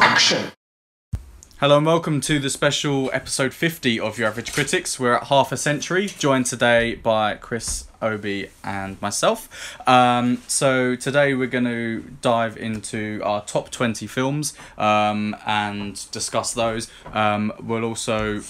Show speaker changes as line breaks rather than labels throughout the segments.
action.
Hello and welcome to the special episode 50 of Your Average Critics. We're at half a century, joined today by Chris, Obi, and myself. Um, so today we're going to dive into our top 20 films um, and discuss those. Um, we'll also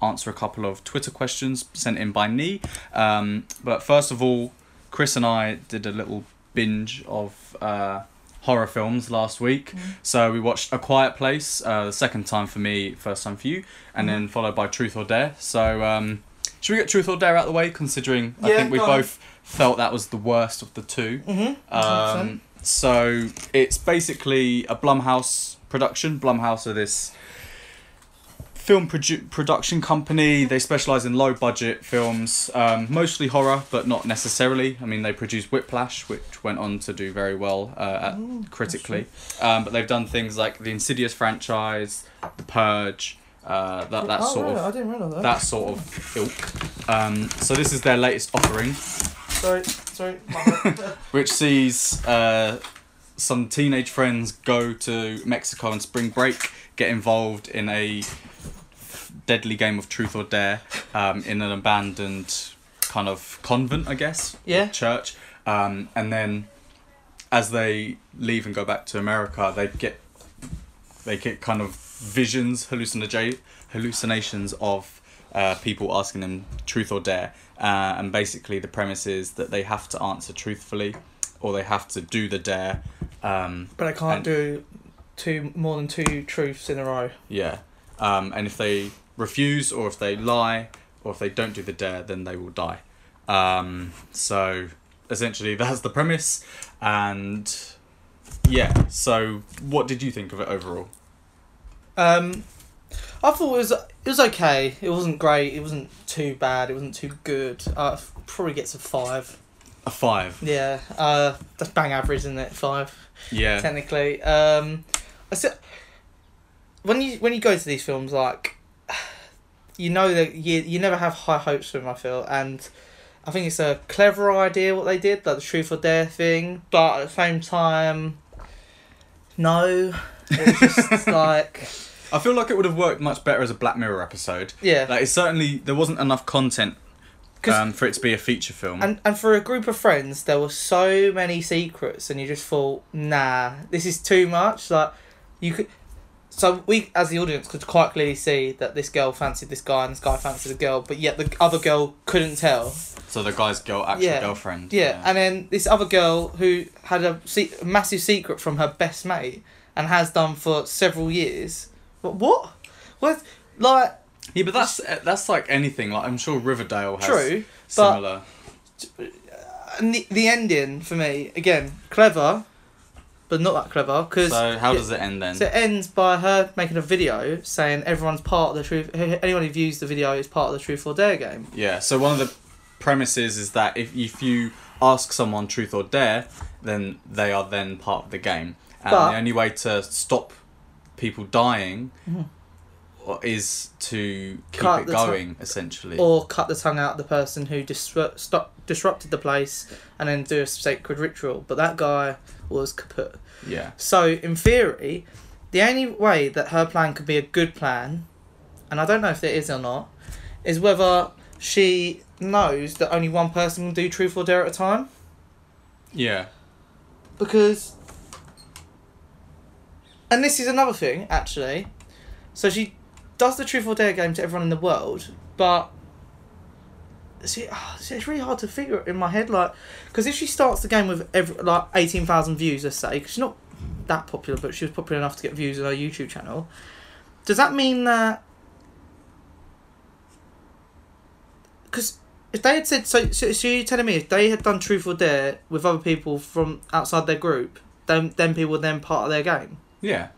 answer a couple of Twitter questions sent in by Nee. Um, but first of all, Chris and I did a little binge of uh, horror films last week.
Mm-hmm.
So we watched A Quiet Place, uh, the second time for me, first time for you, and
Mm-hmm.
then followed by Truth or Dare. So um, should we get Truth or Dare out of the way, considering I
Yeah,
think we
go on. Mm-hmm.
both felt that was the worst of the 2 Um, so it's basically a Blumhouse production. Blumhouse are this film produ- production company. They specialize in low budget films, um, mostly horror, but not necessarily. I mean, they produced Whiplash, which went on to do very well uh, at, critically. Um, but they've done things like the Insidious franchise, The Purge, uh, that that
oh,
sort
right, I
of
didn't realise that.
that sort of ilk. Um, so this is their latest offering,
Sorry, sorry. my bad.
which sees uh, some teenage friends go to Mexico on spring break, get involved in a deadly game of truth or dare um, in an abandoned kind of convent, I guess, or
Yeah.
church, um, and then as they leave and go back to America, they get they get kind of visions, hallucinogen hallucinations of uh, people asking them truth or dare, uh, and basically the premise is that they have to answer truthfully, or they have to do the dare. Um,
but I can't
And-
do two more than two truths in a row.
yeah, um, and if they refuse, or if they lie, or if they don't do the dare, then they will die. Um, so essentially, that's the premise, and yeah. So, what did you think of it overall?
Um, I thought it was it was okay. It wasn't great. It wasn't too bad. It wasn't too good. Uh, it probably gets a five.
A five.
Yeah. Uh, that's bang average, isn't it? Five.
Yeah.
technically. Um, I said when you when you go to these films, like you know that you you never have high hopes for them. I feel, and I think it's a clever idea what they did, like the truth or dare thing, but at the same time, no. It was just like
I feel like it would have worked much better as a Black Mirror episode.
yeah.
Like, it's certainly there wasn't enough content
'Cause-
um, for it to be a feature film.
and and for a group of friends, there were so many secrets, and you just thought, nah, this is too much. Like, you could. So we, as the audience, could quite clearly see that this girl fancied this guy and this guy fancied the girl, but yet the other girl couldn't tell.
so the guy's girl, actual
Yeah.
girlfriend.
Yeah, and then this other girl who had a se- massive secret from her best mate and has done for several years. But what? What? Like,
yeah, but that's uh, that's like anything. Like, I'm sure Riverdale has
true. but-
similar.
And the, the ending for me, again, clever, but not that clever because.
So how does it end then?
So it ends by her making a video saying everyone's part of the truth. Anyone who views the video is part of the truth or dare game.
Yeah. So one of the premises is that if if you ask someone truth or dare, then they are then part of the game, and
But-
the only way to stop people dying or- is to keep
Mm-hmm. Cut
it
the tongue-
going, essentially.
Or cut the tongue out of the person who disru- stop, disrupted the place and then do a sacred ritual. But that guy was kaput.
yeah.
So in theory, the only way that her plan could be a good plan, and I don't know if it is or not, is whether she knows that only one person can do truth or dare at a time.
Yeah.
because and this is another thing actually so she does the truth or dare game to everyone in the world but see ah, see, it's really hard to figure it in my head like because if she starts the game with every, like 18,000 views let's say 'cause she's not that popular but she was popular enough to get views on her youtube channel does that mean that because if they had said so, so, so you're telling me if they had done truth or dare with other people from outside their group then then people were then part of their game
Yeah.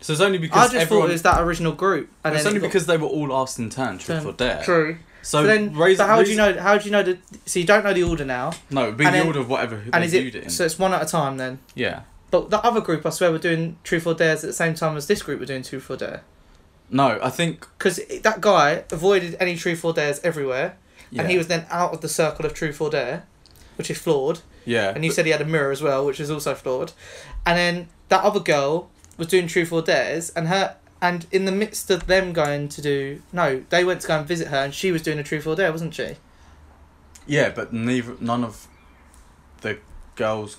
So it's only
i
because
just
everyone.
thought it was that original group and
it's
then
only
it got
because they were all asked in turn, truth
turned-
or dare.
true
So,
so then
raise,
so how do you
raise-
know how do you know the so you don't know the order now
No, it'd be
and
the
then-
order of whatever who
and
they
is
viewed
it,
it in.
so it's one at a time then
yeah.
but the other group i swear were doing truth or dares at the same time as this group were doing truth or dare
No, I think.
because that guy avoided any truth or dares everywhere
Yeah.
and he was then out of the circle of truth or dare which is flawed.
Yeah.
And you
but-
said he had a mirror as well, which is also flawed. And then that other girl was doing Truth or Dares, and her and in the midst of them going to do no, they went to go and visit her, and she was doing a Truth or Dare, wasn't she?
yeah, but neither none of the girls,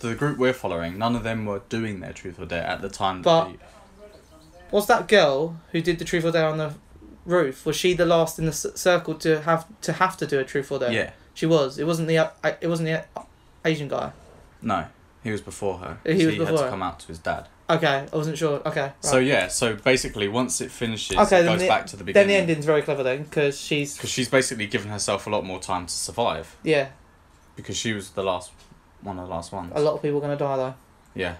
the group we're following, none of them were doing their truth or dare at the time.
But-
that
Was that girl who did the Truth or Dare on the roof? Was she the last in the c- circle to have to have to do a Truth or
the,
Dare?
yeah,
she was. It wasn't the uh, it wasn't the uh, Asian guy.
no, he was before her.
He
'cause
was
had
before
to
her.
come out to his dad.
Okay, I wasn't sure. Okay, right.
So yeah, so basically, once it finishes,
Okay,
it
then
goes
the-
back to the
then the
beginning
ending's very clever then, because she's
because she's basically given herself a lot more time to survive
yeah.
because she was the last one of the last ones.
A lot of people are gonna die though.
Yeah,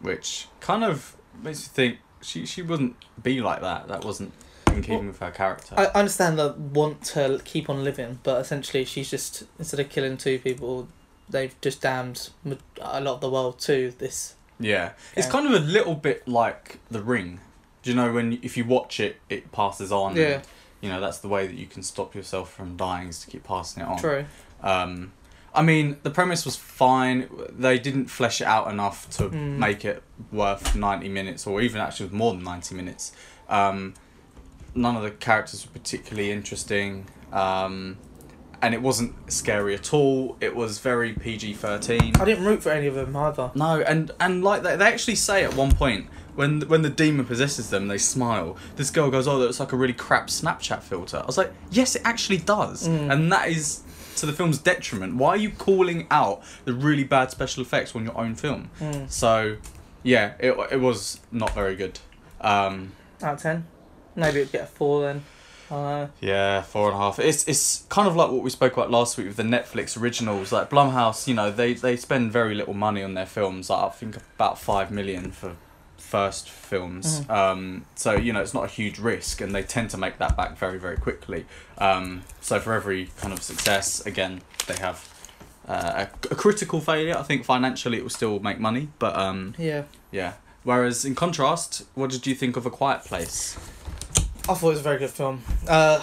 which kind of makes you think she she wouldn't be like that. That wasn't in keeping with her character.
I I understand the want to keep on living, but essentially she's just instead of killing two people, they've just damned m- a lot of the world to this.
yeah, it's
Yeah.
kind of a little bit like The Ring. Do you know when if you watch it, it passes on. and,
Yeah.
you know that's the way that you can stop yourself from dying is to keep passing it on.
True.
Um, I mean, the premise was fine. They didn't flesh it out enough to
Mm.
make it worth 90 minutes, or even actually it was more than 90 minutes. Um, none of the characters were particularly interesting. Um, and it wasn't scary at all. It was very PG 13.
I didn't root for any of them either.
No, and and like they, they actually say at one point when when the demon possesses them, they smile. This girl goes, "Oh, that looks like a really crap Snapchat filter." I was like, "Yes, it actually does,"
Mm.
and that is to the film's detriment. Why are you calling out the really bad special effects on your own film?
Mm.
So, yeah, it it was not very good. Um,
Out of ten, maybe it'd get a four then. Uh,
yeah, four and a half. It's it's kind of like what we spoke about last week with the Netflix originals. Like Blumhouse, you know, they they spend very little money on their films. Like I think about five million for first films. Um, so you know, it's not a huge risk, and they tend to make that back very very quickly. Um, so for every kind of success, again, they have. Uh, a, a critical failure. I think financially it will still make money, but um,
yeah,
yeah. Whereas in contrast, what did you think of A Quiet Place?
I thought it was a very good film. Uh,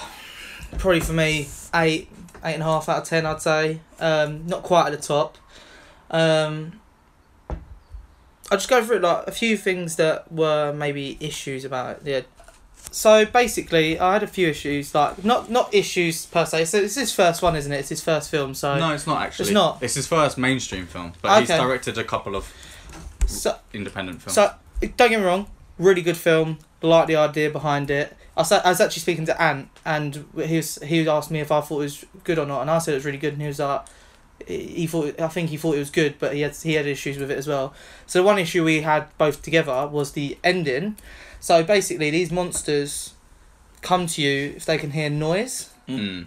probably for me, eight, eight and a half out of ten, I'd say. Um, not quite at the top. Um, I'll just go through like a few things that were maybe issues about it. Yeah. So basically, I had a few issues, like not not issues per se. So it's his first one, isn't it? It's his first film, so
No, it's not actually.
It's not?
It's his first mainstream film, but he's
Okay.
directed a couple of
so
independent films.
So don't get me wrong, really good film. Like the idea behind it. I was, I was actually speaking to Ant, and he was he asked me if I thought it was good or not, and I said it was really good, and he was like, he thought I think he thought it was good, but he had he had issues with it as well. So the one issue we had both together was the ending. So basically, these monsters come to you if they can hear noise.
mm.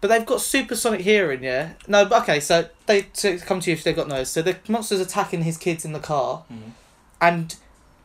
But they've got supersonic hearing, yeah. No, but okay. So they so it's come to you if they've got noise. So the monsters attacking his kids in the car,
Mhm.
and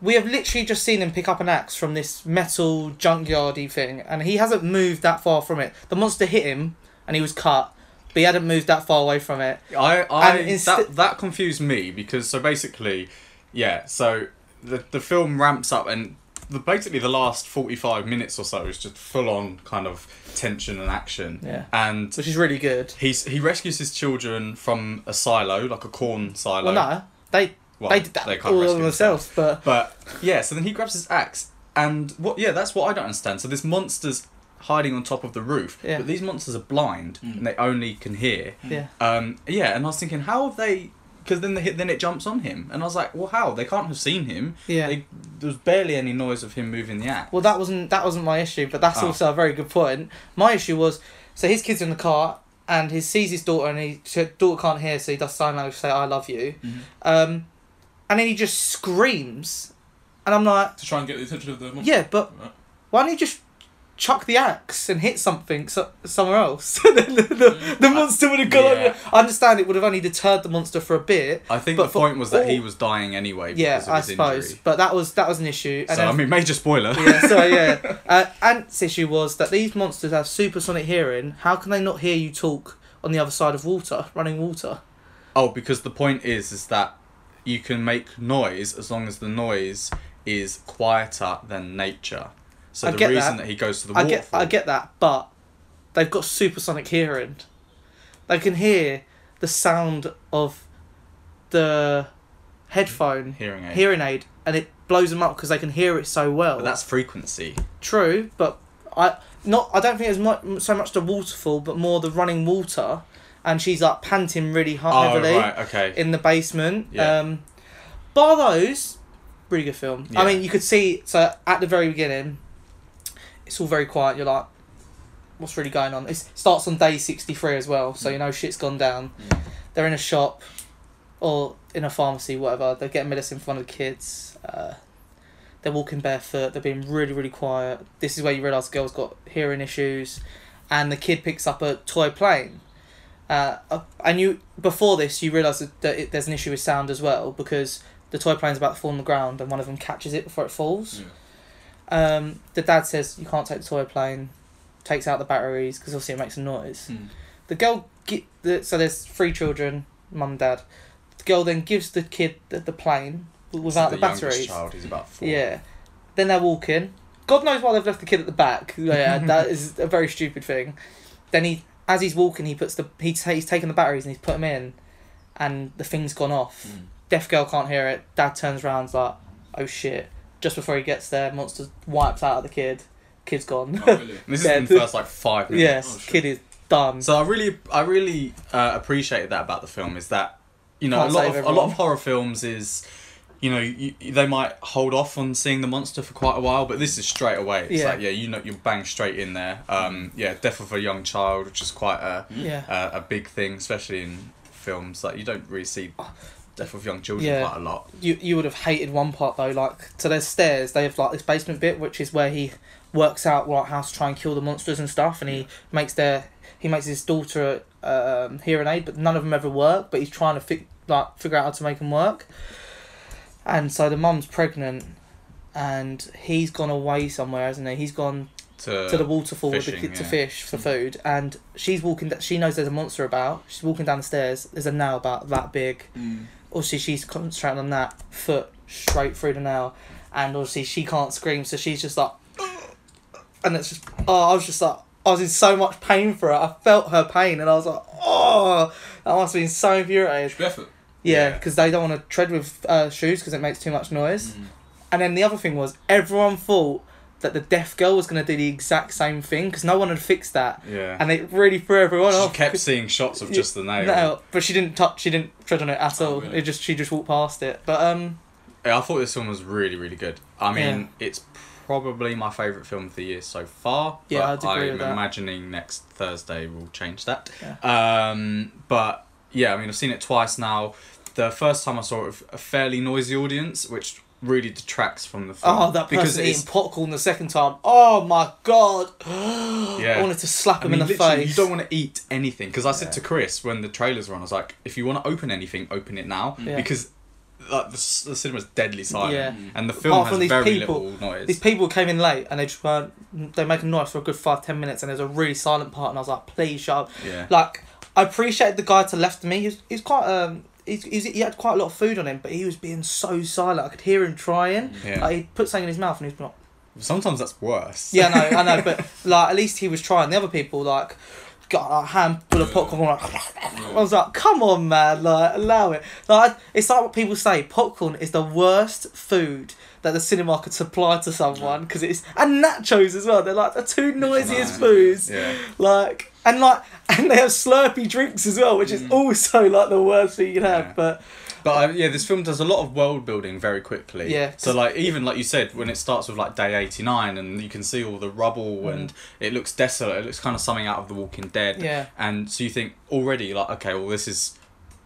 we have literally just seen him pick up an axe from this metal junkyardy thing, and he hasn't moved that far from it. The monster hit him, and he was cut, but he hadn't moved that far away from it.
I, I
And inst-
that that confused me because so basically, yeah. So the the film ramps up and the basically the last forty five minutes or so is just full on kind of tension and action.
Yeah.
And
which is really good.
he's he rescues his children from a silo, like a corn silo.
Well, no, they
Well,
they did that
they can't
all
rescue
on themselves, but
But yeah, so then he grabs his axe, and what? Yeah, that's what I don't understand. So this monster's hiding on top of the roof,
Yeah.
but these monsters are blind and they only can hear.
yeah,
Um, yeah, and I was thinking, how have they? Because then the hit, then it jumps on him, and I was like, well, how? They can't have seen him.
yeah.
They, there was barely any noise of him moving the axe.
Well, that wasn't that wasn't my issue, but that's
Oh.
also a very good point. My issue was so his kids in the car, and he sees his daughter, and he his daughter can't hear, so he does sign language to say "I love you,"
Mm-hmm.
um, and then he just screams, and I'm like,
to try and get the attention of the monster.
yeah, but
Right.
why don't you just chuck the axe and hit something so- somewhere else? then the, the, the monster would have gone.
Mm. yeah.
I understand it would have only deterred the monster for a bit.
I think
But
the
for
point was that he
all-
was dying anyway.
Yeah,
because of
I
his
suppose,
Injury.
but that was that was an issue.
So
then-
I mean, major spoiler.
yeah, so yeah. Uh, Ant's issue was that these monsters have supersonic hearing. How can they not hear you talk on the other side of water, running water?
Oh, because the point is, is that you can make noise as long as the noise is quieter than nature. So
I
the
get
reason that.
that.
he goes to the
I
waterfall.
get, I get that, but they've got supersonic hearing. I can hear the sound of the headphone
Hearing aid.
hearing aid, and it blows them up because they can hear it so well.
But that's frequency.
True, but I not. I don't think it's mu so much the waterfall, but more the running water, and she's like panting really hard,
Oh,
heavily
right, okay.
in the basement.
Yeah.
Um, bar those, really good film.
Yeah.
I mean, you could see so at the very beginning, it's all very quiet. You're like, what's really going on? It starts on day sixty three as well,
Mm.
so you know shit's gone down.
Yeah.
They're in a shop, or in a pharmacy, whatever. They're getting medicine for one of the kids. Uh, they're walking barefoot. They're being really, really quiet. This is where you realise the girl's got hearing issues, and the kid picks up a toy plane. Uh, and you before this, you realise that that it, there's an issue with sound as well because the toy plane's about to fall on the ground, and one of them catches it before it falls. Um, the dad says you can't take the toy plane. Takes out the batteries because obviously it makes a noise.
Mm.
The girl get the so there's three children, mum, and dad. The girl then gives the kid the, the plane w- without
So
the,
youngest
batteries.
child is about four.
Yeah. Then they're walking. God knows why they've left the kid at the back. Yeah, that is a very stupid thing. Then he, as he's walking, he puts the he ta- he's taken the batteries and he's put them in, and the thing's gone off.
Hmm.
Mm.
Deaf girl can't hear it. Dad turns around, and's like, oh shit! Just before he gets there, monster wipes out of the kid. Kid's gone.
Oh, really?
And this is
Yeah,
in the first like five minutes.
yes,
Oh, shit.
kid is done.
So I really, I really uh, appreciated that about the film is that you know
Can't
a lot
save
of a lot
everyone.
of horror films is you know you, you- they might hold off on seeing the monster for quite a while, but this is straight away. It's
Yeah.
like yeah, you know you bang straight in there. Um, yeah, death of a young child, which is quite a
yeah.
a, a big thing, especially in films like you don't really see death of young children
Oh. Yeah.
quite a lot.
you you would have hated one part though. Like so, there's stairs. They have like this basement bit, which is where he works out like how to try and kill the monsters and stuff. And he makes their he makes his daughter a um, hearing aid, but none of them ever work. But he's trying to fi- like figure out how to make them work. And so the mum's pregnant, and he's gone away somewhere, hasn't he? He's gone
To,
to the waterfall with the
fishing,
kid to
yeah.
fish for food, and she's walking. da- She knows there's a monster about. She's walking down the stairs. There's a nail about that big
Mm.
obviously she's concentrating on that foot straight through the nail, and obviously she can't scream, so she's just like, and it's just oh, I was just like. I was in so much pain for her. I felt her pain, and I was like, "Oh, that must have been so infuriated."
Barefoot.
Yeah,
Yeah.
because they don't want to tread with uh, shoes because it makes too much noise.
Mm-hmm.
And then the other thing was, everyone thought that the deaf girl was going to do the exact same thing because no one had fixed that,
yeah.
and it really threw everyone
she
off.
kept seeing shots of just the nail.
No, but she didn't touch. She didn't tread on it at
Oh,
all.
really?
It just she just walked past it. But um,
Yeah, I thought this film was really, really good. I mean, it's probably my favourite film of the year so far.
Yeah,
but
I'd agree
I'm
with that.
imagining next Thursday will change that. Um, but yeah, I mean, I've seen it twice now. The first time I saw it with a fairly noisy audience, which really detracts from the film.
oh, that
because
person
it's,
eating popcorn the second time. Oh my god! I wanted to slap
I
him
mean,
in the
literally,
face.
you don't want to eat anything. Because I said
Yeah.
to Chris when the trailers were on, I was like, if you want to open anything, open it now.
Yeah.
Because like, the, s- the cinema's deadly silent.
Yeah.
And the film
Apart from
has
these
very
people-
little noise.
These people came in late and they just weren't. They make a noise for a good five ten minutes and there's a really silent part and I was like, please shut up.
yeah.
Like I appreciated the guy to the left of me. He was, he was quite um. He's, he's, he had quite a lot of food on him, but he was being so silent. I could hear him trying.
Yeah.
Like, he put something in his mouth and he was like,
Sometimes that's worse.
Yeah, I know, I know, but like at least he was trying. The other people like got a handful of popcorn. Like, I was like, come on, man, like allow it. Like it's like what people say: popcorn is the worst food that the cinema could supply to someone because it's and nachos as well. They're like the two noisiest
nice.
foods.
Yeah.
Like and like and they have slurpy drinks as well, which is also like the worst thing you can have.
Mm. Yeah.
But
But uh, yeah, this film does a lot of world building very quickly.
Yeah.
So like even like you said, when it starts with like day eighty nine, and you can see all the rubble,
Mm.
and it looks desolate. It looks kind of something out of The Walking Dead.
Yeah.
And so you think already like okay, well this is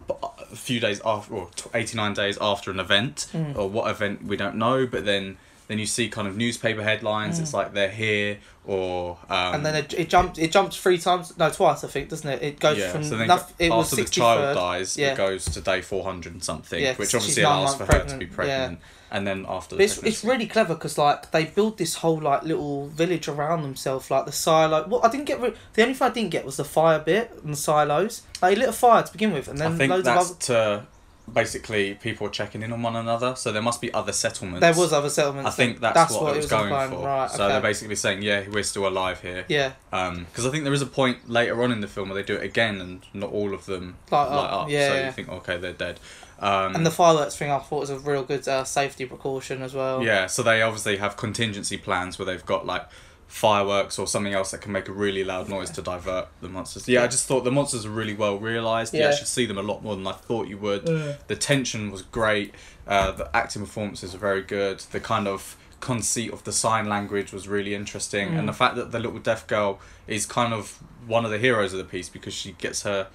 b- uh, a few days after, or eighty nine days after an event,
Mm.
or what event we don't know. But then then you see kind of newspaper headlines. It's like they're here or um,
Mm. and then it, it jumped. It jumped three times. No, twice I think, doesn't it? It goes from nothing. It
after
was
the
sixty
child
third.
dies,
yeah.
it goes to day four hundred and something,
Yeah, 'cause
which
she's
obviously
nine
allows for
months
her to be
pregnant, yeah.
pregnant, and then after the
But it's, it's
pregnancy.
really clever because like they build this whole like little village around themselves, like the silo. What I didn't get, re- the only thing I didn't get was the fire bit and the silos. Like, they lit a fire to begin with, and then
I think
loads
that's
of
to basically people are checking in on one another, so there must be other settlements.
There was other settlements.
I think
then.
that's, what, it was, going
implying,
for.
Right.
So
okay.
they're basically saying, yeah, we're still alive here.
yeah.
Because I think there is a point later on in the film where they do it again and not all of them
Light
light,
up,
up.
yeah,
so
yeah.
you think, okay, they're dead. Um,
And the fireworks thing I thought was a real good uh, safety precaution as well.
yeah, so they obviously have contingency plans where they've got like fireworks or something else that can make a really loud noise to divert the monsters. Yeah, I just thought the monsters are really well realised. You
Yeah. Mm.
actually see them a lot more than I thought you would. The tension was great. Uh, the acting performances were very good. The kind of conceit of the sign language was really interesting,
Mm.
and the fact that the little deaf girl is kind of one of the heroes of the piece because she gets her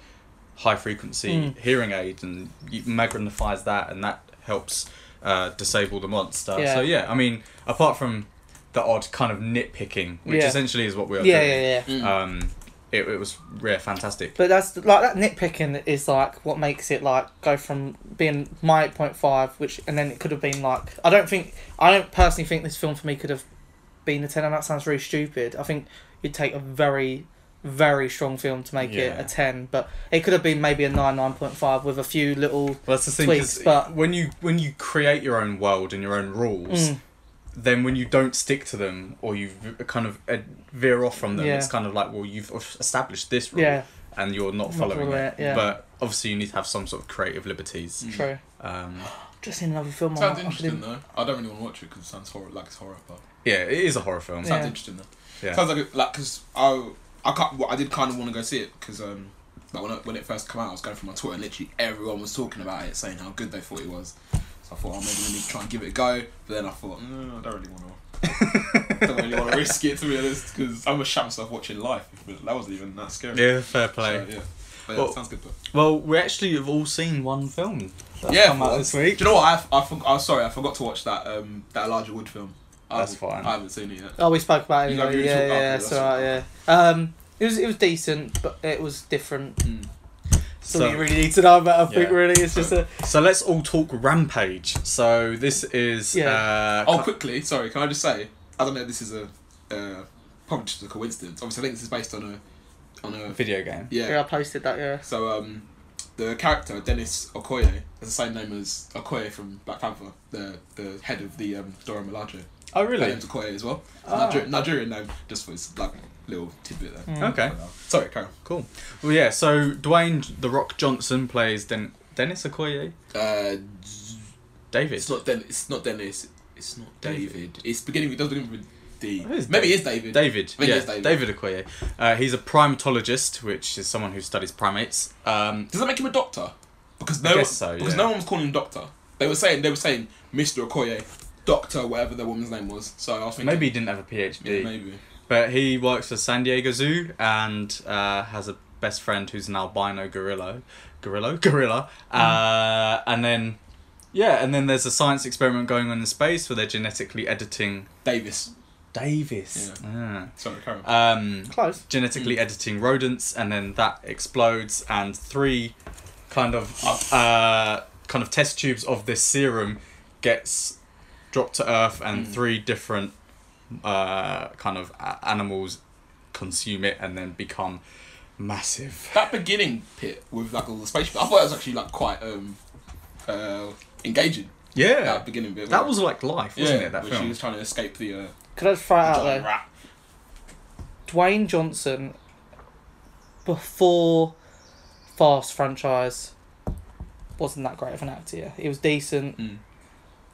high frequency
Mm.
hearing aid and y- magnifies that, and that helps uh, disable the monster.
Yeah.
So yeah, I mean, apart from the odd kind of nitpicking, which
Yeah.
essentially is what we are
Yeah,
doing.
yeah, yeah.
Um, it, it was yeah, fantastic.
But that's like that nitpicking is like what makes it like go from being my eight point five, which and then it could have been like I don't think I don't personally think this film for me could have been a ten. And that sounds really stupid. I think you'd take a very very strong film to make
Yeah.
it a ten, but it could have been maybe a nine nine point five with a few little
Well, that's the thing,
tweaks,
'cause
but-
when you when you create your own world and your own rules,
Mm.
then when you don't stick to them or you v- kind of uh, veer off from them,
Yeah.
it's kind of like well, you've f- established this rule
yeah
and you're not
Not
following
following
it.
it, yeah.
But obviously, you need to have some sort of creative liberties.
true.
Um,
Just seen another film.
Sounds
I- I
interesting
didn't-
though. I don't really want to watch it because it sounds horror, like it's horror, but
yeah, it is a horror film.
it
Yeah.
sounds interesting though.
Yeah.
Sounds like it, like because I I can't well, I did kind of want to go see it because um like when I, when it first came out I was going through my Twitter and literally everyone was talking about it saying how good they thought it was. So I thought oh, maybe let me try and give it a go, but then I thought no, I don't really want to. don't really want to risk it to be honest because I'm a sham myself watching life. But that wasn't even that scary.
Yeah, fair
So,
play.
yeah. But yeah,
Well-
sounds good. Though.
Well, we actually have all seen one film. that's
Yeah,
come out
well,
this week.
Do you know what? I, f- I, forg- I was sorry, I forgot to watch that um, that Elijah Wood film. I
That's
haven't-
fine.
I haven't seen it yet.
Oh, we spoke about it.
You know,
Anyway.
you
Yeah,
talk-
yeah,
okay,
yeah,
that's
it's alright. Yeah, um, it was it was decent, but it was different.
Mm.
So,
So-
you really need to know about. I think
Yeah.
really, it's just a
So let's all talk Rampage. So this is. Uh,
Oh,
cu-
quickly, sorry, can I just say? I don't know if this is a uh, probably just a coincidence. Obviously, I think this is based on a on a
video game.
yeah.
yeah. I posted that. Yeah.
So um, the character Dennis Okoye has the same name as Okoye from Black Panther, the the head of the um, Dora Milaje.
Oh,
Her
really?
name's Okoye as well. It's
Ah. Hmm.
Niger- Nigerian name, just for his like little tidbit there.
Mm.
Okay.
Sorry, Carol.
Cool. Well, yeah. So Dwayne the Rock Johnson plays Den- Dennis Okoye.
Uh,
David.
it's not Den. It's not Dennis. It's not
David.
David. It's beginning. It does begin with D.
It is
Maybe it is David.
David.
I think
yeah,
it's
David.
David.
Okoye. Uh, he's a primatologist, which is someone who studies primates. Um,
Does that make him a doctor? Because
I
no,
guess so,
because
yeah.
no one was calling him doctor. They were saying they were saying Mr. Okoye, doctor, whatever the woman's name was. So I was thinking
maybe he didn't have a PhD,
yeah, maybe.
but he works for San Diego Zoo and uh, has a best friend who's an albino gorilla, gorilla, gorilla. Uh, and then, yeah, and then there's a science experiment going on in space where they're genetically editing
Davis.
Davis.
Sorry, Karen.
Ah. Um,
Close.
Hmm.
genetically editing rodents, and then that explodes, and three kind of uh, kind of test tubes of this serum gets dropped to Earth, and
Hmm.
three different uh, kind of a- animals consume it and then become massive.
that beginning pit with like all the spaceship. I thought it was actually like quite um uh engaging. That
Yeah,
beginning bit.
that
where-
was like life, wasn't
yeah,
it? That
where She
film.
was trying to escape the uh,
Could I just throw it out
giant
there?
rat.
Dwayne Johnson before Fast franchise wasn't that great of an actor. yeah. He was decent.
Mm.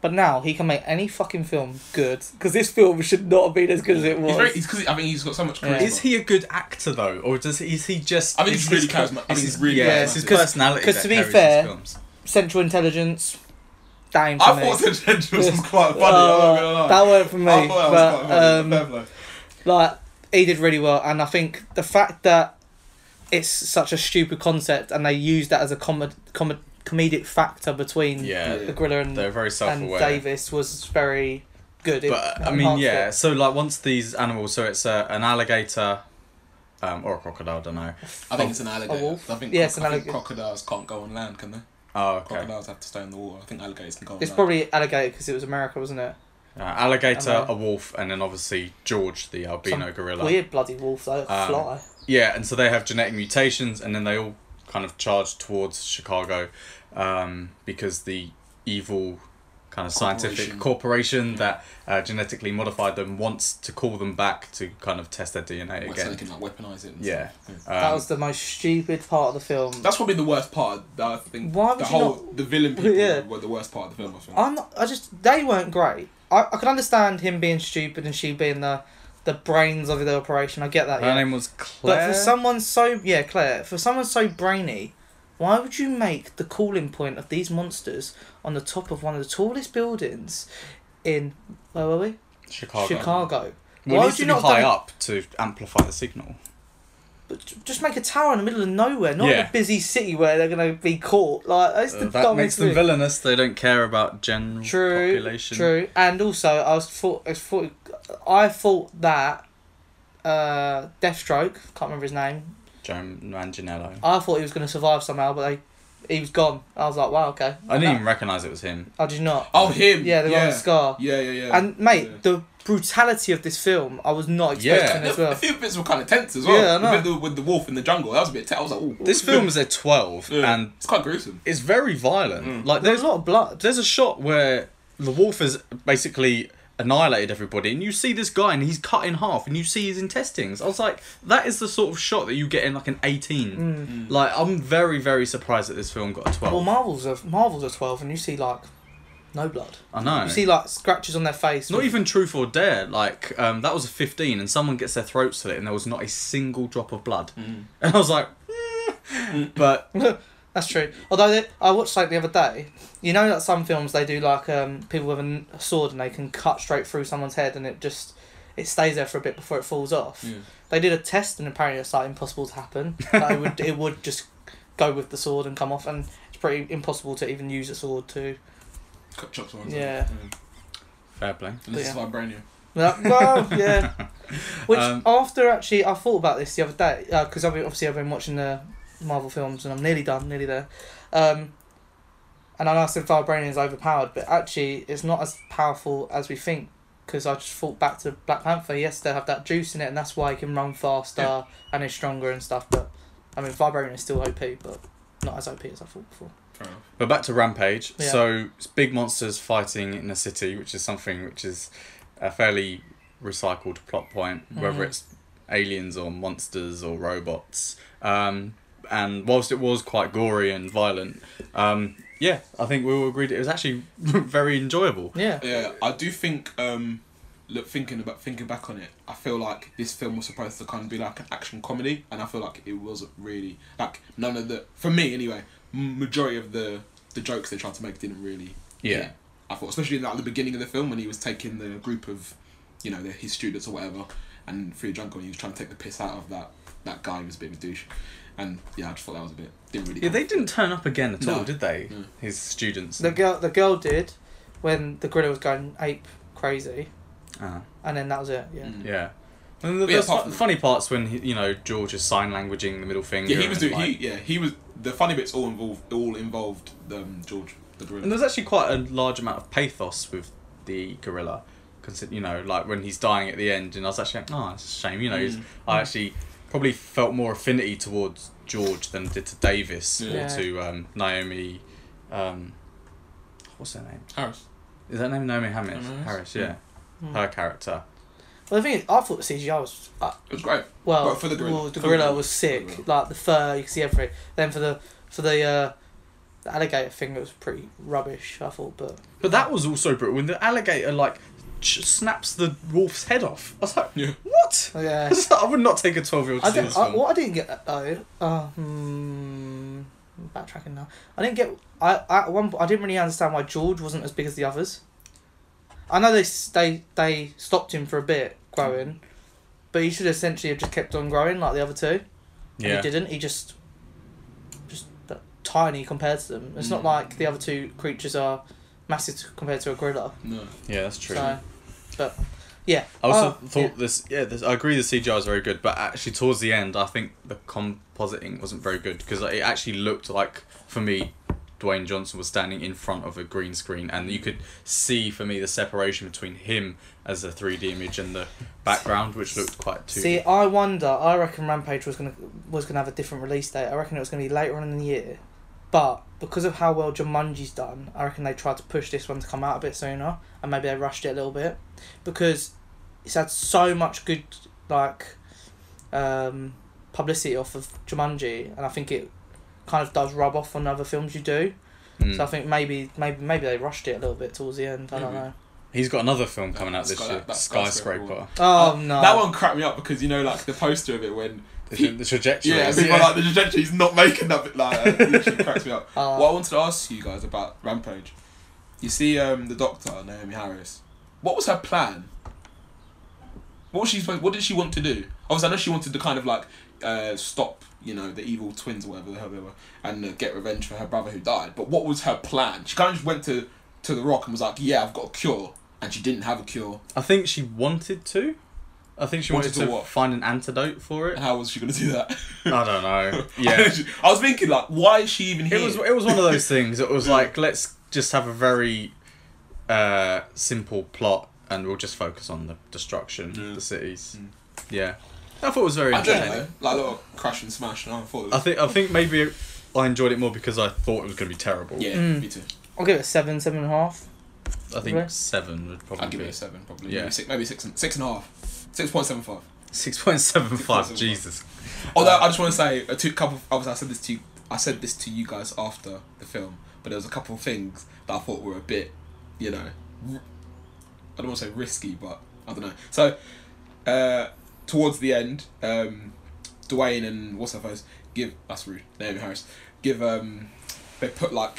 But now he can make any fucking film good because this film should not have been as good as it was.
He's very, he's, 'cause I mean, he's got so much
Yeah.
charisma.
Is he a good actor though, or does is he just?
I mean,
is
he's really
his-
charismatic. I mean,
is his-
he's really
yeah, it's his
charismatic.
'Cause-
personality.
'cause
that
to be
carries his
fair-
films.
Central Intelligence, that ain't for
I
me.
thought the Dangerous was quite funny.
Uh,
I'm not gonna lie.
that weren't for me.
I thought that was
but,
quite funny.
um,
Fair play.
like he did really well and i think the fact that it's such a stupid concept and they use that as a com- com- comedic factor between
yeah,
Yeah.
the gorilla and,
they're very
and
self-aware.
davis was very good It
But I mean,
enhanced
yeah.
it.
So like, once these animals, so it's uh, an alligator, um, or a crocodile. I don't know.
I think it's an alligator.
Oh. a wolf?
I think,
Yeah, it's an
I think
alligator.
crocodiles can't go on land, can they?
Oh, okay.
Crocodiles have to stay in the water. I think alligators can go on
it's
land.
probably alligator because it was america wasn't it
Uh, alligator,
Am I-
a wolf, and then obviously George, the albino
Some
gorilla.
weird bloody wolf though
Um,
fly
Yeah, and so they have genetic mutations, and then they all kind of charged towards Chicago um, because the evil kind of scientific
Corporation.
corporation that uh, genetically modified them wants to call them back to kind of test their
Where-
DNA
So they
again.
can like weaponize it. And
Yeah.
stuff.
that
Um,
was the most stupid part of the film.
That's probably the worst part. That I think
Why would
the
you
whole
not-
the villain people
Yeah.
were the worst part of the film. I think.
I'm not, I just they weren't great. I, I could understand him being stupid and she being the the brains of the operation. I get that.
her
Yeah.
name was Claire.
But for someone so yeah, Claire, for someone so brainy, why would you make the calling point of these monsters on the top of one of the tallest buildings in where were we?
Chicago.
Chicago.
Well,
why
it
would
needs
you
to
not
be
have
high
done it-
up to amplify the signal.
But j- just make a tower in the middle of nowhere, not in
Yeah.
a busy city where they're gonna be caught. Like that's the
Uh, that
dumbest
makes them
thing.
villainous. They don't care about general
True,
population.
true, and also I was thought I thought I thought that uh, Deathstroke, can't remember his name.
Joe Manganiello.
I thought he was going to survive somehow, but they, he was gone. I was like, wow, okay.
I didn't even recognise it was him.
I did not.
oh him.
yeah, the one
yeah.
with the scar.
Yeah, yeah, yeah.
And mate,
Yeah.
the brutality of this film, I was not expecting
Yeah.
as
A
well.
few bits were kind of tense as well.
Yeah, I know.
The bit with the wolf in the jungle, that was a bit. Tense. I was like, oh,
This film is a 12 and
it's quite gruesome.
it's very violent. Like
There's
there's
a lot of blood.
there's a shot where the wolf has basically annihilated everybody and you see this guy and he's cut in half and you see his intestines. I was like that is the sort of shot that you get in like an 18. Like I'm very very surprised that this film got a 12.
Mm. Well, Marvels are Marvels are twelve, and you see like no blood.
I know.
You see like scratches on their face.
not even truth or dare like um, that was a 15 and someone gets their throat slit and there was not a single drop of blood and i was like "Mm." but
That's true. Although they, I watched like the other day, you know that some films they do like um, people with a n- a sword and they can cut straight through someone's head and it just it stays there for a bit before it falls off.
Yeah.
They did a test and apparently it's like impossible to happen. Like, it would it would just go with the sword and come off and it's pretty impossible to even use a sword to.
Cut chops ones.
Yeah.
fair play
This is
Yeah.
vibranium.
Like, well, yeah. Which
Um,
after actually I thought about this the other day because I've been, obviously I've been watching the Marvel films and I'm nearly done, nearly there. Um, and I know I said Vibranium is overpowered, but actually it's not as powerful as we think. Because I just thought back to Black Panther. Yes, they have that juice in it, and that's why he can run faster
Yeah.
and is stronger and stuff. But I mean, Vibranium is still OP, but not as OP as I thought before.
Fair enough.
but back to rampage
Yeah.
so it's big monsters fighting in a city which is something which is a fairly recycled plot point whether
Mhm.
it's aliens or monsters or robots um, and whilst it was quite gory and violent um, yeah i think we all agreed it was actually very enjoyable
Yeah.
Yeah, I do think. um Look, thinking about thinking back on it, I feel like this film was supposed to kind of be like an action comedy, and I feel like it wasn't really like none of the for me anyway. m- Majority of the the jokes they tried to make didn't really.
Yeah.
hit. I thought especially like the beginning of the film when he was taking the group of, you know, the, his students or whatever, and free drunk and he was trying to take the piss out of that that guy who was a bit of a douche, and yeah, I just thought that was a bit didn't really.
Yeah, they didn't turn up again at
No.
all, did they?
No.
His students.
The girl, the girl did, when the gorilla was going ape crazy,
Ah,
and then that was it. Yeah.
Mm.
yeah. And the,
But yeah,
the
apart
fu-
from-
funny parts when he, you know George is sign languaging the middle finger.
Yeah, he was
and,
doing.
like-
He yeah, he was. The funny bits all involved. All involved um, George the
And
gorilla.
there's actually quite a large amount of pathos with the gorilla, consider you know like when he's dying at the end, and I was actually like, oh, it's a shame. You know, he's,
Mm.
I actually probably felt more affinity towards George than I did to Davis
Yeah.
or to um, Naomi. Um, what's her name?
Harris.
Is that name Naomi Harris?
Naomi Harris?
Harris, yeah.
Mm.
Her character.
Well, the thing is, I thought the CGI was uh,
It was great.
well.
Well, for the gorilla.
well, the
For the
gorilla
gorilla.
was
For
sick.
the
Like the fur, you could see everything. Then for the for the, uh, the alligator thing, it was pretty rubbish. I thought, but
But that was also brutal when the alligator like ch- snaps the wolf's head off. I was like,
Yeah.
what? I,
oh, yeah.
was like, I would not take a twelve year old
I
to see
don't,
this
I,
film.
what I didn't get though, uh, hmm, I'm backtracking now. I didn't get. I I- at one. po- I didn't really understand why George wasn't as big as the others. I know they s- they they stopped him for a bit
Hmm.
growing, but he should essentially have just kept on growing like the other two. And
yeah.
he didn't. He just, just that tiny compared to them. It's not
Mm.
like the other two creatures are massive to- compared to a gorilla.
No.
yeah, that's true.
So, but yeah.
I also
Oh,
thought
yeah.
this. Yeah, this, I agree. The CGI is very good, but actually towards the end, I think the compositing wasn't very good because it actually looked like for me Dwayne Johnson was standing in front of a green screen, and you could see for me the separation between him as a three D image and the background, which looked quite too.
See, I wonder. I reckon Rampage was gonna was gonna have a different release date. I reckon it was gonna be later on in the year, but because of how well Jumanji's done, I reckon they tried to push this one to come out a bit sooner, and maybe they rushed it a little bit, because it's had so much good like um, publicity off of Jumanji, and I think it kind of does rub off on other films you do.
Mm.
Hmm.
So I think maybe maybe maybe they rushed it a little bit towards the end. I don't
Maybe.
know.
He's got another film coming out
That's
this
got
year,
that- that
Skyscraper.
skyscraper
Oh
Uh,
no.
That one cracked me up because you know, like the poster of it when
The, tra- the trajectory.
yeah,
is-
people are
yeah.
like the trajectory's not making that bit like that. It literally cracks me up.
Uh,
what I wanted to ask you guys about Rampage, you see, um, the Doctor Naomi Harris. What was her plan? What was she supposed? What did she want to do? Obviously, I know she wanted to kind of like uh, stop, you know, the evil twins or whatever the hell they were, and uh, get revenge for her brother who died. But what was her plan? She kind of just went to to the Rock and was like, "Yeah, I've got a cure," and she didn't have a cure.
I think she wanted to. I think she wanted,
Wanted to
to
what?
find an antidote for it.
And how was she gonna do that?
I don't know. Uh, Yeah,
I was thinking like, why is she even here?
it was it was one of those things. It was like let's just have a very uh, simple plot, and we'll just focus on the destruction of
Yeah.
the cities.
Mm.
Yeah, I thought it was very
I don't
entertaining.
know, like a little crash and smash, and I thought. It
I
was,
think I think maybe I enjoyed it more because I thought it was going to be terrible.
yeah,
Mm.
me too.
I'll give it a seven, seven and a half.
I think
Okay.
seven would probably
I'd give
be
it a seven, probably.
Yeah.
Maybe six, maybe six and six and a half, six point seven five.
six point seven five.
6.75.
Jesus.
Although
Um,
I just want to say a two couple. Of, obviously, I said this to you. I said this to you guys after the film, but there was a couple of things that I thought were a bit, you know, r- I don't want to say risky, but I don't know. So, uh, towards the end, um, Dwayne and what's her face give that's rude. Naomi Harris give um, they put like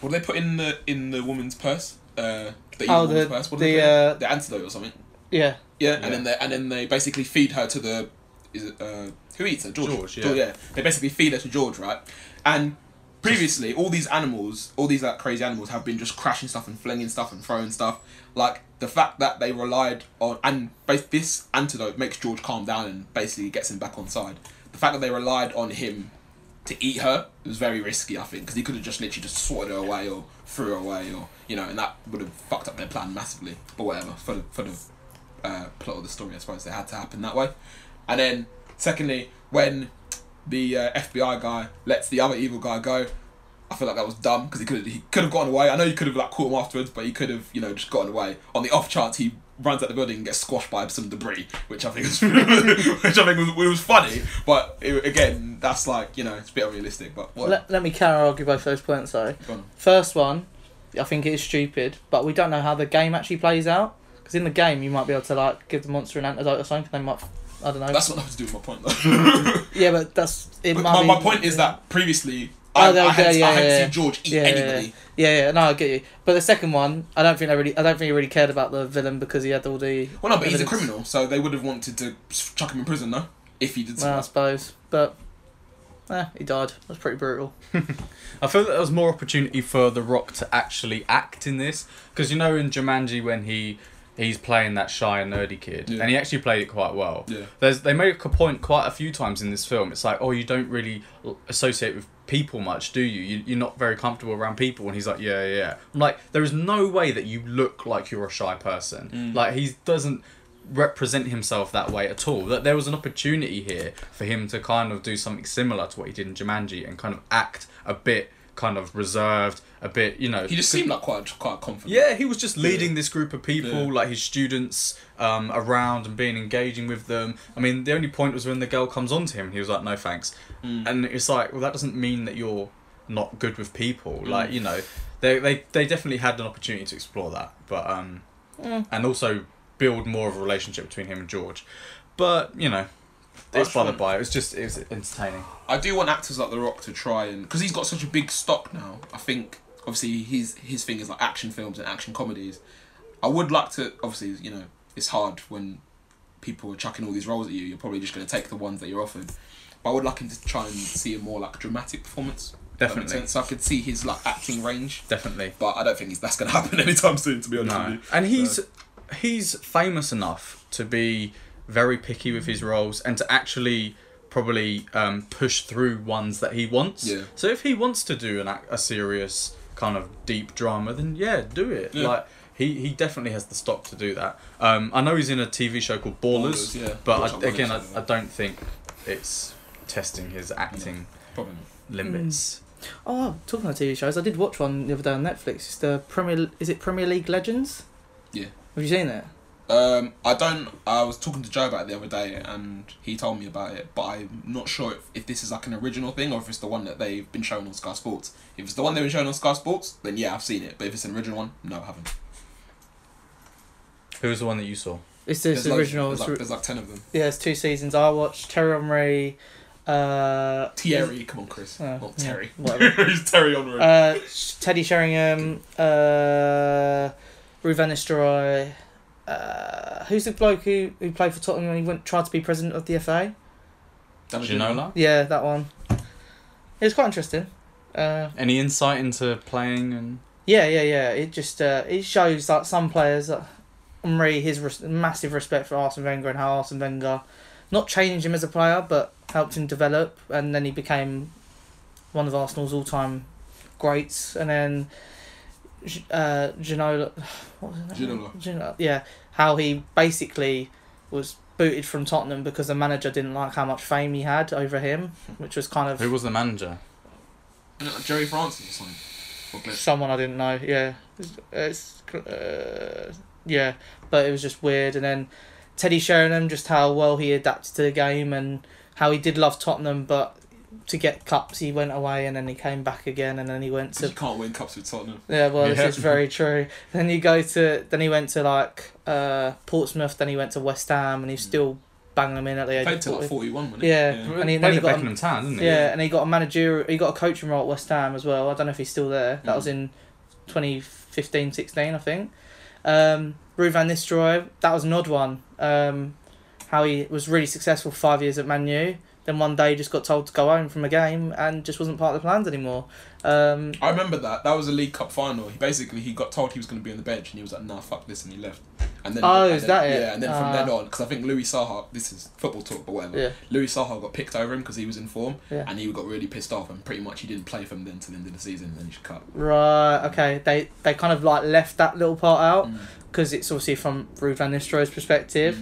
what do they put in the in the woman's purse? Uh, the evil
Oh,
woman's
the
purse. What do they
the
put in?
uh,
the antidote or something.
yeah.
Yeah,
Yeah.
and then they and then they basically feed her to the is it uh who eats her George?
George, yeah.
They basically feed her to George, right? And previously, all these animals, all these like crazy animals, have been just crashing stuff and flinging stuff and throwing stuff. Like the fact that they relied on and bas- this antidote makes George calm down and basically gets him back on side. The fact that they relied on him to eat her was very risky, I think, because he could have just literally just swatted her away or threw her away or you know, and that would have fucked up their plan massively. But whatever, for the for the uh, plot of the story, I suppose it had to happen that way. And then, secondly, when the uh, FBI guy lets the other evil guy go, I feel like that was dumb because he could he could have gotten away. I know you could have like caught him afterwards, but he could have you know just gotten away. On the off chance he runs out the building and gets squashed by some debris, which I think was which I think was, it was funny. But it, again, that's like you know it's a bit unrealistic. But what?
Let, let me counter argue both those points though.
Go on.
First one, I think it is stupid, but we don't know how the game actually plays out. Because in the game, you might be able to like give the monster an antidote or something. 'cause They might, I don't know.
that's not nothing to do with my point. Though.
yeah, but that's it.
But
might
my,
be-
my point is that previously.
Oh,
I,
there-
I had,
there, yeah,
I had
yeah,
to
yeah.
see George eat
Yeah, yeah,
anybody.
Yeah, yeah, no, I get you. But the second one, I don't think they really, I don't think he really cared about the villain because he had all the.
Well, no, but he's a
evidence.
criminal, so they would have wanted to chuck him in prison, no? If he did
Well, I
something.
suppose, but. Eh, he died. That's pretty brutal.
I feel that there was more opportunity for The Rock to actually act in this because you know in Jumanji when he he's playing that shy and nerdy kid
Yeah.
and he actually played it quite well.
Yeah.
There's they make a point quite a few times in this film. It's like oh you don't really l- associate with people much, do you? you? You're not very comfortable around people. And he's like yeah yeah, yeah. I'm like there is no way that you look like you're a shy person.
Mm.
Like he doesn't represent himself that way at all. That there was an opportunity here for him to kind of do something similar to what he did in Jumanji and kind of act a bit kind of reserved, a bit you know.
He just seemed like quite quite confident.
yeah, he was just leading this group of people,
Yeah.
like his students, um, around and being engaging with them. I mean, the only point was when the girl comes on to him and he was like, no thanks.
Mm.
And it's like, well, that doesn't mean that you're not good with people.
Mm.
Like, you know, they, they, they definitely had an opportunity to explore that. But, um, and also build more of a relationship between him and George. But, you know, it's
That's
by the
right.
by. It was just, it was entertaining.
I do want actors like The Rock to try and because he's got such a big stock now. I think obviously his his thing is like action films and action comedies. I would like to obviously you know it's hard when people are chucking all these roles at you. You're probably just going to take the ones that you're offered. But I would like him to try and see a more like dramatic performance. if that makes
Definitely.
sense. So I could see his like acting range,
Definitely.
but I don't think he's, that's going to happen anytime soon. To be honest
No,
with you.
and he's
So-
he's famous enough to be very picky with his roles and to actually probably um, push through ones that he wants.
Yeah.
So if he wants to do an, ac- a serious kind of deep drama, then yeah, do it.
Yeah.
Like he, he definitely has the stock to do that. Um, I know he's in a TV show called
Ballers,
Ballers,
yeah. Which I
but
wanted
I, again,
to
I,
do
I
that.
don't think it's testing his acting
Probably not.
limits.
Oh, talking about TV shows, I did watch one the other day on Netflix. It's the Premier. Is it Premier League Legends?
Yeah.
Have you seen it?
Um, I don't. I was talking to Joe about it the other day, and he told me about it. But I'm not sure if, if this is like an original thing or if it's the one that they've been showing on Sky Sports. If it's the one they've been showing on Sky Sports, then yeah, I've seen it. But if it's an original one, no, I haven't.
Who was the one that you saw?
It's this
like-
original.
There's
it's
like,
re-
there's like ten of them.
yeah, it's two seasons. I watched Terry Henry. Uh,
Thierry, come on, Chris.
Oh,
not
yeah,
Terry.
whatever.
Who's Terry on route?
uh, Teddy Sheringham. Uh, Ruben Nistelrooy. Uh, who's the bloke who, who played for Tottenham and he went tried to be president of the FA?
Ginola?
Yeah, that one. It was quite interesting. Uh,
Any insight into playing and
Yeah, yeah, yeah. It just uh, it shows that some players, uh, Henry, his res- massive respect for Arsene Wenger and how Arsene Wenger, not changed him as a player, but helped him develop, and then he became one of Arsenal's all-time greats. And then, G- uh, Ginola, what was his name?
Ginola.
Ginola, yeah. How he basically was booted from Tottenham because the manager didn't like how much fame he had over him, which was kind
who
of
was the manager?
Jerry Francis or something. Or Glenn-
someone I didn't know. Yeah, it's, it's, uh, yeah, but it was just weird. And then Teddy Sheringham, just how well he adapted to the game and how he did love Tottenham, but to get cups he went away and then he came back again and then he went
You
to
can't win cups with Tottenham.
yeah. Well,
Yeah.
this is very true. Then you go to then he went to like uh, Portsmouth, then he went to West Ham, and he still banging them in at the
Mm.
age
Played
of
till like
40.
41, wasn't
Yeah.
it?
And he- then
Played
he
at
got
Beckenham Town, didn't he?
Yeah, and he got a managerial, he got a coaching role at West Ham as well. I don't know if he's still there. That was in 2015, 16, I think. Um, Ruud van Nistelrooy, that was an odd one. Um, how he was really successful five years at Man U, then one day just got told to go home from a game and just wasn't part of the plans anymore. Um,
I remember that. That was a League Cup final. He basically he got told he was going to be on the bench, and he was like, "Nah, fuck this," and he left. And then
Oh,
and
is
then-
that it?
Yeah, and then
Ah.
from then on, because I think Louis Saha, this is football talk, but whatever.
Yeah.
Louis Saha got picked over him because he was in form,
Yeah.
and he got really pissed off, and pretty much he didn't play for him then until the end of the season, and then he cut.
right, okay. They they kind of like left that little part out
Mm.
because it's obviously from Ruud van Nistelrooy's perspective.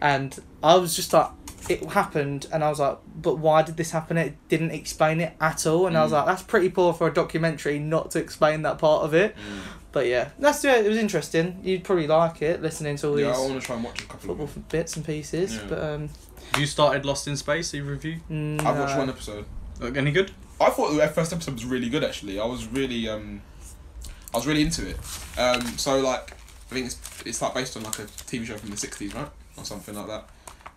and I was just like, it happened, and I was like, but why did this happen? It didn't explain it at all, and I was
Mm.
like, that's pretty poor for a documentary not to explain that part of it.
Mm.
But yeah, that's yeah, it was interesting. You'd probably like it listening to all
Yeah, I
these
want to try and watch a couple of.
football
Them.
bits and pieces.
Yeah.
But um,
Have you started Lost in Space? Either of you?
no.
I've watched one episode.
Look, Any good?
I thought the first episode was really good actually. I was really um I was really into it. Um so like I think it's it's like based on like a TV show from the sixties, right? Or something like that.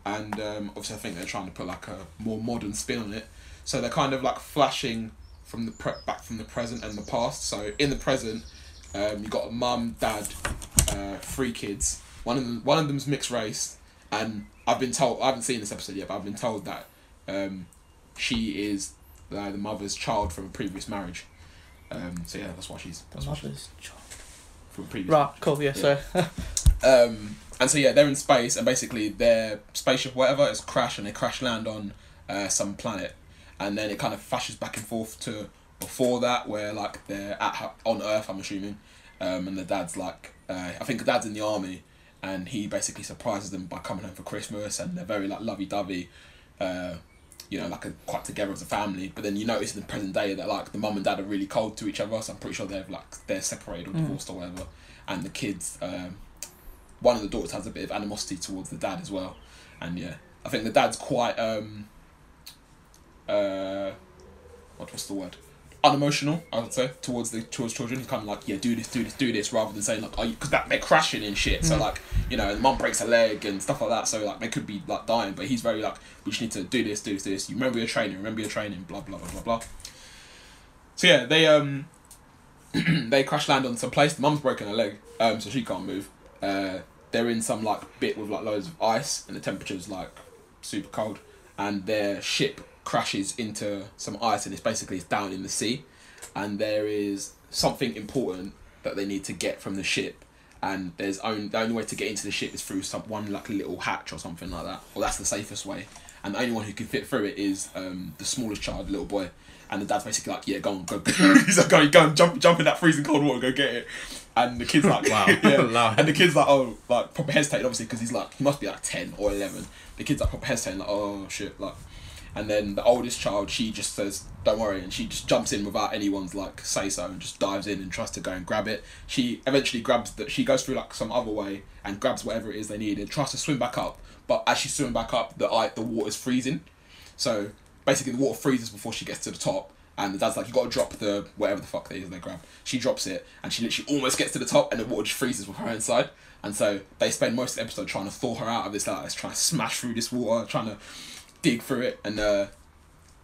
And um obviously I think they're trying to put like a more modern spin on it. So they're kind of like flashing from the pre- back from the present and the past. So in the present, um you got a mum, dad, uh, three kids. One of them one of them's mixed race and I've been told I haven't seen this episode yet, but I've been told that um she is uh, the mother's child from a previous marriage. Um, so yeah, that's why she's
The
that's why she's
mother's child.
from a previous.
Right, cool. Yeah, so
Um, and so yeah, they're in space, and basically their spaceship, whatever, is crashed, and they crash land on uh, some planet, and then it kind of flashes back and forth to before that, where like they're at ho- on Earth, I'm assuming, um, and the dad's like, uh, I think the dad's in the army, and he basically surprises them by coming home for Christmas, and they're very like lovey dovey. Uh, you know, like a, quite together as a family, but then you notice in the present day that like the mum and dad are really cold to each other, so I'm pretty sure they're like they're separated or divorced or whatever, and the kids, um, one of the daughters has a bit of animosity towards the dad as well, and yeah, I think the dad's quite um, uh, what was the word? Unemotional, I would say, towards the towards children. He's kind of like, yeah, do this, do this, do this, rather than saying like, are you? Because that they're crashing and shit. So like, you know, the mum breaks a leg and stuff like that. So like, they could be like dying, but he's very like, we just need to do this, do this, do this. You remember your training, remember your training, blah blah blah blah blah. So yeah, they um, they crash land on some place. The mum's broken her leg, um, so she can't move. Uh, they're in some like bit with like loads of ice, and the temperature's like super cold. And their ship crashes into some ice, and it's basically it's down in the sea. And there is something important that they need to get from the ship. And there's only the only way to get into the ship is through some one like little hatch or something like that, or that's the safest way. and the only one who can fit through it is um, the smallest child, the little boy. And the dad's basically like, "Yeah, go on, go." He's like, "Go, go and jump, jump in that freezing cold water, go get it." And the kid's like,
Wow.
yeah.
Wow.
And the kid's like, "Oh, like proper hesitating, obviously, because he's like, he must be like ten or eleven. The kid's like proper hesitating, like, "Oh shit," like. And then the oldest child, she just says, "Don't worry," and she just jumps in without anyone's like say so, and just dives in and tries to go and grab it. She eventually grabs that. She goes through like some other way and grabs whatever it is they need and tries to swim back up. But as she's swimming back up, the I the water's freezing. So basically, the water freezes before she gets to the top. And the dad's like, you gotta drop the whatever the fuck that is they grab. She drops it, and she literally almost gets to the top, and the water just freezes with her inside. And so they spend most of the episode trying to thaw her out of this, like, trying to smash through this water, trying to dig through it, and uh,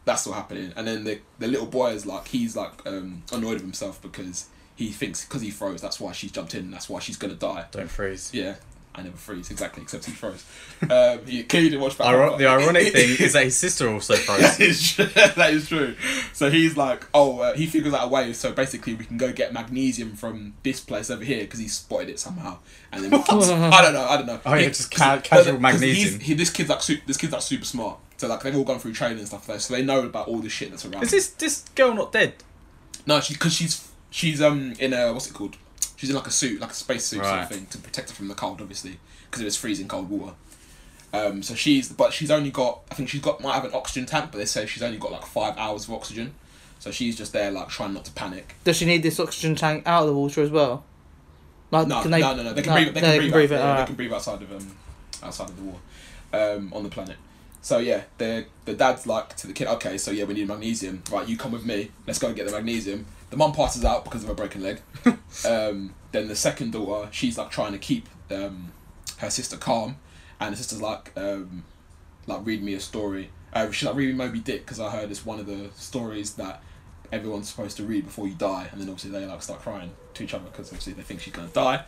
that's what happening. And then the, the little boy is like, he's like um, annoyed with himself because he thinks, because he froze, that's why she's jumped in, and that's why she's gonna die.
Don't freeze.
Yeah, I never freeze, exactly, except he froze. Um, he clearly didn't watch that.
Iro- the ironic thing is that his sister also
that
froze.
is true. that is true. So he's like, oh, uh, he figures out a way. So basically, we can go get magnesium from this place over here because he spotted it somehow. And then we can, I don't know, I don't know.
Oh, yeah,
He-
just
'cause-
ca-
no,
casual
no, 'cause
magnesium.
he's- He, this kid's like, su- this kid's like super smart. So like, they've all gone through training and stuff there, so they know about all the shit that's around.
Is this this girl not dead?
No, she because she's she's um in a what's it called? She's in like a suit, like a space suit sort
Right.
of thing to protect her from the cold, obviously, because it was freezing cold water. Um, so she's but she's only got I think she's got might have an oxygen tank, but they say she's only got like five hours of oxygen. So she's just there like trying not to panic.
Does she need this oxygen tank out of the water as well? Like,
No,
can they,
no, no, no. They can breathe. They can breathe, out, yeah, They
alright.
can breathe outside of um, outside of the war, um, on the planet. So yeah, the the dad's like to the kid. Okay, so yeah, we need magnesium. Right, you come with me. Let's go and get the magnesium. The mum passes out because of a broken leg. um, then the second daughter, she's like trying to keep um, her sister calm, and the sister's like, um, like read me a story. Uh, she's like read me Moby Dick because I heard it's one of the stories that everyone's supposed to read before you die, and then obviously they like start crying to each other because obviously they think she's gonna die.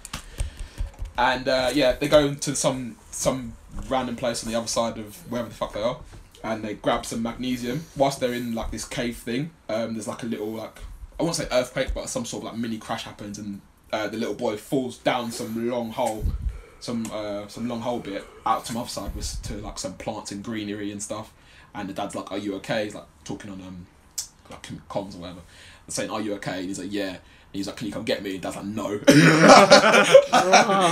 And uh, yeah, they go to some some random place on the other side of wherever the fuck they are, and they grab some magnesium. Whilst they're in like this cave thing, um, there's like a little like I won't say earthquake, but some sort of like mini crash happens, and uh, the little boy falls down some long hole, some uh, some long hole bit out to the other side was to like some plants and greenery and stuff. And the dad's like, "Are you okay?" He's like talking on um like comms or whatever, and saying, "Are you okay?" And he's like, "Yeah." And he's like, "Can you come get me?" And dad's like, "No."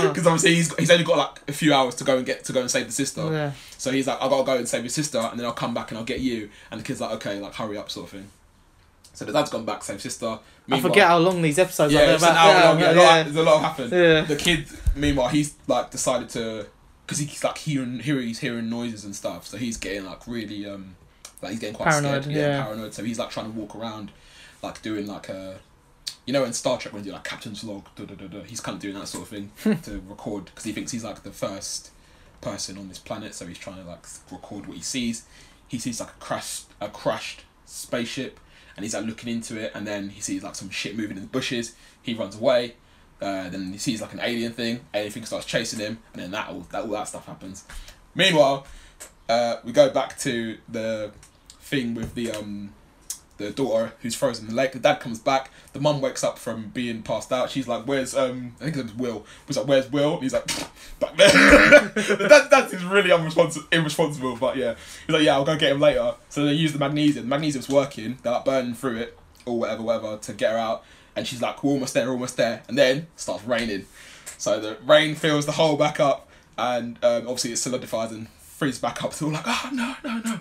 because obviously he's, he's only got like a few hours to go and get to go and save the sister.
Yeah.
So he's like, I gotta go and save your sister, and then I'll come back and I'll get you. And the kid's like, okay, like hurry up, sort of thing. So the dad's gone back, save sister.
I
Meanwhile-
forget how long these episodes are.
yeah,
They're
it's an
about-
hour long.
yeah,
Yeah, a lot,
yeah.
There's a lot happened.
Yeah.
The kid, meanwhile, he's like decided to, because he's like hearing, hearing, he's hearing noises and stuff. So he's getting like really, um, like he's getting quite
Paranoid,
scared.
yeah.
paranoid. So he's like trying to walk around, like doing like a, you know, in Star Trek when you do like captain's log, da da da da. He's kind of doing that sort of thing to record because he thinks he's like the first person on this planet. So he's trying to like record what he sees. He sees like a crashed, a crashed spaceship. And he's like looking into it, and then he sees like some shit moving in the bushes. He runs away, uh, then he sees like an alien thing. Alien thing starts chasing him, and then that all that all that stuff happens. Meanwhile, uh, we go back to the thing with the um, the daughter who's frozen in the lake. The dad comes back. The mum wakes up from being passed out. She's like, "Where's um?" I think it was Will. Was like, "Where's Will?" And he's like, "Back there." the dad, dad is really unresponsible, irresponsible. But yeah, he's like, "Yeah, I'll go get him later." So they use the magnesium. The magnesium's working. They're like burning through it or whatever, whatever, to get her out. And she's like, we're almost there, almost there. And then it starts raining. So the rain fills the hole back up, and um, obviously it solidifies and freezes back up. So we're like, oh, no, no, no.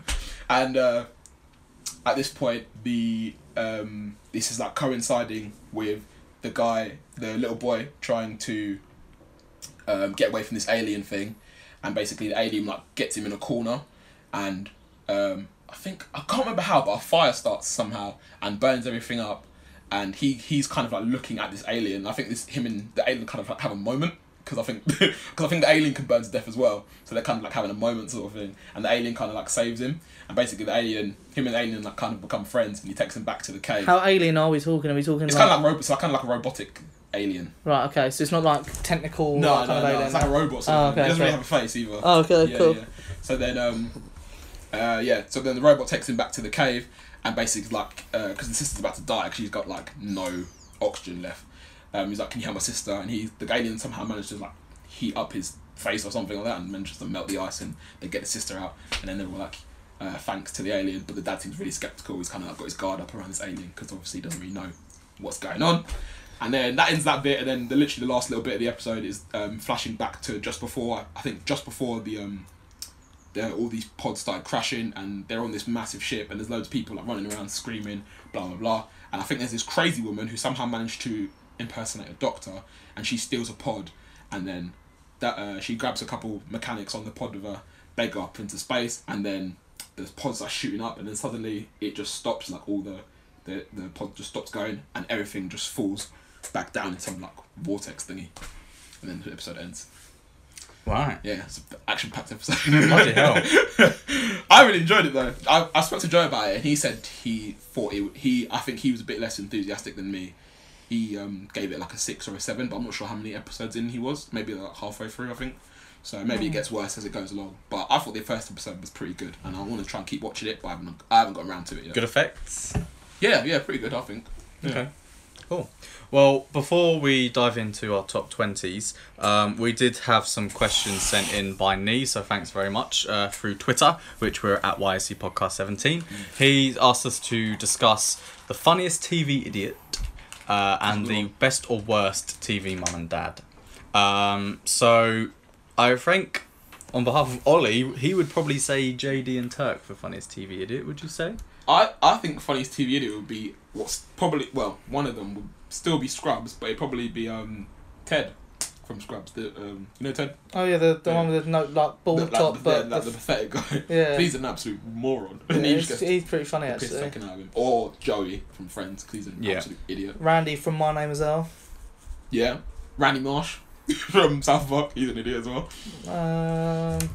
And uh, at this point, the um, this is like coinciding with the guy, the little boy, trying to um, get away from this alien thing, and basically the alien like gets him in a corner, and um, I think I can't remember how, but a fire starts somehow and burns everything up, and he he's kind of like looking at this alien. I think this him and the alien kind of like have a moment because I think because I think the alien can burn to death as well, so they're kind of like having a moment sort of thing, and the alien kind of like saves him, and basically the alien him and the alien like kind of become friends, and he takes him back to the cave.
How alien are we talking? Are we talking
it's
like,
kind of like robot, so kind of like a robotic alien.
right? Okay, so it's not like technical.
No,
like, kind
no,
of
no.
alien.
It's like a robot. Sort
Oh,
of thing.
okay,
it doesn't really
okay.
have a face either.
Oh, okay,
yeah,
cool.
Yeah. So then, um, uh, yeah. So then the robot takes him back to the cave, and basically like, because the sister's about to die, because she's got like no oxygen left. Um, he's like, "Can you help my sister?" And he, the alien, somehow managed to like heat up his face or something like that, and manages to melt the ice, and they get the sister out, and then they're all like, uh, thanks to the alien. But the dad seems really skeptical. He's kind of like got his guard up around this alien because obviously he doesn't really know what's going on. And then that ends that bit, and then the, literally the last little bit of the episode is um, flashing back to just before I think just before the um, the, all these pods started crashing, and they're on this massive ship, and there's loads of people like running around screaming, blah blah blah. And I think there's this crazy woman who somehow managed to impersonate a doctor, and she steals a pod, and then that uh, she grabs a couple mechanics on the pod with her, they go up into space, and then the pods are shooting up, and then suddenly it just stops, like all the the, the pod just stops going, and everything just falls back down in some like vortex thingy, and then the episode ends.
Right.
Yeah, it's an action-packed episode.
Bloody hell.
I really enjoyed it though. I, I spoke to Joe about it, and he said he thought it. He I think he was a bit less enthusiastic than me. He um, gave it like a six or a seven, but I'm not sure how many episodes in he was. Maybe like halfway through, I think. So maybe it gets worse as it goes along. But I thought the first episode was pretty good, and I want to try and keep watching it, but I haven't I haven't got around to it yet.
Good effects.
Yeah, yeah, pretty good, I think. Yeah.
Okay. Cool. Well, before we dive into our top 20s, um, we did have some questions sent in by Nee, so thanks very much, uh, through Twitter, which we're at YSC Podcast 17. He asked us to discuss the funniest TV idiot uh, and the best or worst TV mum and dad. Um, so, I think, on behalf of Ollie, he would probably say JD and Turk for funniest TV idiot, would you say?
I, I think funniest TV idiot would be what's probably well one of them would still be Scrubs, but it'd probably be um Ted from Scrubs. The um you know Ted
Oh yeah, the, the
Yeah.
one with the no like bald
the, like,
top,
the,
but
yeah, like
the-
the pathetic guy.
Yeah.
he's an absolute moron.
yeah,
and he just
he's,
gets
he's pretty funny
the piss
actually.
taken out of him. Or Joey from Friends because he's an
Yeah.
absolute idiot.
Randy from My Name Is Earl.
Yeah, Randy Marsh from South Park. He's an idiot as well.
Um,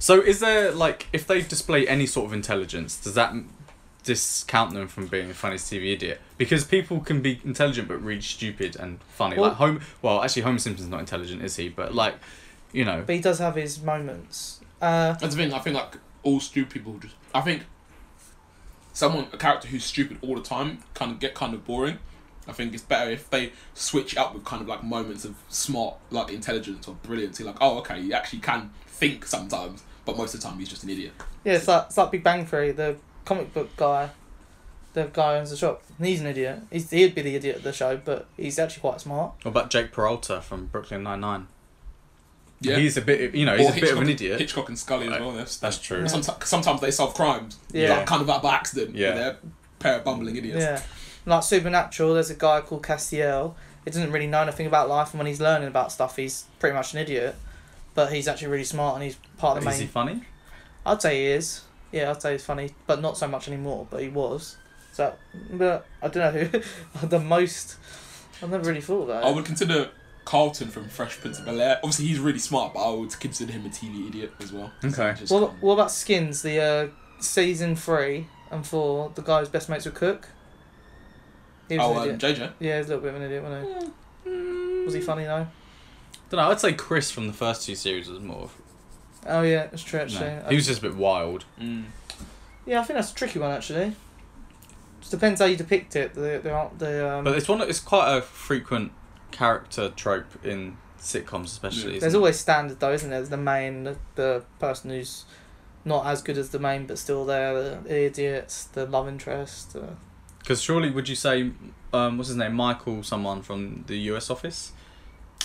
So is there like if they display any sort of intelligence, does that m- discount them from being a funniest TV idiot? Because people can be intelligent but really stupid and funny.
Well-
like Home, well actually Homer Simpson's not intelligent, is he? But like, you know,
but he does have his moments. Uh,
That's the thing. I think like all stupid people just. I think someone a character who's stupid all the time kind of get kind of boring. I think it's better if they switch up with kind of like moments of smart, like intelligence or brilliance. You're like, oh, okay, you actually can think sometimes, but most of the time he's just an idiot.
yeah, it's like it's like Big Bang Theory, the comic book guy, the guy who owns the shop. And He's an idiot. He's, he'd be the idiot of the show, but he's actually quite smart.
what about Jake Peralta from Brooklyn Nine Nine?
Yeah,
he's a bit, you know, he's
Or
a bit of an
Hitchcock-
idiot.
Hitchcock and Scully as
Right.
well. That's,
That's true.
sometimes, sometimes they solve crimes.
Yeah.
like, kind of out by accident.
Yeah.
Yeah, they're a pair of bumbling idiots.
Yeah, like Supernatural, there's a guy called Castiel. He doesn't really know anything about life, and when he's learning about stuff, he's pretty much an idiot. But he's actually really smart, and he's part of the
Is he
main.
funny?
I'd say he is. Yeah, I'd say he's funny, but not so much anymore. But he was. So, but I don't know who the most. I've never really thought about it.
I would consider Carlton from Fresh Prince of Bel Air. Obviously, he's really smart, but I would consider him a TV idiot as well.
Okay.
Just
What,
kind of-
what about Skins? The uh, season three and four, the guy who's best mates with Cook. He was
oh,
an
um,
idiot.
JJ.
yeah, he's a little bit of an idiot, wasn't
Mm.
he? Was he funny though?
Don't know. I'd say Chris from the first two series was more. Of,
Oh yeah, it's true actually.
no. He was just a bit wild.
Mm.
Yeah, I think that's a tricky one actually. Just depends how you depict it. The the aren't the um,
But it's one. that- It's quite a frequent character trope in sitcoms, especially.
Yeah.
isn't
there's
it?
always standard though, isn't there? There's the main, the, the person who's not as good as the main but still there. The idiots, the love interest. Uh,
Because surely, would you say, um, what's his name, Michael, someone from the US office,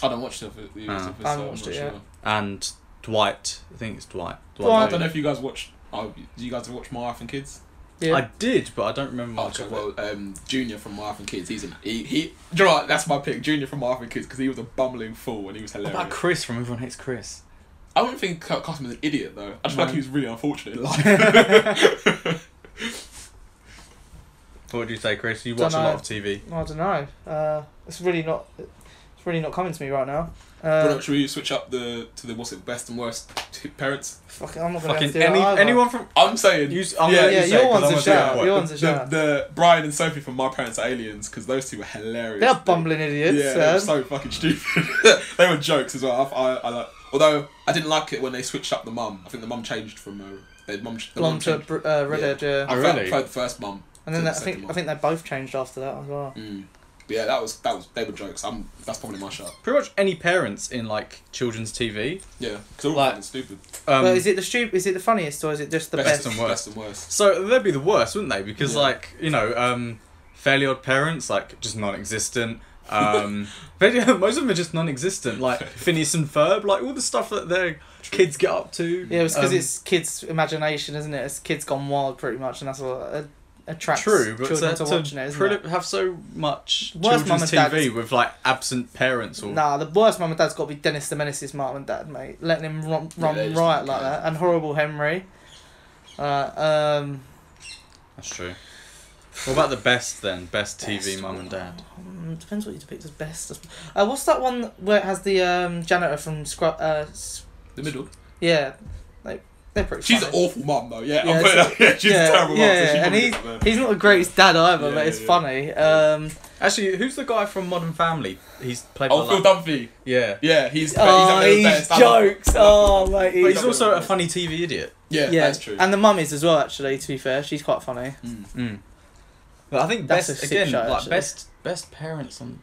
I don't watch the, the US
Ah.
office,
I
so
haven't
I'm
watched
not
it
sure.
yet.
and Dwight? I think it's Dwight.
I
Dwight.
don't know if you guys watch. Oh, do you guys watch My Wife and Kids?
yeah.
I did, but I don't remember
Oh,
much
okay,
of it.
well, um, Junior from My Wife and Kids. He's an he. he do you know what? That's my pick. Junior from My Wife and Kids because he was a bumbling fool and he was
What
hilarious.
about Chris from Everyone Hates Chris?
I wouldn't think Kurt Costello was an idiot though. I just feel
No.
like he was really unfortunate in life.
What would you say, Chris? You
Don't
watch a lot
know.
of TV.
I don't know. Uh, it's really not. It's really not coming to me right now.
Well,
Uh,
no, should we switch up the to the what's it best and worst t- parents?
fucking, I'm not gonna
Fucking
have to do
any,
that either.
anyone from.
I'm saying
You, s- I'm
Yeah,
gonna
yeah,
say,
your
'cause
one's
I'm
a
gonna do
shout,
it.
your
the,
one's a
the-
shout.
the Brian and Sophie from My Parents Are Aliens because those two were hilarious.
They're bumbling idiots.
Yeah, they were
um,
so fucking stupid. they were jokes as well. I, I, I like, although I didn't like it when they switched up the mum. I think the mum changed from uh, their mum. The mum
blonde to
changed.
br- uh, red
Yeah.
haired, yeah.
I
Oh,
felt
really?
preferred the first mum.
And then
to
that,
the
I think
second
I think they both changed after that as well.
Mm. But yeah, that was that was they were jokes. I'm that's probably my shot.
Pretty much any parents in like children's TV.
Yeah, because all
Like-
fucking stupid.
Um,
but is it the stupid? Is it the funniest or is it just the best?
and worst.
Best and worst.
So they'd be the worst, wouldn't they? Because
Yeah.
like you know, um, fairly odd parents like just non-existent. Um, fairly- most of them are just non-existent. Like Phineas and Ferb, like all the stuff that their kids get up to.
Yeah, it's because
um,
it's kids' imagination, isn't it? It's kids gone wild, pretty much, and that's what uh, attracts
true, but
children
to,
to,
to
watching it, isn't
pretty-
it?
have so much
Worst mum
children's
and dad
TV with like absent parents or
Nah, the worst mum and dad's got to be Dennis the Menace's mum and dad, mate. Letting him run,
Yeah,
run
they just
riot
don't
like
care.
that, and horrible Henry. Uh, um,
That's true. What about the best then? Best TV,
Best
mum and dad.
Mm, depends what you depict as best. Uh, what's that one where it has the um, janitor from Scrub? Uh, s-
The middle.
yeah, like they're pretty.
She's an
funny.
awful mum though. Yeah,
Yeah,
I'm putting
so-
that- yeah she's
yeah,
a terrible mum.
yeah,
so she
and
probably gets up there.
He's not the greatest dad either,
Yeah,
but
yeah,
it's
yeah.
funny. Um,
Actually, who's the guy from Modern Family? He's played.
Oh,
by
Phil
that-
Dunphy.
Yeah.
Yeah, he's. he's,
oh,
up there
he's
as best. I love-
jokes.
I love
Oh,
Phil
mate,
Dunphy.
But
he's
he's also a funny TV idiot.
Yeah,
yeah,
that's true.
And the mum is as well, actually. To be fair, she's quite funny.
Mm. But I think
That's
best
a sick
again,
show,
like
actually.
best best parents on.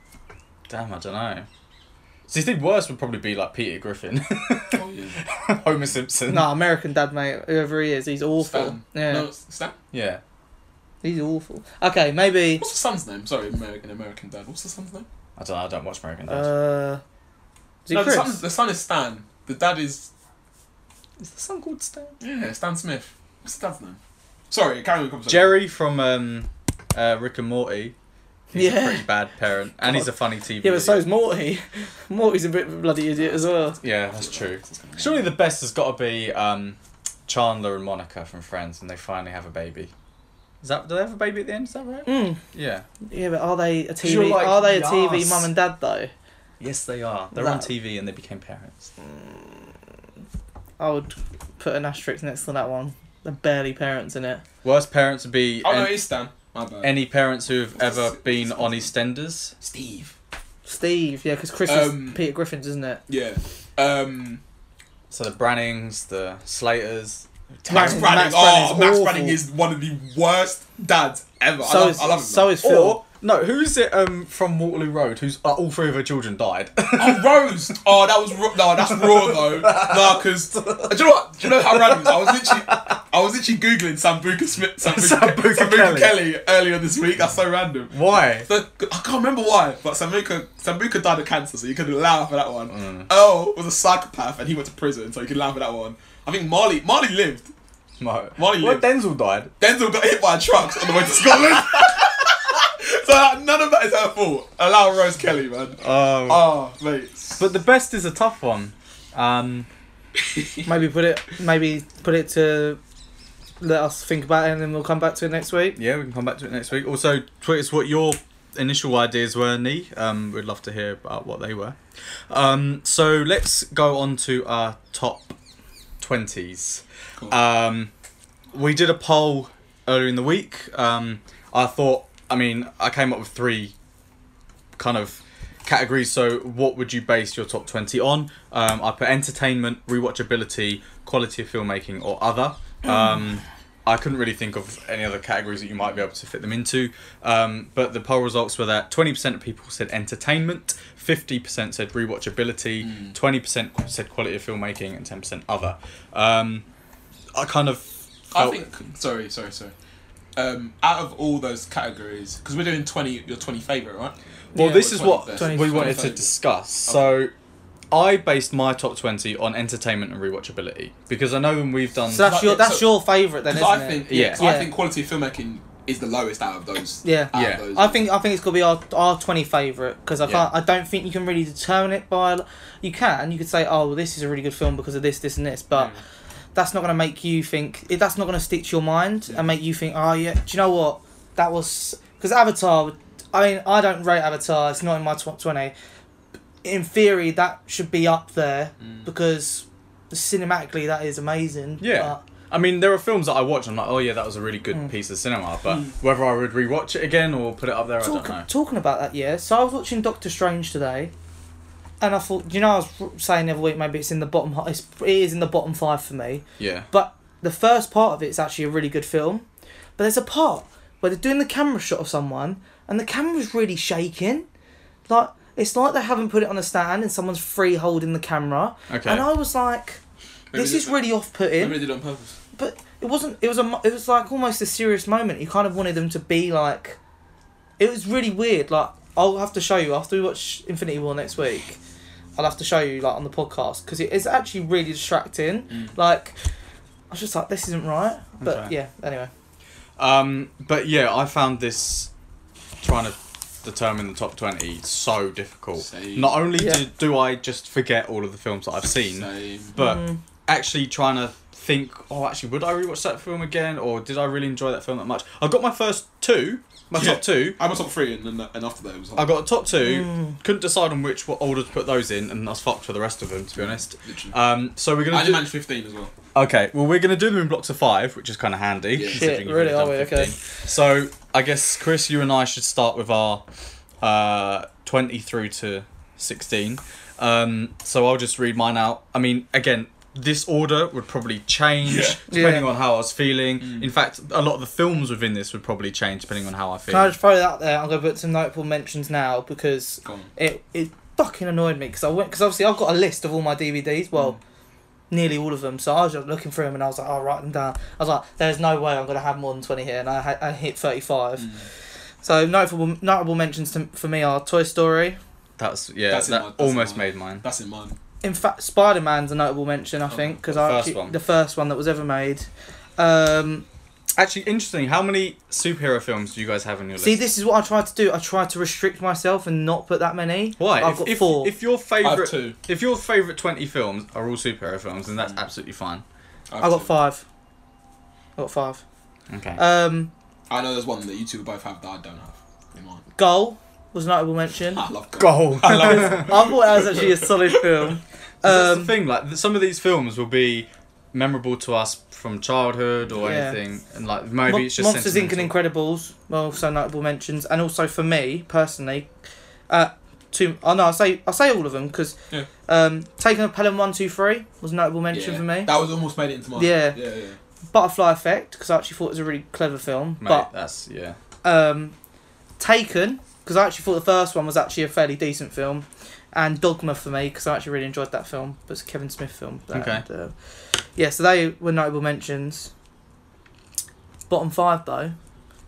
Damn, I don't know. So you think worst would probably be like Peter Griffin,
oh, yeah.
Homer Simpson.
No, American Dad, mate. Whoever he is, he's awful.
Stan.
Yeah,
No, it's Stan.
Yeah.
he's awful. Okay, maybe.
What's the son's name? Sorry, American American Dad. What's the son's name?
I don't. know, I don't watch American Dad.
Uh, is it
no, the
Chris?
son, the son is Stan. The dad is
Is the son called Stan?
yeah Stan Smith. What's the dad's name? Sorry, carry on. the conversation.
Jerry from um, uh, Rick and Morty. He's
Yeah.
a pretty bad parent, and he's a funny TV.
Yeah, but so
idiot.
is Morty. Morty's a bit of a bloody idiot as well.
yeah, that's true. Surely the best has got to be um, Chandler and Monica from Friends, and they finally have a baby. Is that do they have a baby at the end? Is that right?
Mm.
Yeah.
Yeah, but are they a
'Cause you're
TV?
like,
are they a
"Yas."
TV mum and dad though?
Yes, they are. They're on
That-
TV and they became parents.
I would put an asterisk next to that one. They're barely parents in it.
Worst parents would be
Oh
an-
no, it's Stan. My bad.
any parents who have
What's
ever
this-
been
what's
on
this-
EastEnders.
Steve.
Steve, yeah, because Chris
Um,
is Peter Griffin's, isn't it?
Yeah. Um.
So the Brannings, the Slaters.
Max
Max
Branning.
Branning's
oh, Max
awful.
Branning is one of the worst dads ever. I
so
love,
is
I love him.
so
man.
is Phil.
Or no, who's it um, from Waterloo Road? Who's uh, all three of her children died?
Oh, Rose. Oh, that was raw. no, that's raw though. Nah, because do you know what? Do you know how random? I was literally, I was literally googling Sambuca Smith, Sambuca,
Sambuca
Sambuca,
Kelly.
Kelly. earlier this week. That's so random.
Why?
The, I can't remember why, but Sambuca Sambuca died of cancer, so you could allow for that one. Earl was a psychopath, and he went to prison, so you could allow for that one. I think Marley Marley lived.
No.
Marley
well,
lived.
Denzel died.
Denzel got hit by a truck on the way to Scotland. so like, none of that is her fault. Allow Rose Kelly, man.
Um,
Oh, mate.
but the best is a tough one. Um,
Maybe put it. Maybe put it to let us think about it, and then we'll come back to it next week.
yeah, we can come back to it next week. Also, tweet us what your initial ideas were, Nee. Um, we'd love to hear about what they were. Um, so let's go on to our top 20s.
Cool.
Um, we did a poll earlier in the week. Um, I thought, I mean, I came up with three kind of categories. So, what would you base your top 20 on? Um, I put entertainment, rewatchability, quality of filmmaking, or other. Um, I couldn't really think of any other categories that you might be able to fit them into. Um, but the poll results were that 20% of people said entertainment, 50% said
Hmm.
rewatchability, 20% said quality of filmmaking, and 10% other. Um, I kind of.
I
Oh.
Felt,
think. Sorry, sorry, sorry. Um, out of all those categories, because we're doing twenty, your twenty favorite, right?
Well,
Yeah,
this
we're
is
20
what
best.
we
20
wanted to
favourite.
discuss. So, I based my top twenty on entertainment and rewatchability because I know when we've done.
So that's
Like,
your
yeah,
that's
so-
your favourite then,
Because
isn't
I
it?
think,
Yeah.
yeah, 'cause I
Yeah.
think quality of filmmaking is the lowest out of those.
Yeah.
out of
Yeah.
those.
I think I think it's gonna be our our twenty favorite because I
Yeah.
can't I don't think you can really determine it by you can you could say oh well, this is a really good film because of this this and this but
Hmm.
Mm.
that's not gonna make you think it, that's not gonna stick to your mind
Yeah.
and make you think oh yeah do you know what that was because Avatar I mean I don't rate Avatar it's not in my top twenty in theory that should be up there because cinematically that is amazing
Hmm. Yeah. I mean, there are films that I watch. I'm like, oh yeah, that was a really
Mm.
good piece of cinema. But whether I would rewatch it again or put it up there, I don't
Talk,
know.
talking about that, yeah. So I was watching Doctor Strange today, and I thought, you know, I was r- saying the other week maybe it's in the bottom. hi- It's, it is in the bottom five for me,
Yeah.
but the first part of it is actually a really good film. But there's a part where they're doing the camera shot of someone, and the camera was really shaking. Like it's like they haven't put it on a stand and someone's free holding the camera.
Okay.
And I was like,
Maybe
this
they-
is really off putting.
Maybe they did it on purpose.
But it wasn't. It was a. mo- It was like almost a serious moment. You kind of wanted them to be like. It was really weird. Like I'll have to show you after we watch Infinity War next week. I'll have to show you like on the podcast because it is actually really distracting. Like, I was just like, this isn't right. But
Okay.
yeah. Anyway.
Um, but yeah, I found this trying to determine the top twenty so difficult.
Same.
Not only
Yeah.
do, do I just forget all of the films that I've seen,
Same.
but
Mm.
actually trying to think, oh, actually, would I rewatch that film again, or did I really enjoy that film that much? I got my first two, my
Yeah.
top two.
I'm a top three, and then and after that it was
I
like
got a top two.
Mm.
Couldn't decide on which what order to put those in, and I was fucked for the rest of them, to be honest.
literally.
Um, so we're
I
gonna
did
do,
manage fifteen as well.
okay. Well, we're gonna do them in blocks of five, which is kind of handy.
Yeah. Shit,
considering you've
really,
already
are
done
we? Okay.
15. So I guess Chris, you and I should start with our uh, twenty through to sixteen. Um, so I'll just read mine out. I mean, again, this order would probably change
Yeah. Mm.
depending
Yeah.
on how I was feeling. In fact, a lot of the films within this would probably change depending on how I feel.
Can I just throw that out there? I'm gonna put some notable mentions now because
Go on.
it it fucking annoyed me because I went because obviously I've got a list of all my DVDs. Well,
Mm.
nearly all of them. So I was just looking through them and I was like, I'll write them down. I was like, there's no way I'm gonna have more than twenty here, and I ha- I hit thirty five.
Mm.
So notable notable mentions to, for me are Toy Story.
That's yeah,
That's in
that
mine, that's in
almost
mine.
made mine.
That's in mine.
In fact, Spider Man's a notable mention, I think, because
Oh, the
I
first
actually-
one.
the first one that was ever made. Um,
Actually, interesting. How many superhero films do you guys have on your
see,
list?
this is what I tried to do. I tried to restrict myself and not put that many.
Why?
I've
if,
got
if,
four.
If
I
your
have
favorite,
two.
if your favorite twenty films are all superhero films, then that's
Mm.
absolutely fine.
I,
I
have
got
two.
five. I got five.
Okay.
Um,
I know there's one that you two both have that I don't have in mine.
Goal was a notable mention.
I love God.
Goal.
I love
I thought that was actually a solid film.
that's the
Um,
thing. Like th- some of these films will be memorable to us from childhood or
Yeah.
anything, and like maybe
Mon-
it's just
Monsters Inc. and
sentimental.
Incredibles were also notable mentions, and also for me personally, uh, two. Oh no, I say I say all of them because
Yeah.
um, Taken a Pelham One Two Three was a notable mention
Yeah.
for me.
That was almost made it into mine.
Yeah.
Yeah, yeah.
Butterfly Effect because I actually thought it was a really clever film,
Mate, that's yeah.
but um, Taken because I actually thought the first one was actually a fairly decent film, and Dogma for me because I actually really enjoyed that film. It was a Kevin Smith film. that-
Okay.
and, uh, yeah, so they were notable mentions. Bottom five though.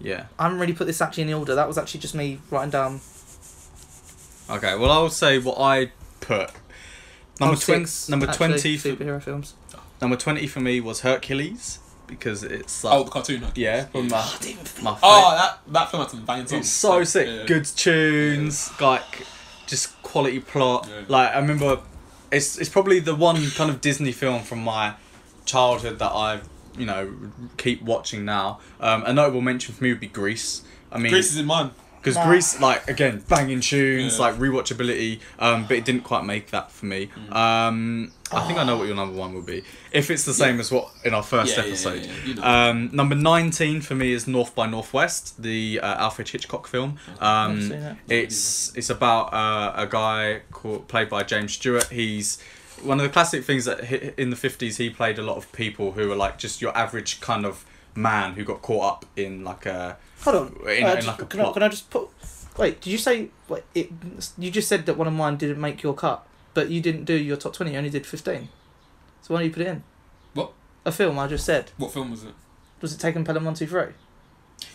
Yeah.
I haven't really put this actually in the order. That was actually just me writing down.
Okay. Well, I will say what I put. Number
Oh,
twenty.
six,
Number
actually,
twenty. For,
superhero films.
number twenty for me was Hercules because it's like
Oh, the cartoon. huh?
yeah from my my
Oh, that that film had some banging songs.
It's so sick.
yeah.
Good tunes, like just quality plot.
Yeah.
Like I remember, it's it's probably the one kind of Disney film from my childhood that I you know keep watching now. Um, a notable mention for me would be Grease. I mean,
Grease is in mine.
because
Nah.
Grease, like again, banging tunes,
Yeah.
like rewatchability, um, but it didn't quite make that for me.
Mm.
Um, I think I know what your number one will be, if it's the same as what in our first
Yeah, yeah,
episode.
yeah, yeah, you know.
Um, number nineteen for me is North by Northwest, the uh, Alfred Hitchcock film.
I've seen
Um,
it.
it's it's about uh, a guy called, played by James Stewart. He's one of the classic things that hi- in the fifties he played a lot of people who were like just your average kind of man who got caught up in like a
Hold on.
In-
Uh,
in
just-
like a
can, I,
plot.
can I just put? Wait, did you say? Wait, it, you just said that one of mine didn't make your cut, but you didn't do your top twenty. You only did fifteen. So why don't you put it in?
What?
A film I just said.
What film was it?
Was it Taken Pelham One Two Three?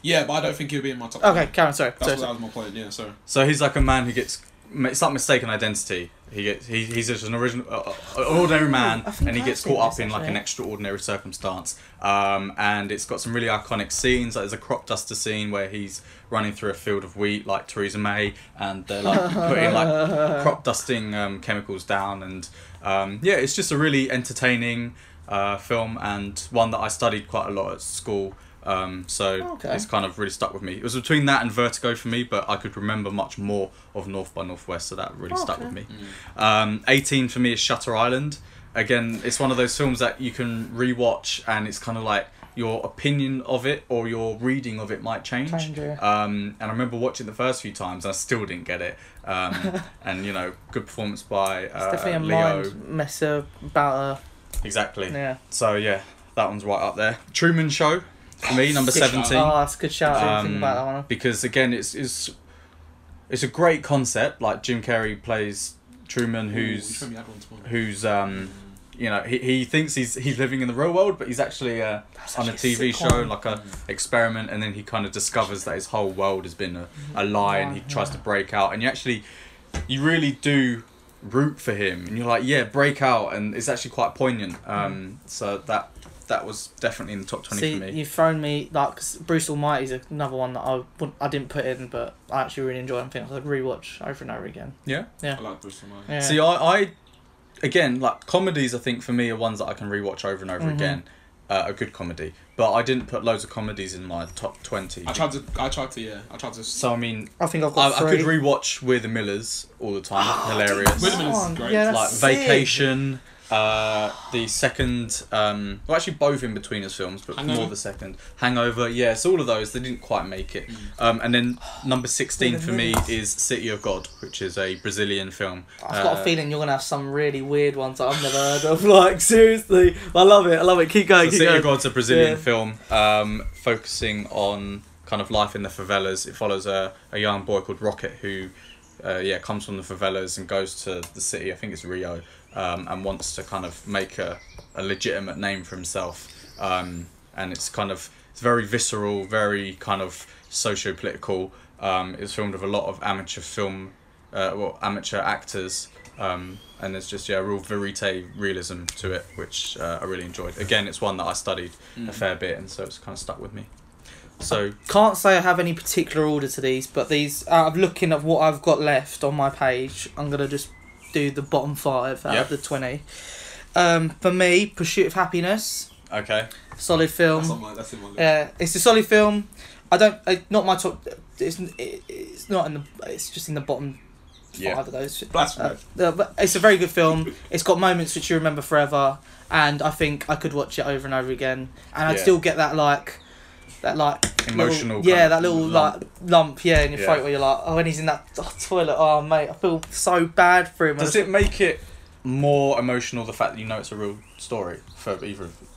Yeah, but I don't think it would be in my top.
Okay, Karen. Sorry.
That's
sorry,
what, that
sorry.
was my point. Yeah, sorry.
So he's like a man who gets. It's like mistaken identity. He gets. He, he's just an original, uh, uh, an ordinary man,
I think
and he
I've
gets
seen
caught up
this,
in like an
actually.
extraordinary circumstance. Um, and it's got some really iconic scenes. Like there's a crop duster scene where he's running through a field of wheat, like Theresa May, and they're like putting like crop dusting um, chemicals down. And um, yeah, it's just a really entertaining uh, film and one that I studied quite a lot at school. Um, so
Okay.
it's kind of really stuck with me. It was between that and Vertigo for me, but I could remember much more of North by Northwest, so that really stuck
Oh, Okay.
with me. Um, 18 for me is Shutter Island. Again, it's one of those films that you can rewatch, and it's kind of like your opinion of it or your reading of it might change.
Change, yeah.
Um, and I remember watching it the first few times, and I still didn't get it. Um, and you know, good performance by uh,
Definitely a
Leo.
mind messer, batter.
Exactly.
Yeah.
So yeah, that one's right up there. Truman Show for me, number
Good shout.
seventeen.
Oh, that's a good shout. I didn't
Um,
think about that one.
Because again, it's it's it's a great concept. Like Jim Carrey plays Truman, who's
Ooh, you showed me that one tomorrow. Mm,
who's um you know he, he thinks he's he's living in the real world, but he's actually uh,
That's
on a
actually
TV
sitcom.
show like a experiment, and then he kind of discovers that his whole world has been a, a
Mm-hmm.
lie, and he tries to break out. And you actually you really do root for him, and you're like, yeah, break out, and it's actually quite poignant.
Mm-hmm.
Um, so that that was definitely in the top twenty
See,
for me.
you've thrown me like 'cause Bruce Almighty's another one that I wouldn't, I didn't put in, but I actually really enjoy. it. I think I'd rewatch over and over again.
yeah.
I like Bristol Myers.
Yeah.
See, I, I, again, like comedies, I think for me are ones that I can rewatch over and over
Mhm.
again. Uh, a good comedy, but I didn't put loads of comedies in my top twenty.
I tried to. I tried to. Yeah, I tried to.
so I mean,
I think I've
I, I
got three.
could rewatch We're the Millers all the time. Hilarious.
We're the Millers is
Come on.
great.
Yeah, that's
like
sick.
Vacation. Uh, the second, um, well, actually both in between as films, but
Hangover.
more the second. Hangover, yeah, it's all of those. They didn't quite make it. Um, and then number sixteen
We're the
for me
Millers.
is City of God, which is a Brazilian film.
I've got
Uh,
a feeling you're gonna have some really weird ones that I've never heard of. Like seriously, I love it. I love it. Keep going.
The
Keep
City
going.
of God's a Brazilian
Yeah.
film um, focusing on kind of life in the favelas. It follows a, a young boy called Rocket who, uh, yeah, comes from the favelas and goes to the city, I think it's Rio, um, and wants to kind of make a, a legitimate name for himself. Um, and it's kind of, it's very visceral, very kind of socio-political. Um, it's filmed with a lot of amateur film, uh, well, amateur actors. Um, and there's just yeah, a real verite realism to it, which uh, I really enjoyed. Again, it's one that I studied
mm,
a fair bit, and so it's kind of stuck with me. So
Can't say I have any particular order to these, but these out of looking at what I've got left on my page, I'm gonna just do the bottom five out
Yep.
of the twenty. Um, for me, Pursuit of Happiness,
okay,
solid
That's on
film.
my. That's in my list.
Yeah, it's a solid film. I don't. Uh, not my top. It's it, it's not in the. It's just in the bottom five
Yeah.
of those.
Blasphemy.
Uh, uh, but it's a very good film. It's got moments which you remember forever, and I think I could watch it over and over again, and I'd
Yeah.
still get that like, that like
Emotional
little- yeah,
kind
that
of
little
lump.
like lump, yeah, in your
Yeah.
throat where you're like, oh, when he's in that oh, toilet, oh mate, I feel so bad for him.
does it make it more emotional the fact that you know it's a real story for either of you?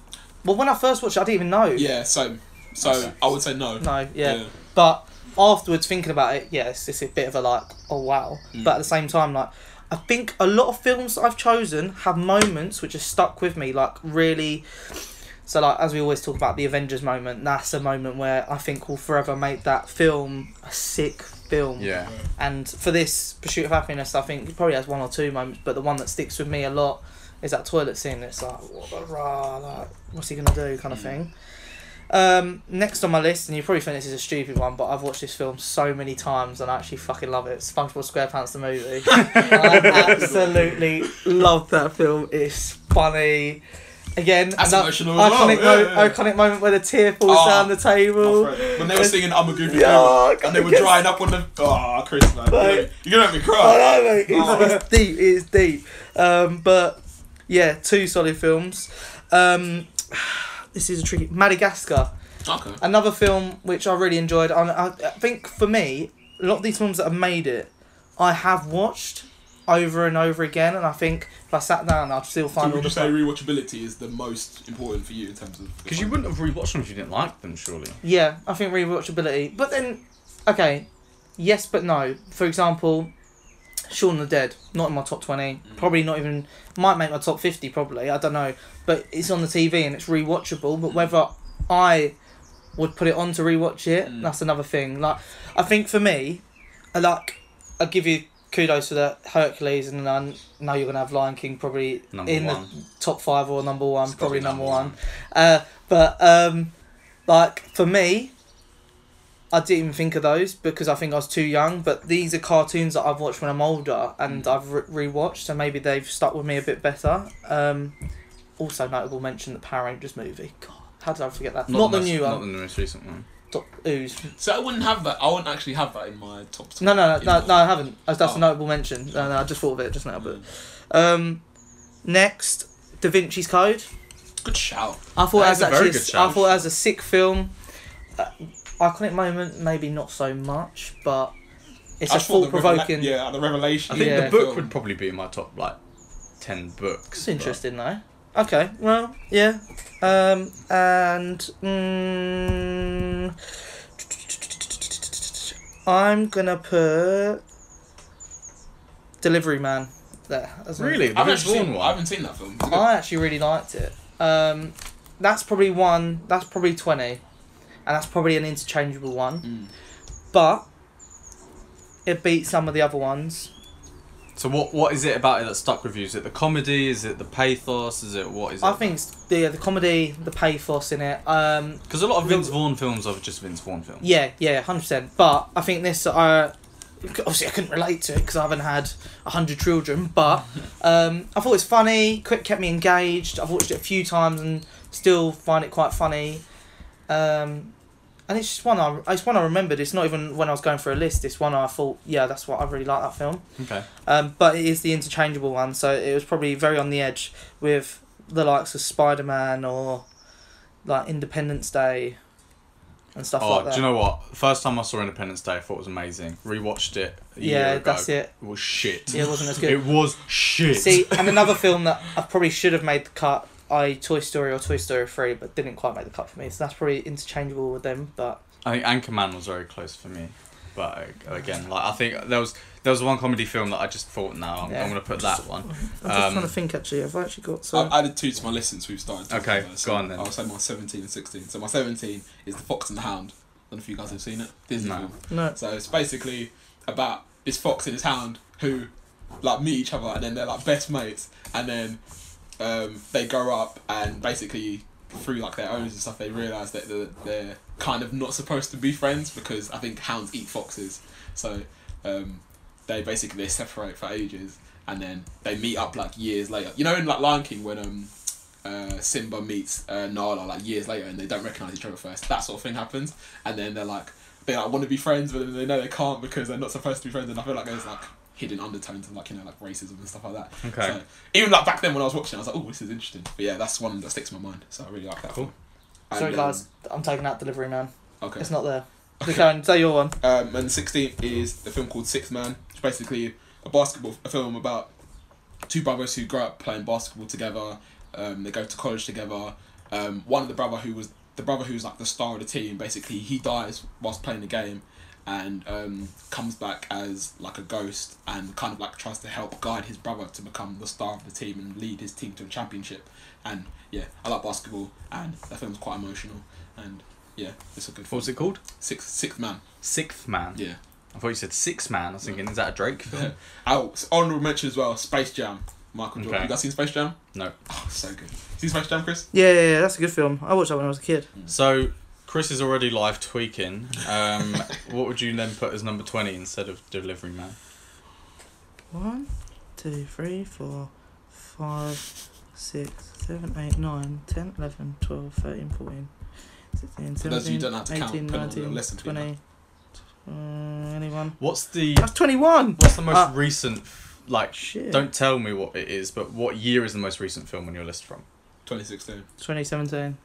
Well, when I first watched it, I didn't even know.
Yeah. So. So
Okay.
I would say no.
No, yeah. But afterwards, thinking about it, yeah, it's, it's a bit of a like, oh wow. But at the same time, like, I think a lot of films that I've chosen have moments which are stuck with me, like really. So like as we always talk about the Avengers moment, that's a moment where I think will forever make that film a sick film.
Yeah,
And for this Pursuit of Happiness, I think it probably has one or two moments, but the one that sticks with me a lot is that toilet scene. It's like, rah, like what's he gonna do,
Mm.
kind of thing. Um, next on my list, and you probably think this is a stupid one, but I've watched this film so many times and I actually fucking love it. SpongeBob SquarePants the movie. I absolutely love that film. It's funny. Again,
That's
ano-
emotional as well,
iconic,
yeah, yeah.
iconic moment where the tear falls
Oh,
down the table.
When they were singing "I'm a Goofy
Yeah,
Girl"
I
and they were
guess-
drying up on the. Oh, Chris, man,
Like-
you're gonna make me cry.
I know, mate. It's,
Oh.
it's deep. It's deep. Um, but yeah, two solid films. Um, this is a tricky Madagascar.
Okay.
Another film which I really enjoyed. And I, I think for me, a lot of these films that have made it, I have watched over and over again, and I think if I sat down, I'd still
So
find all
would
the
you say
fun.
rewatchability is the most important for you in terms of?
because you wouldn't have rewatched them if you didn't like them, surely.
Yeah, I think rewatchability. But then, okay, yes but no. For example, Shaun the Dead, not in my top 20.
Mm.
Probably not even, might make my top 50, probably. I don't know. But it's on the TV and it's rewatchable.
Mm.
But whether I would put it on to rewatch it,
Mm.
that's another thing. Like, I think for me, I like, I give you kudos for that Hercules, and I know you're going to have Lion King probably
Number
in
one.
the top five or number one,
It's gotta
probably
be
number
number
one. Uh, but, um, like, for me, I didn't even think of those because I think I was too young. But these are cartoons that I've watched when I'm older and I've re- rewatched, and maybe they've stuck with me a bit better. Um, also, notable mention the Power Rangers movie. God, how did I forget that? Not, the
most-
new
Not
one.
the most recent one.
Doc Ooze.
So I wouldn't have that. I wouldn't actually have that in my top.
No, no, no, no,
Yeah.
no, I haven't. That's, that's
Oh.
a notable mention. No, no, I just thought of it just now. But um, next, Da Vinci's Code.
Good shout.
I thought
That
as
is a very
actually,
good
I
shout.
thought as a sick film. Uh, iconic moment, maybe not so much, but it's
I
a
just thought
thought
the
provoking.
revela- yeah, the revelation.
I think
Yeah.
the book would probably be in my top like ten books.
It's interesting though. Okay, well, yeah. Um, and mm, I'm gonna put Delivery Man there. As well.
Really?
I haven't,
Vince Vaughn
seen,
one.
I haven't seen that film. It's good.
I actually really liked it. Um, that's probably one. That's probably twenty, and that's probably an interchangeable one.
Mm.
But it beat some of the other ones.
So what what is it about it that stuck with you? Is it the comedy? Is it the pathos? Is it what is it?
I think it's the the comedy, the pathos in it. Um,
because a lot of Vince Vaughn films are just Vince Vaughn films.
Yeah, yeah, hundred percent. But I think this, uh, obviously, I couldn't relate to it because I haven't had hundred children. But um, I thought it was funny. Quick kept me engaged. I've watched it a few times and still find it quite funny. Um, and it's just one I, it's one I remembered. It's not even when I was going through a list. It's one I thought, yeah, that's what I really like that film.
Okay.
Um, but it is the interchangeable one, so it was probably very on the edge with the likes of Spider Man or like Independence Day and stuff
Oh,
like that.
do you know what? First time I saw Independence Day, I thought it was amazing. Rewatched it. A
yeah,
year ago.
that's it.
It was shit.
Yeah, it wasn't as good.
It was shit.
See, and another film that I probably should have made the cut, I Toy Story or Toy Story three, but didn't quite make the cut for me. So that's probably interchangeable with them. But
I think Anchorman was very close for me, but uh, again, like I think there was there was one comedy film that I just thought, no, I'm,
Yeah.
I'm gonna put that one.
I'm just
Um,
trying to think. Actually, I've actually got
I've
some.
added two to my list since we've started. talking
Okay,
about it,
go on then.
I'll say my 17 and 16. So my 17 is The Fox and the Hound. I don't know if you guys have seen it. Disney
No.
film.
no.
So it's basically about this fox and his hound who like meet each other and then they're like best mates and then um, they grow up and basically through like their owners and stuff they realise that they're, they're kind of not supposed to be friends because I think hounds eat foxes. So um, they basically they separate for ages and then they meet up like years later. You know in like Lion King when um uh, Simba meets uh, Nala like years later and they don't recognise each other first. That sort of thing happens and then they're like they like want to be friends but then they know they can't because they're not supposed to be friends and I feel like there's like hidden undertones of like you know like racism and stuff like that.
Okay.
So, even like back then when I was watching I was like oh this is interesting. But yeah that's one that sticks in my mind. So I really like that.
Cool.
film. And,
Sorry,
um,
guys. I'm taking out Delivery Man.
Okay.
It's not there. Okay. Go and say your one.
Um, and 16th is the film called Sixth Man, which is basically a basketball a film about two brothers who grow up playing basketball together. Um, they go to college together. Um, one of the brother who was the brother who's like the star of the team, basically he dies whilst playing the game, and um, comes back as like a ghost and kind of like tries to help guide his brother to become the star of the team and lead his team to a championship. And yeah, I like basketball, and that film's quite emotional. And yeah, it's a good.
What
film.
was it called?
Sixth Sixth Man.
Sixth Man.
Yeah.
I thought you said Six Man. I was thinking, is that a Drake film?
Oh, s- honorable mention as well. Space Jam. Michael Jordan.
Okay.
You guys seen Space Jam?
No.
Oh, so good. Seen Space Jam, Chris?
Yeah, yeah, yeah, that's a good film. I watched that when I was a kid.
So Chris is already live tweaking. Um, what would you then put as number twenty instead of Delivery Man?
One, two, three, four, five, six, seven, eight, nine, ten, eleven, twelve, thirteen, fourteen, sixteen,
For those of you who
seventeen,
don't know how to count,
eighteen,
put it on the
nineteen,
list and do
twenty. Uh, anyone?
What's the
That's twenty-one.
what's the most
Ah.
recent? Like,
Shit.
don't tell me what it is, but what year is the most recent film on your list from?
2016.
Twenty seventeen.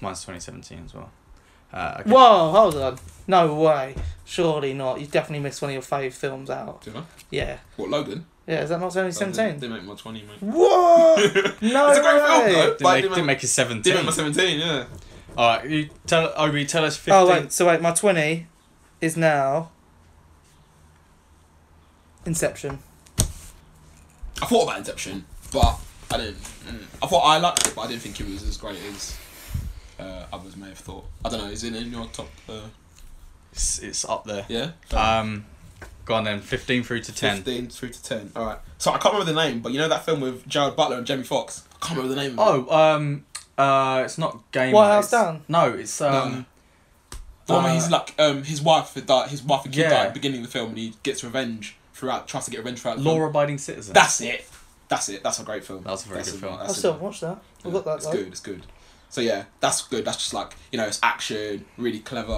Mine's twenty seventeen as well. Uh, okay.
Whoa, hold on. No way. Surely not. You definitely missed one of your fave films out.
Do you know?
Yeah.
What, Logan?
Yeah. Is that not only
They,
seventeen?
they make my 20, mate.
What? No
Oh, It's a great film, though.
way.
Didn't
But
make,
didn't
didn't
make-
make it
They
seventeen.
make my 17, yeah.
All right, you tell Obi. Tell us fifteen.
Oh wait. So wait, my twenty is now. Inception.
I thought about Inception, but I didn't. mm. I thought I liked it, but I didn't think it was as great as uh, others may have thought. I don't know. Is it in your top? Uh,
It's, it's up there.
yeah?
Um, go on then. Fifteen through to ten.
15 through to 10. Alright. So I can't remember the name, but you know that film with Jared Butler and Jamie Foxx? I can't remember the name of it.
Oh, um, uh, it's not game.
What
Night,
House
it's-
Down?
No, it's um.
No. The one where he's
Uh,
like um his wife had died, his wife and kid
Yeah.
died at the beginning of the film, and he gets revenge throughout, tries to get revenge throughout. The
Law
film.
Abiding Citizen.
That's it. That's it. That's a great film.
That's a very good film.
I still haven't watched that. I got that
It's
though.
good. It's good. So yeah, that's good. That's just like you know, it's action, really clever.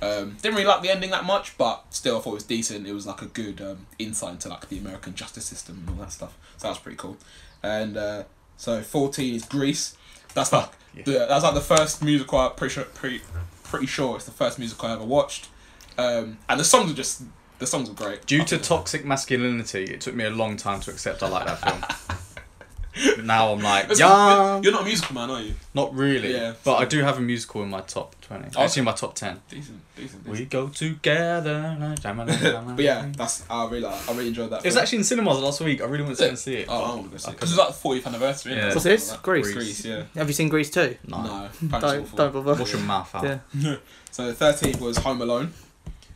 Um, didn't really like the ending that much, but still, I thought it was decent. It was like a good um, insight into like the American justice system and all that stuff. So that's pretty cool. And uh, so fourteen is Greece. That's like
Yeah.
the, that's like the first musical. I'm pretty sure, pretty, pretty sure it's the first musical I ever watched. Um, and the songs are just the songs are great.
Due to toxic masculinity, it took me a long time to accept I like that film. now I'm like,
That's-
yeah,
You're not a musical man, are you?
not really.
Yeah.
But I do have a musical in my top twenty.
Okay.
Actually, in my top ten.
Decent, decent.
We
decent.
go together. but
but yeah, that's I really like. I really enjoyed that.
it was
film.
actually in cinemas last week. I really wanted to go and see it.
Oh, I want to go see it because
couldn't-
it's like fortieth anniversary. isn't
Yeah.
it?
What's
Something
this?
like that.
Greece.
Greece, yeah.
Have you seen Greece too?
No,
No.
apparently it's
Don't
awful.
don't bother.
Wash your mouth out.
Yeah.
So thirteenth was Home Alone.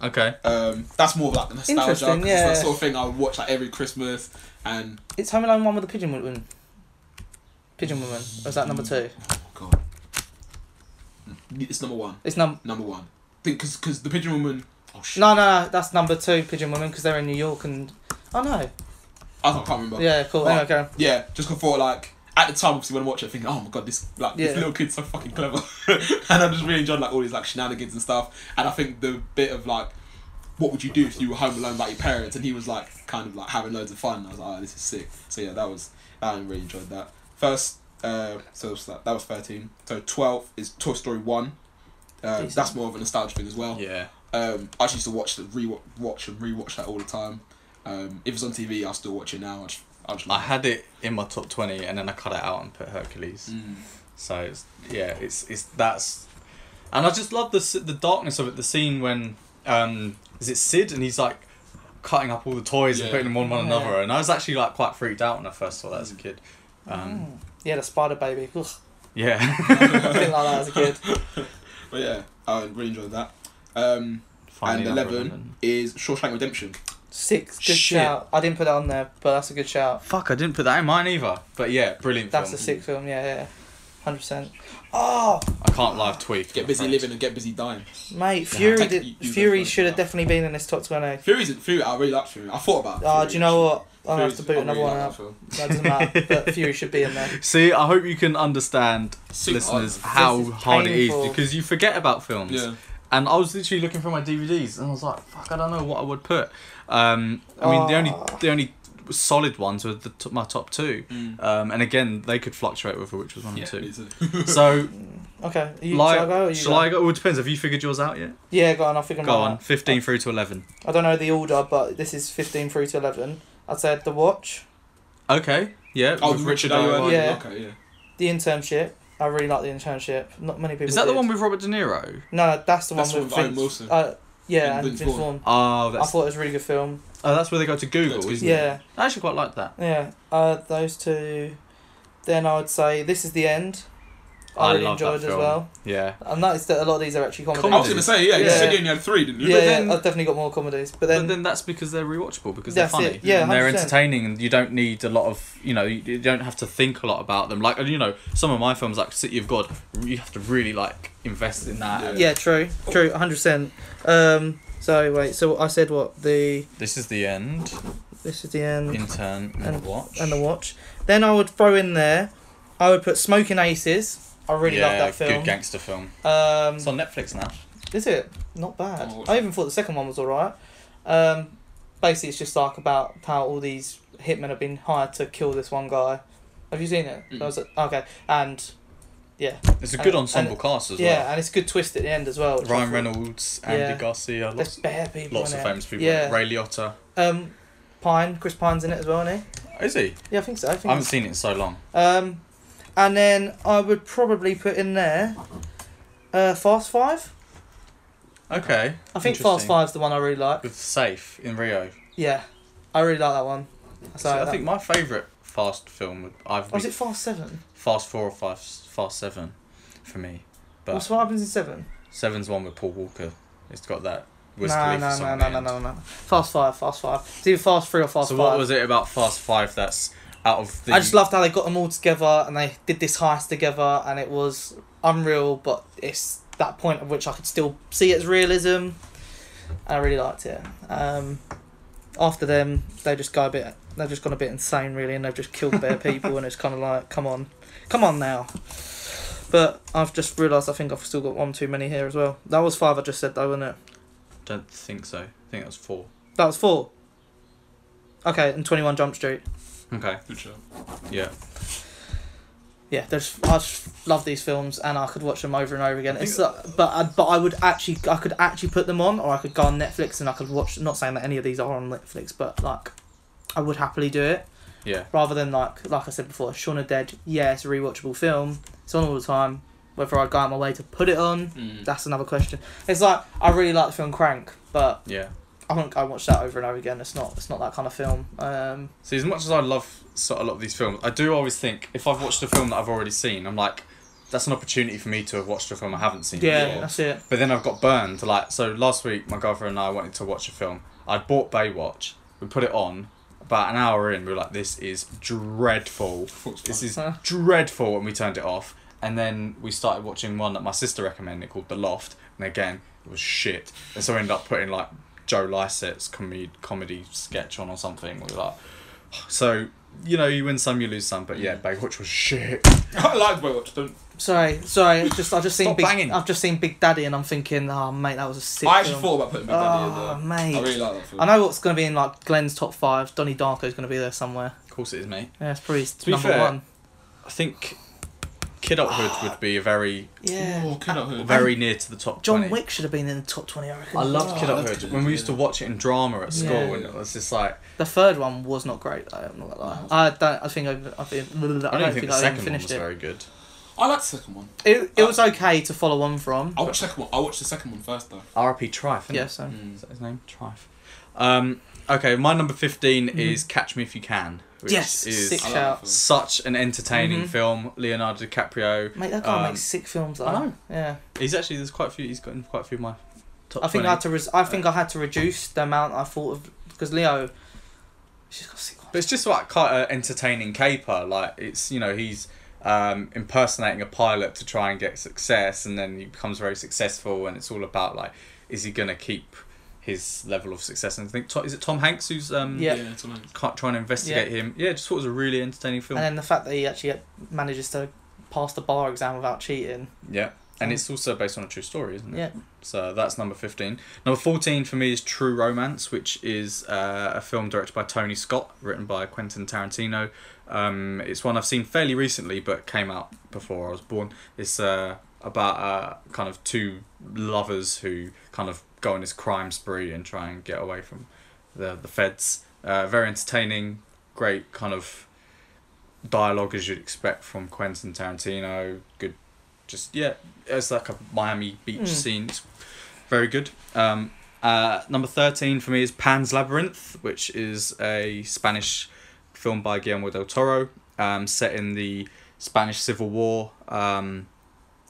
Okay.
Um, that's more of like nostalgia. 'cause
Interesting,
It's
yeah.
that sort of thing I watch like every Christmas, and
It's Home Alone one with the pigeon woman. Pigeon woman. Or is that number two?
oh god, it's number one.
It's num.
Number one, because because the Pigeon Woman. Oh shit!
No, no, no. That's number two. Pigeon woman because they're in New York and. Oh no.
I can't remember.
Yeah. Cool. Anyway,
Right.
go on.
Yeah, just before like at the time, obviously when I watch it, I think, oh my god, this like
Yeah.
this little kid's so fucking clever, and I just really enjoyed like all these like shenanigans and stuff. And I think the bit of like, what would you do if you were home alone without your parents? And he was like, kind of like having loads of fun. I was like, oh, this is sick. So yeah, that was I really enjoyed that. First, uh, so it was, like, that was thirteen. So twelve is Toy Story one. Uh,
Decent.
that's more of a nostalgia thing as well.
Yeah.
Um, I just used to watch the re watch and rewatch that all the time. Um, if it's on TV, I still watch it now. I just, I just
I
like
had it in my top twenty, and then I cut it out and put Hercules.
Mm.
So it's, yeah, it's it's that's, and I just love the s- the darkness of it. The scene when um is it Sid and he's like cutting up all the toys and
Yeah.
putting them on one
Yeah.
another, and I was actually like quite freaked out when I first saw that as a kid. Um,
Mm. Yeah, the spider baby. Ugh.
Yeah.
I didn't like that as a kid.
But yeah, I really enjoyed that. Um, and
number
eleven is Shawshank Redemption.
Six. Good
Shit.
shout. I didn't put that on there, but that's a good shout.
Fuck, I didn't put that in mine either. But yeah, brilliant
That's a
film.
sick film. Yeah, yeah. Hundred percent. Oh,
I can't live tweet.
Get busy living and get busy dying.
mate, Fury
Take-
did.
you- you go
Fury
first.
should have definitely been in this top twenty.
Fury's Fury. I really like Fury. I thought about.
Oh,
Fury,
do you know what?
actually.
I'll have to
Fury's-
boot
I
another
really
one
like that
up.
film.
That doesn't matter. But Fury should be in there.
See, I hope you can understand,
Super
listeners,
hard.
how
This is
hard it is
painful.
because you forget about films.
Yeah,
And I was literally looking through my DVDs, and I was like, "Fuck, I don't know what I would put." Um, I mean, the only
Ah.
Aw.
the only solid ones were the t- my top two,
Mm.
um, and again, they could fluctuate with which was one
yeah. Oh,
and two.
me too.
So,
Okay. You,
like,
shall I go? Or you
shall
go?
I go? Well, it depends. Have you figured yours out yet?
Yeah, go on. I'll figure them
Go
out.
on, fifteen through to eleven.
I don't know the order, but this is 15 through to 11. I said The Watch,
Okay, yeah.
oh,
with
the Richard Owen.
Yeah.
Okay, yeah.
The Internship. I really like The Internship. Not many people
Is that the
did.
one with Robert De Niro?
No, no, that's the
That's
one
the one
with
with
Vince,
Owen Wilson.
Uh, yeah,
And
and
Vince
Vince,
Vaughn.
Vaughn.
Oh,
I
that's
thought it was a really good film.
oh, that's where they go to Google,
Go to
isn't it?
Yeah,
I actually quite like that.
yeah. Uh, those two. Then I would say This Is the End. I,
I
Oh, really
love that
enjoyed as
film.
well.
Yeah.
I've noticed that a lot of these are actually comedies.
Comedy.
I was gonna say yeah. You
Yeah.
said you only had three, didn't you?
Yeah,
But then-
yeah, I've definitely got more comedies. But
But
then,
then, that's because they're rewatchable because
That's
they're funny.
it, yeah,
and they're
100%.
entertaining, and you don't need a lot of you know you you don't have to think a lot about them. Like you know some of my films like City of God, you have to really like invest in that.
Yeah.
yeah, true, true, 100%. Um, so, wait, so I said what? The
This is the end.
This Is the End.
Intern and,
And-
watch.
and the watch. Then I would throw in there, I would put Smoking Aces. I really
yeah,
love that film.
Good gangster film.
um,
It's on Netflix now.
is it not bad?
Oh,
I even thought the second one was alright. Um, basically, it's just like about how all these hitmen have been hired to kill this one guy. Have you seen it?
Mm.
That was a- okay, and
It's a good
And-
ensemble
and-
cast as
yeah, and it's a good twist at the end as well.
well.
which I
Ryan
thought-
Reynolds, Andy
Yeah.
Garcia,
There's
lots,
bare people.
lots
in
of
it.
famous people.
Yeah.
Ray Liotta.
Um, Pine, Chris Pine's in it as well, isn't he?
Is he?
Yeah, I think so. I think
I haven't seen it in so long.
Um, and then I would probably put in there uh, Fast Five.
Okay.
I think Fast
Interesting.
Five's the one I really like.
With Safe in Rio.
Yeah, I really like that one. So
So I
that-
think my favourite Fast film would either
Or Oh, is
be
it Fast Seven?
Fast Four or Fast Fast Seven, for me. But
What's what happens in Seven?
Seven's one with Paul Walker. It's got that. Wiz
No,
Khalifa
no,
song
no,
at the
no, no,
end.
no, no. Fast Five, Fast Five. It's either Fast Three or Fast
So
Five.
what was it about Fast Five that's out of the?
I just loved how they got them all together and they did this heist together and it was unreal, but it's that point at which I could still see its realism, and I really liked it. Um, after them, they just go a bit. They've just gone a bit insane, really, and they've just killed bare people, and it's kind of like, come on, come on now. But I've just realised I think I've still got one too many here as well. That was five I just said though, wasn't it?
Don't think so. I think that was four.
That was four. Okay, and twenty one Jump Street.
Okay.
Good show.
Yeah.
yeah, there's I just love these films and I could watch them over and over again. It's uh, but I, but I would actually I could actually put them on or I could go on Netflix and I could watch. Not saying that any of these are on Netflix, but like I would happily do it.
Yeah.
rather than like like I said before, Shaun of the Dead. Yeah, it's a rewatchable film. It's on all the time. Whether I go out of my way to put it on,
Mm.
that's another question. It's like I really like the film Crank, but
Yeah.
I wouldn't go and watch that over and over again. It's not it's not that kind of film. Um,
See, as much as I love sort of a lot of these films, I do always think if I've watched a film that I've already seen, I'm like, that's an opportunity for me to have watched a film I haven't seen.
yeah,
before.
that's it.
But then I've got burned. Like so, last week my girlfriend and I wanted to watch a film. I bought Baywatch. We put it on. About an hour in, we were like, "This is dreadful.
Thought it was
This
fun.
is
Huh?
dreadful," and we turned it off. And then we started watching one that my sister recommended called The Loft, and again, it was shit. And so we ended up putting like Joe Lycett's comedy comedy sketch on or something. We were like, so you know, you win some, you lose some, but yeah, Baywatch was shit.
I liked Baywatch. Don't.
Sorry, sorry. it's Just I just seen
Stop
Big,
banging.
I've just seen Big Daddy, and I'm thinking, oh mate, that was a sick.
I actually
film.
thought about putting Big Daddy
Oh,
in there.
mate.
I really like that film.
I know what's going to be in like Glenn's top five. Donnie Darko's going to be there somewhere.
Of course, it is, mate.
Yeah, it's probably
be
number
fair-
one.
I think Kid Up Hood would be a very
Yeah.
Oh, Kid Up Hood.
very near to the top.
John
20.
Wick should have been in the top twenty. I reckon.
I loved Kid
Oh, I
Up
loved
Hood
Kid Up
when we
Hood,
used to
yeah.
watch it in drama at school,
Yeah.
and it was just like
The third one was not great though. I'm not gonna lie. I don't. I think I. I, think, I, don't,
I don't, think, the
I
second
even
one was
finished it.
very Uh, good.
I liked the second one.
It, it was okay to follow on from.
I watched the second one. I watched the second one first though.
R.P. Trife. isn't it?
Yeah. So
Is that his name? Trife. Mm. Um, okay, my number 15 is Catch Me If You Can, which
yes,
is
sick
I like
shout.
that
such an entertaining
Mhm.
film. Leonardo DiCaprio.
Mate, that guy
Um,
makes sick films. Though.
I know.
Yeah.
He's actually there's quite a few. He's gotten quite a few of my top.
I think
20.
I had to. Res- I think I had to reduce the amount I thought of because Leo. She's got sick.
But
ones.
it's just like quite an entertaining caper. Like it's you know he's um, impersonating a pilot to try and get success, and then he becomes very successful, and it's all about like is he gonna keep his level of success? And I think To- is it Tom Hanks who's um,
Yeah.
yeah it's amazing.
ca- trying to investigate him? Yeah, just thought it was a really entertaining film.
And then the fact that he actually manages to pass the bar exam without cheating.
yeah. And it's also based on a true story, isn't it?
Yeah.
So that's number 15. Number 14 for me is True Romance, which is uh, a film directed by Tony Scott, written by Quentin Tarantino. Um, it's one I've seen fairly recently, but came out before I was born. It's uh, about uh, kind of two lovers who kind of go on this crime spree and try and get away from the, the feds. Uh, very entertaining, great kind of dialogue as you'd expect from Quentin Tarantino. Good, just, yeah, it's like a Miami beach
Mm.
scene. It's very good. Um, uh, number 13 for me is Pan's Labyrinth, which is a Spanish film by Guillermo del Toro, um, set in the Spanish Civil War. Um,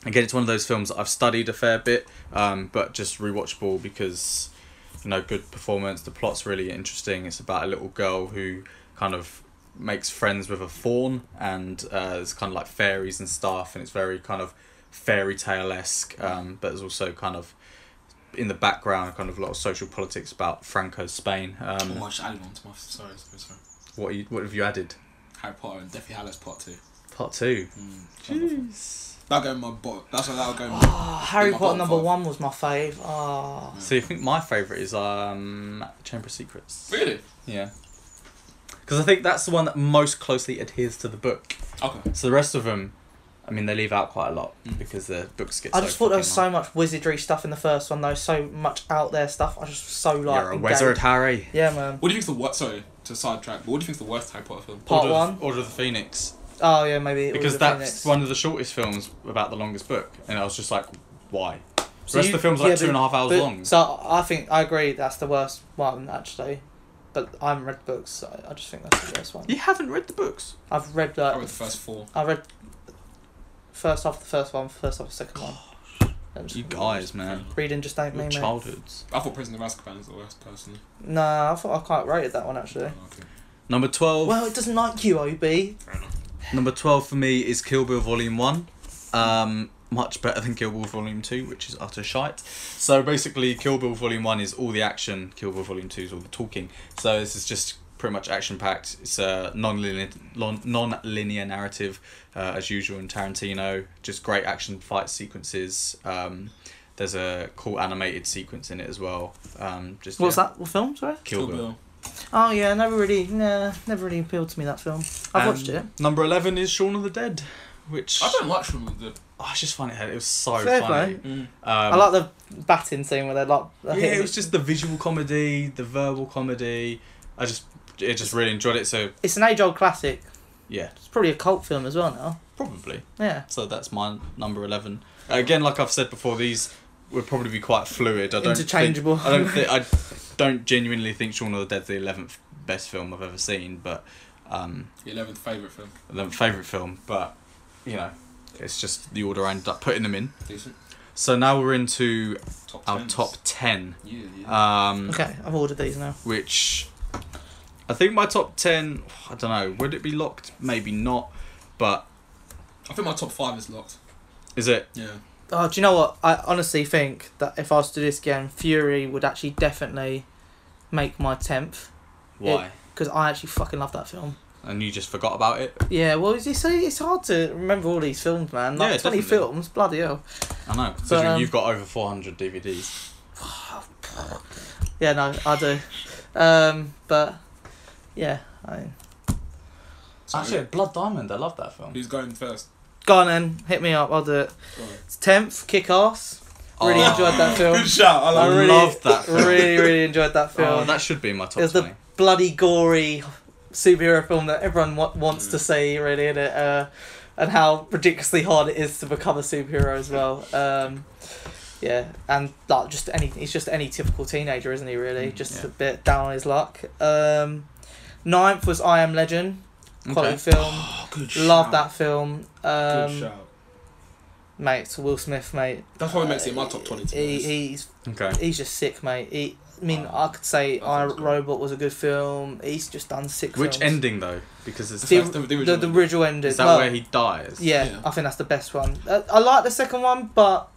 again, it's one of those films that I've studied a fair bit, um, but just rewatchable because, you know, good performance. The plot's really interesting. It's about a little girl who kind of makes friends with a fawn, and uh, it's kind of like fairies and stuff, and it's very kind of fairy tale esque, um, but it's also kind of in the background, kind of a lot of social politics about Franco's Spain.
Oh,
Um,
I just added one to my. Sorry, sorry, sorry.
what, you, what have you added?
Harry Potter and Deathly Hallows Part Two.
Part two.
Mm,
Jeez.
that'll go in my bottom. That's what that'll go. In my,
Oh, Harry
In my
Potter
bottom
number
five.
one was my fave. Oh.
So I think my favourite is um, Chamber of Secrets.
really?
Yeah. Because I think that's the one that most closely adheres to the book.
Okay.
So the rest of them, I mean, they leave out quite a lot
Mm.
because the books get.
I
so
just thought there was so
fucking
much wizardry stuff in the first one, though. So much out there stuff. I just was so
long.
like.
You're a
engaged.
wizard, Harry.
Yeah, man.
What do you think's the worst? Sorry to sidetrack. But what do you think's the worst Harry Potter film?
Part
Order
one.
Of, Order of the Phoenix.
Oh yeah, maybe. it was
Because
the
that's
Phoenix.
one of the shortest films about the longest book, and I was just like, why? The
So
rest
you-
of the film's
yeah,
like
but-
two and a half hours
but-
long.
So I think I agree that's the worst one actually, but I haven't read books, so I just think that's the worst one.
you haven't read the books.
I've read
I
like
read the first four.
I read first half the first one, first half the second one. And
You guys, man.
reading just ain't me,
Your
mate.
childhoods.
I thought Prisoner of Azkaban is the worst, personally. Oh,
Nah, I thought I quite rated that one actually.
Okay.
Number twelve.
Well, it doesn't like you, Ob.
Fair enough.
Number 12 for me is Kill Bill Volume 1. Um, much better than Kill Bill Volume 2, which is utter shite. So basically, Kill Bill Volume 1 is all the action, Kill Bill Volume 2 is all the talking. So this is just pretty much action packed. It's a non linear narrative, uh, as usual in Tarantino. Just great action fight sequences. Um, there's a cool animated sequence in it as well. Um, just
What's
yeah,
that? What film? Sorry.
Kill, Bill.
Oh yeah, never really, nah, never really appealed to me that film. I've
And
watched it.
Number 11 is Shaun of the Dead, which
I don't like Shaun of the Dead.
Oh, I just find it it was so
Fair
funny.
play.
Mm.
Um,
I like the batting scene where they're like,
yeah, it was just the visual comedy, the verbal comedy. I just it just really enjoyed it. So
It's an age old classic.
yeah,
It's probably a cult film as well now.
probably.
Yeah.
So that's my number eleven. Again, like I've said before, these would probably be quite fluid. I don't think-
Interchangeable.
I don't think I don't genuinely think Shaun of the Dead's the eleventh best film I've ever seen, but um,
The eleventh favourite film.
eleventh favorite film. But you know, it's just the order I ended up putting them in.
Decent.
So now we're into
Top
our
tens.
top ten.
Yeah, yeah.
Um,
Okay, I've ordered these now.
which I think my top 10, I don't know, would it be locked? Maybe not, but
I think my top five is locked.
is it?
Yeah.
Oh, do you know what? I honestly think that if I was to do this again, Fury would actually definitely make my tenth
Why?
because I actually fucking love that film.
And you just forgot about it?
Yeah, well, you see, it's hard to remember all these films, man. Like
Yeah, definitely.
twenty films, bloody hell.
I know, considering
um,
you've got over 400 DVDs.
Yeah, no, I do. Um, but yeah, I
So
Blood Diamond, I love that film.
who's going first?
go on then, hit me up. I'll do it.
Go on.
It's tenth, kick ass. Really
Oh.
enjoyed that film.
Good shout. I
I
like.
really,
love that film.
Really, really enjoyed that film.
Oh, that should be in my top
It's
20.
the bloody gory superhero film that everyone wa- wants
Mm.
to see, really, in it, uh, and how ridiculously hard it is to become a superhero as well. Um, yeah, and like just any, he's just any typical teenager, isn't he? Really,
Mm,
just
yeah.
a bit down on his luck. Um, ninth was I Am Legend, quality
Okay.
film.
Oh, good
Love
shout.
that film,
good
um,
shout.
mate. It's Will Smith, mate. Uh,
That's why it makes it in my top twenty. To be
He,
honest.
he's
Okay.
he's just sick, mate. He, I mean,
Oh,
I could say
that
I
sounds good.
Robot was a good film. He's just done sick.
Which
films.
ending, though? Because it's.
The-
Is
That's
the, the,
original.
the original ending.
that
well,
where he dies?
yeah,
Yeah.
I think that's the best one. Uh, I like the second one, but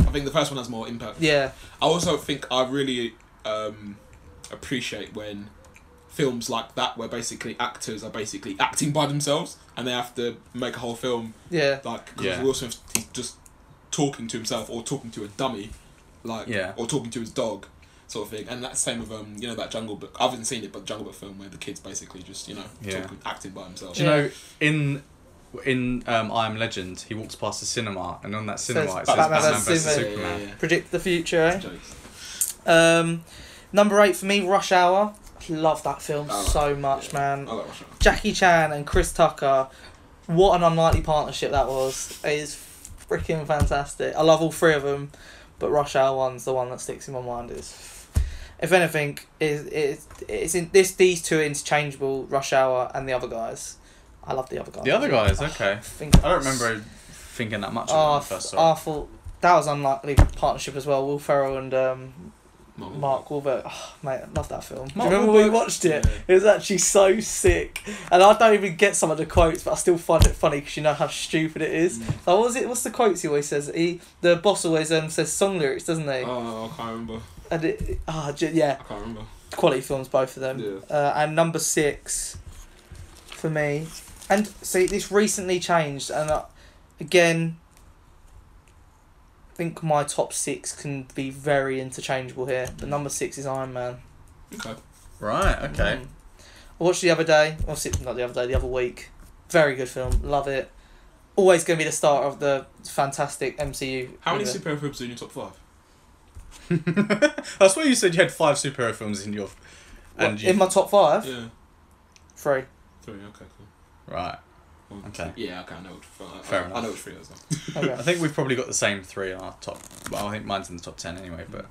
I think the first one has more impact.
yeah,
I also think I really um, appreciate when films like that, where basically actors are basically acting by themselves and they have to make a whole film,
yeah,
like because
Yeah.
Will Smith he's just talking to himself or talking to a dummy, like
Yeah.
or talking to his dog, sort of thing. And that's same with um, you know that Jungle Book. I haven't seen it, but Jungle Book film where the kids basically just you know
Yeah.
talking, acting by themselves.
Do you
Yeah.
know, in. In um, I Am Legend, he walks past a cinema, and on that cinema it says
Batman
Batman,
versus
versus
Superman.
Superman.
Yeah, yeah,
predict the future.
yeah.
Eh?
Jokes.
Um, number eight for me, Rush Hour. Love that film
I like
so much,
I
man.
like Rush Hour.
Jackie Chan and Chris Tucker. What an unlikely partnership that was. It is freaking fantastic. I love all three of them, but Rush Hour One's the one that sticks in my mind. Is if anything, is it's it's in this these two are interchangeable Rush Hour and the other guys. I love the other guys.
The other guys, okay.
I think
I don't remember thinking that much
Oh,
about the first saw. it.
awful. That was unlikely partnership as well. Will Ferrell and um,
Marvel.
Mark Wahlberg. Oh, mate, I love that film.
Mark
Do you remember when we
Wahlberg-
watched it?
Yeah.
It was actually so sick, and I don't even get some of the quotes, but I still find it funny because you know how stupid it is.
Mm.
Like, what was it? What's the quotes he always says? He the boss always um, says song lyrics, doesn't he?
Oh, I can't remember.
And it, ah, j- yeah,
I can't remember.
quality films, both of them. Uh, and number six for me, and see this recently changed, and uh, again, I think my top six can be very interchangeable here. But number six is Iron Man.
Okay.
Right, okay.
Mm. I watched it the other day. Obviously, not the other day, the other week. Very good film. Love it. Always going to be the start of the fantastic MCU.
How many
universe.
superhero films are in your top five? Mm.
That's why you said you had five superhero films in your.
What,
And you,
in my top five?
Yeah,
Three.
three. Okay, cool.
right.
Well,
Okay.
Yeah, okay. I know. Which, I,
Fair
I,
enough.
I know which three those are.
I
Okay.
think we've probably got the same three in our top. Well, I think mine's in the top ten anyway, but.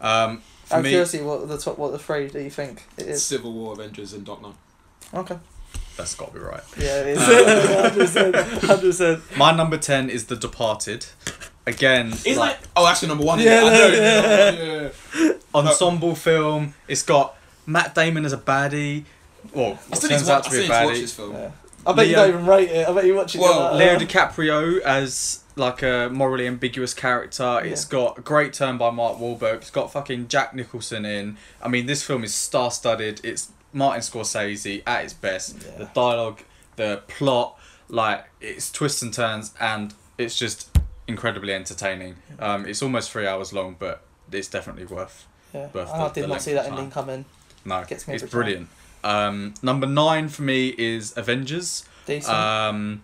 Um, for
I'm
me,
curious what are the top what are the three do you think it is?
Civil War, Avengers, and Dark Knight.
Okay.
that's got to be right.
Yeah, it is. 100%. 100%.
My number ten is The Departed. Again,
Is
like,
like, oh, actually number one.
Yeah,
Yeah, I know. Yeah,
yeah.
yeah, yeah.
ensemble
Oh.
film. It's got Matt Damon as a baddie.
I
Well, what
still need
turns
to watch,
out
I
to
still
be a
need to watch
baddie.
this film.
Yeah. I bet you
Leo-
don't even rate it. I bet you watch it.
Well,
like,
Leo
uh,
DiCaprio as like a morally ambiguous character. It's
Yeah.
got a great turn by Mark Wahlberg. It's got fucking Jack Nicholson in. I mean, this film is star studded. It's Martin Scorsese at its best.
Yeah.
The dialogue, the plot, like it's twists and turns, and it's just incredibly entertaining. Um, it's almost three hours long, but it's definitely worth.
yeah.
birth
I
of the
did not see
length
that
of
ending
time.
coming.
No,
Gets me
it's
every time.
brilliant. Um, number nine for me is Avengers.
Decent.
Uh, Um,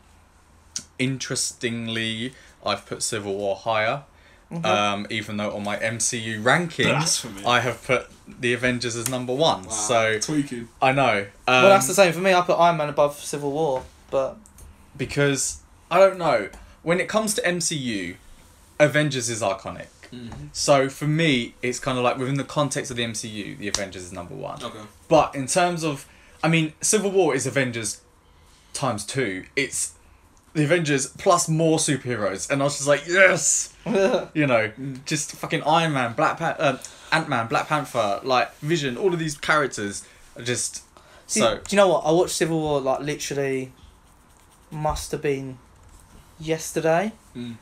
interestingly, I've put Civil War higher.
Mm-hmm.
Um, even though on my MCU rankings,
Blasphemy.
I have put the Avengers as number one.
Wow.
So
tweaking.
I know. Um,
well, that's the same for me. I put Iron Man above Civil War, but
because I don't know. When it comes to MCU, Avengers is iconic.
Mm-hmm.
So for me, it's kind of like within the context of the MCU, the Avengers is number one.
Okay.
But in terms of, I mean, Civil War is Avengers times two. It's the Avengers plus more superheroes, and I was just like, yes, you know, just fucking Iron Man, Black Pan- uh, Ant Man, Black Panther, like Vision, all of these characters are just
See,
so.
do you know what? I watched Civil War like literally must have been yesterday.
Mm.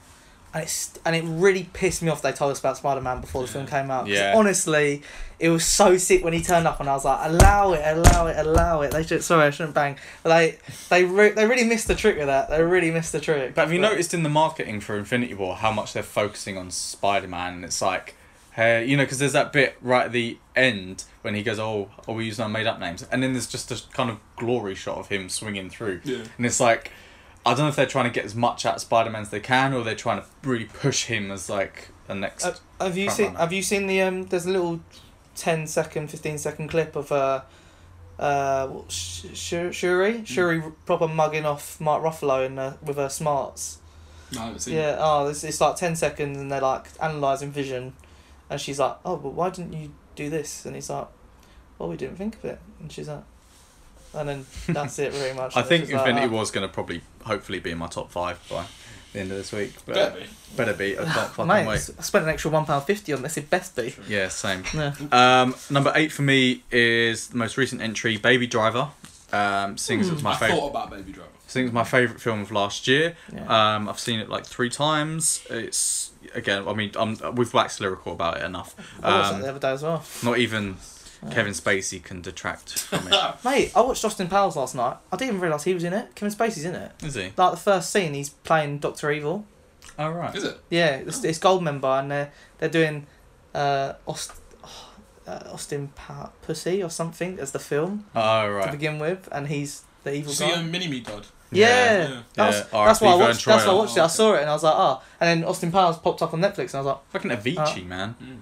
And it's and it really pissed me off they told us about Spider Man before the film came out. 'Cause
Yeah.
Honestly, it was so sick when he turned up and I was like, allow it, allow it, allow it. They should sorry, I shouldn't bang. But they they re- they really missed the trick with that. They really missed the trick.
But have you noticed in the marketing for Infinity War how much they're focusing on Spider Man? And it's like, hey, you know, because there's that bit right at the end when he goes, oh, are we using our made up names? And then there's just a kind of glory shot of him swinging through.
Yeah.
And it's like, I don't know if they're trying to get as much out of Spider Man as they can or they're trying to really push him as like the next.
Uh, have you
front
seen
runner.
have you seen the um there's a little 10 second 15 second clip of uh uh what, Sh- Sh-
Mm.
Shuri Shuri proper mugging off Mark Ruffalo in uh, with her smarts
No, I haven't seen
yeah oh it's, it's like 10 seconds and they're like analysing vision and she's like oh but why didn't you do this and he's like well we didn't think of it and she's like and then that's it very much
I
And it's
think
just like,
Infinity
ah.
War's going to probably, hopefully, be in my top five by the end of this week. But
Better be.
Better be. I can't fucking
"Oh, Mate, I
wait.
spent an extra £1.50 on this it best be
Yeah, same.
yeah.
Um, number eight for me is the most recent entry, Baby Driver. Um, sings it's my
I
favorite.
thought about Baby Driver.
Sings my favorite film of last year.
Yeah.
Um, I've seen it like three times. It's again, I mean, I'm, we've waxed lyrical about it enough.
I watched that
Um,
the other day as well
not even Kevin Spacey can detract from it,
Mate, I watched Austin Powers last night. I didn't even realise he was in it. Kevin Spacey's in it.
is he?
Like the first scene, he's playing Doctor Evil.
All right.
Is it?
Yeah,
Oh.
it's, it's Goldmember, and they're they're doing uh, Aust- uh, Austin pa- Pussy or something as the film
All
to
right.
begin with, and he's the evil
See,
guy.
um, Mini Me Dad.
yeah.
Yeah. Yeah.
That's,
Yeah,
that's
RIP
why I
Vern
watched. That's why I
Troyer.
watched it. I saw it and I was like, ah. And then Austin Powers popped up on Netflix and I was like,
Fucking Avicii, man.
Mm.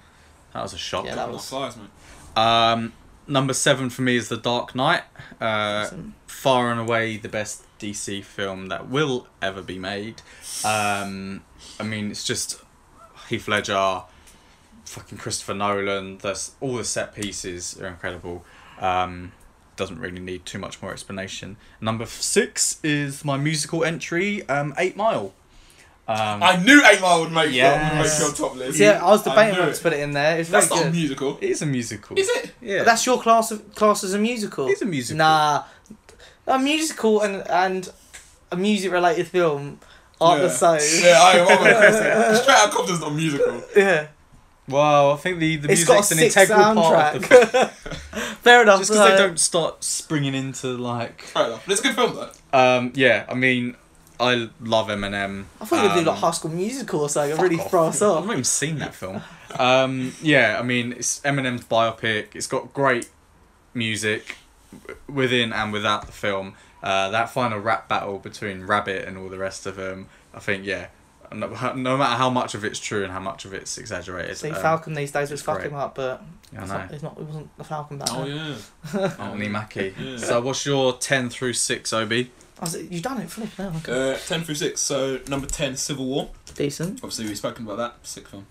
That was a shock.
Yeah,
That
that
was
was-
flies, mate.
Um, number seven for me is The Dark Knight. Uh,
Awesome.
far and away the best DC film that will ever be made. Um, I mean, it's just Heath Ledger, fucking Christopher Nolan. There's all the set pieces are incredible. Um, doesn't really need too much more explanation. Number six is my musical entry, um, Eight Mile. Um,
I knew Eight Mile would make,
Yes.
your, make your top list.
yeah, I was debating
knew
whether to
it.
put it in there. It's
That's
very
not a
good.
musical.
it is a musical.
Is it?
Yeah.
But that's your class of class as a musical.
It is a musical.
Nah, a musical and and a music related film aren't the same.
Yeah, I am. I'm Straight Out of Compton's not a musical.
Yeah.
Wow, I think the, the
it's got a
music's an
sick
integral part of the film.
soundtrack. Fair enough.
Just because they
so-
don't start springing into like
Fair enough. But it's a good film, though.
Um, yeah, I mean, I love Eminem.
I thought you'd
um,
do like High School Musical or something. I really
off.
throw us
I've
off.
not even seen that film. Um, yeah, I mean, it's Eminem's biopic. It's got great music w- within and without the film. Uh, that final rap battle between Rabbit and all the rest of them, I think, yeah, no, no matter how much of it's true and how much of it's exaggerated.
See,
um,
Falcon these days was
it's great.
fucking up, but
I
it's
know.
not, it's not. It wasn't the Falcon back
Oh,
then.
yeah.
Anthony Mackie.
Yeah.
So, what's your 10 through 6, Obi?
I was like, you done it, flip now. Okay.
Uh, 10 through 6. So, number 10, Civil War.
Decent.
Obviously, we've spoken about that. Sick film.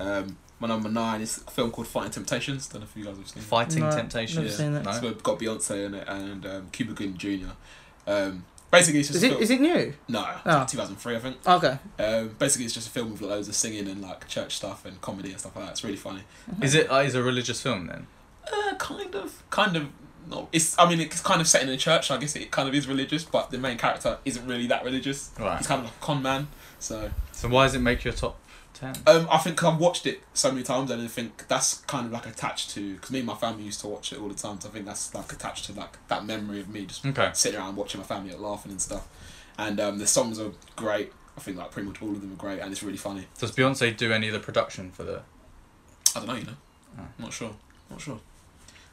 Um, my number 9 is a film called Fighting Temptations. Don't know if you guys have seen it.
Fighting
No,
Temptation.
never seen that.
It's
No?
got Beyonce in it and um, Cuba Gooding Jr. Um, basically, it's just
Is
a
it?
film.
Is it new?
no,
Oh.
2003, I think.
Okay.
Um, basically, it's just a film with loads of singing and like church stuff and comedy and stuff like that. It's really funny.
Is it uh, is a religious film then?
Uh, kind of, kind of. No, it's. I mean, it's kind of set in a church. So I guess it kind of is religious, but the main character isn't really that religious.
Right.
He's kind of like a con man. So
So why does it make your top ten?
um, I think I've watched it so many times, and I think that's kind of like attached to because me and my family used to watch it all the time. So I think that's like attached to like that memory of me just
Okay.
sitting around watching my family laughing and stuff. And um, the songs are great. I think like pretty much all of them are great, and it's really funny.
Does Beyonce do any of the production for the?
I don't know, you know.
Oh.
Not sure. Not sure.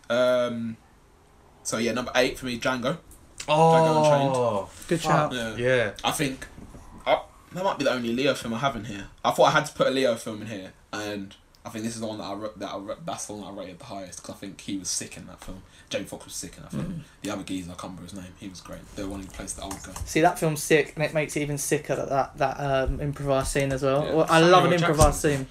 Um, so yeah, number eight for me, Django. Django
Oh,
Good
Fuck.
shout.
Yeah.
yeah.
I think. I, that might be the only Leo film I have in here. I thought I had to put a Leo film in here, and I think this is the one that I ra- that I, ra- that's the one I rated the highest because I think he was sick in that film. Jamie Foxx was sick in that film.
Mm-hmm. Mm.
The other geezer, I can't remember his name. He was great. The one who plays the old guy.
See that film's sick, and it makes it even sicker that that, that um, improvised scene as well.
Yeah.
Well, I love an
Samuel
improvised scene.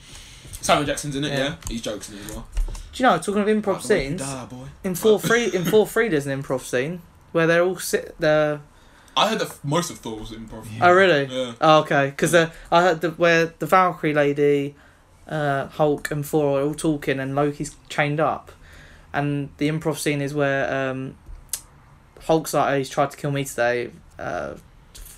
Samuel Jackson's in it.
Yeah.
Yeah, he's jokes in it as well.
Do you know? Talking of improv
Like the way you
scenes,
die, boy.
in four three in four three, there's an improv scene where they're all sit there.
I heard that f- most of Thor was improv.
Oh really?
Yeah.
Oh, okay, because I heard the, where the Valkyrie lady, uh, Hulk and Thor are all talking, and Loki's chained up, and the improv scene is where um, Hulk's like, oh, "He's tried to kill me today." Uh,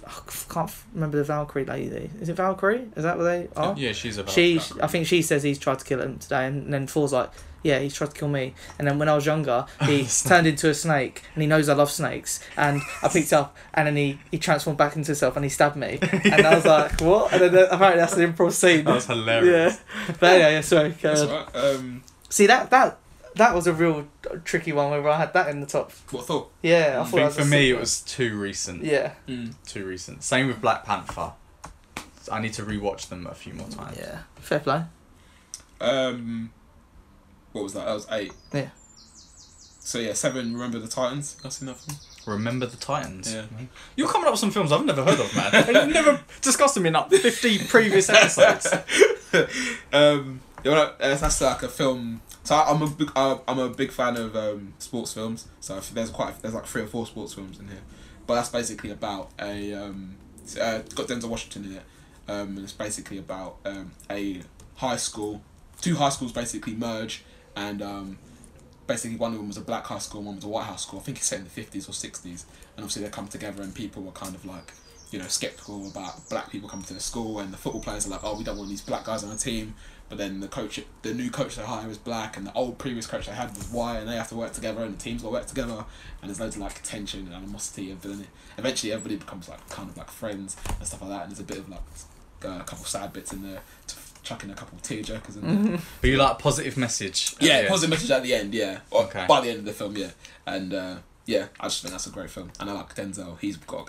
I can't f- remember the Valkyrie lady. Is it Valkyrie? Is that what they are?
Yeah, she's about.
She,
Valkyrie.
I think she says he's tried to kill him today, and then Thor's like, "Yeah, he's tried to kill me." And then when I was younger, he turned into a snake, and he knows I love snakes, and I picked up, and then he he transformed back into himself, and he stabbed me, and I was like, "What?" And then uh, apparently that's an improv scene.
That was hilarious.
yeah, but yeah, yeah. Sorry. carry
That's
on.
right. Um,
See that that that was a real tricky one where I had that in the top.
what Thor?
Yeah, I
I
thought
think
that
for
a
me
sick
it
one.
was too recent.
Yeah.
Mm.
Too recent. Same with Black Panther. I need to rewatch them a few more times.
Yeah. Fair play.
Um, what was that? That was eight.
Yeah.
So yeah, seven. Remember the Titans? I've seen that film.
Remember the Titans. Mm-hmm.
Yeah.
You're coming up with some films I've never heard of, man. You've never discussed them in like 50 previous episodes.
um, you know, uh, that's like a film. So I- I'm a big, uh, I'm a big fan of um, sports films. So if there's quite, there's like three or four sports films in here, but that's basically about a. Um, it's, uh, it's got Denzel Washington in it. Um, and it's basically about um, a high school, two high schools basically merge, and um, basically one of them was a black high school, and one was a white high school. I think it's set in the fifties or sixties, and obviously they come together, and people were kind of like, you know, skeptical about black people coming to the school, and the football players are like, oh, we don't want these black guys on our team. But then the coach, the new coach they hire is black, and the old previous coach they had was white, and they have to work together, and the teams got to work together, and there's loads of like tension and animosity, and then eventually everybody becomes like kind of like friends and stuff like that, and there's a bit of like uh, a couple sad bits in there, to chuck in a couple tear jerkers in there.
But you like positive message. at
Yeah,
the end.
positive message at the end. Yeah, Or
Oh, Okay.
by the end of the film. Yeah, and uh, yeah, I just think that's a great film, and I like Denzel. He's got,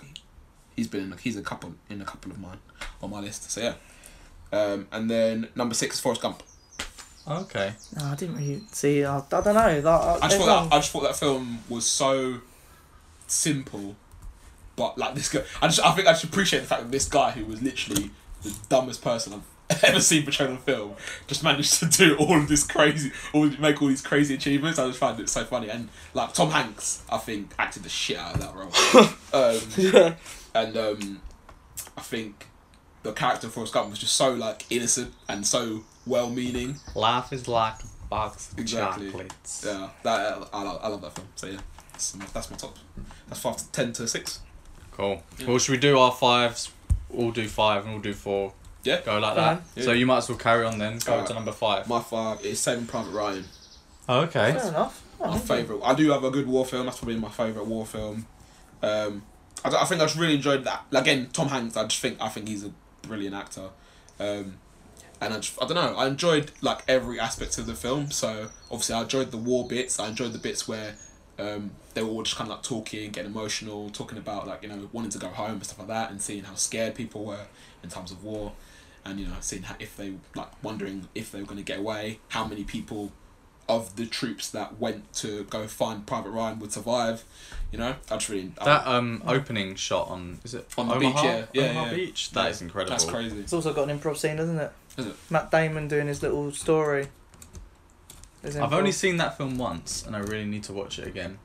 he's been in, he's a couple in a couple of mine on my list. So yeah, um, and then number six is Forrest Gump.
Okay.
No, I didn't really see. I, I don't know. Like, I,
I just thought that, I just thought that film was so simple, but like this guy, I just I think I just appreciate the fact that this guy who was literally the dumbest person I've ever seen portrayed on film just managed to do all of this crazy, all make all these crazy achievements. I just find it so funny, and like Tom Hanks, I think acted the shit out of that role, um, and um, I think the character for Forrest Gump was just so like innocent and so well-meaning.
Life is like a box of
Exactly.
chocolates.
Yeah, that, I, I, love, I love that film. So yeah, that's my, that's my top. That's five to ten to six.
Cool. Well, should we do our fives? All do five and all do four.
Yeah.
Go like
Fine.
that. So you might as well carry on then. Go
Alright.
to number five.
My five is Saving Private Ryan.
Oh, okay.
Fair enough.
My favorite. I do have a good war film. That's probably my favorite war film. Um, I, d- I think I just really enjoyed that. Again, Tom Hanks. I just think I think he's a brilliant actor. Um, and I, just, I don't know. I enjoyed like every aspect of the film. So obviously, I enjoyed the war bits. I enjoyed the bits where um, they were all just kind of like talking, getting emotional, talking about like you know wanting to go home and stuff like that, and seeing how scared people were in times of war, and you know seeing how, if they like wondering if they were going to get away, how many people of the troops that went to go find Private Ryan would survive. You know, I just really I-
That um opening shot on is it
On the
Omaha?
beach, yeah. Yeah,
Omaha
yeah.
Beach. That is
Yeah.
incredible.
that's crazy.
It's also got an improv scene, doesn't it?
Is it?
Matt Damon doing his little story. There's
I've
improv.
only seen that film once, and I really need to watch it again.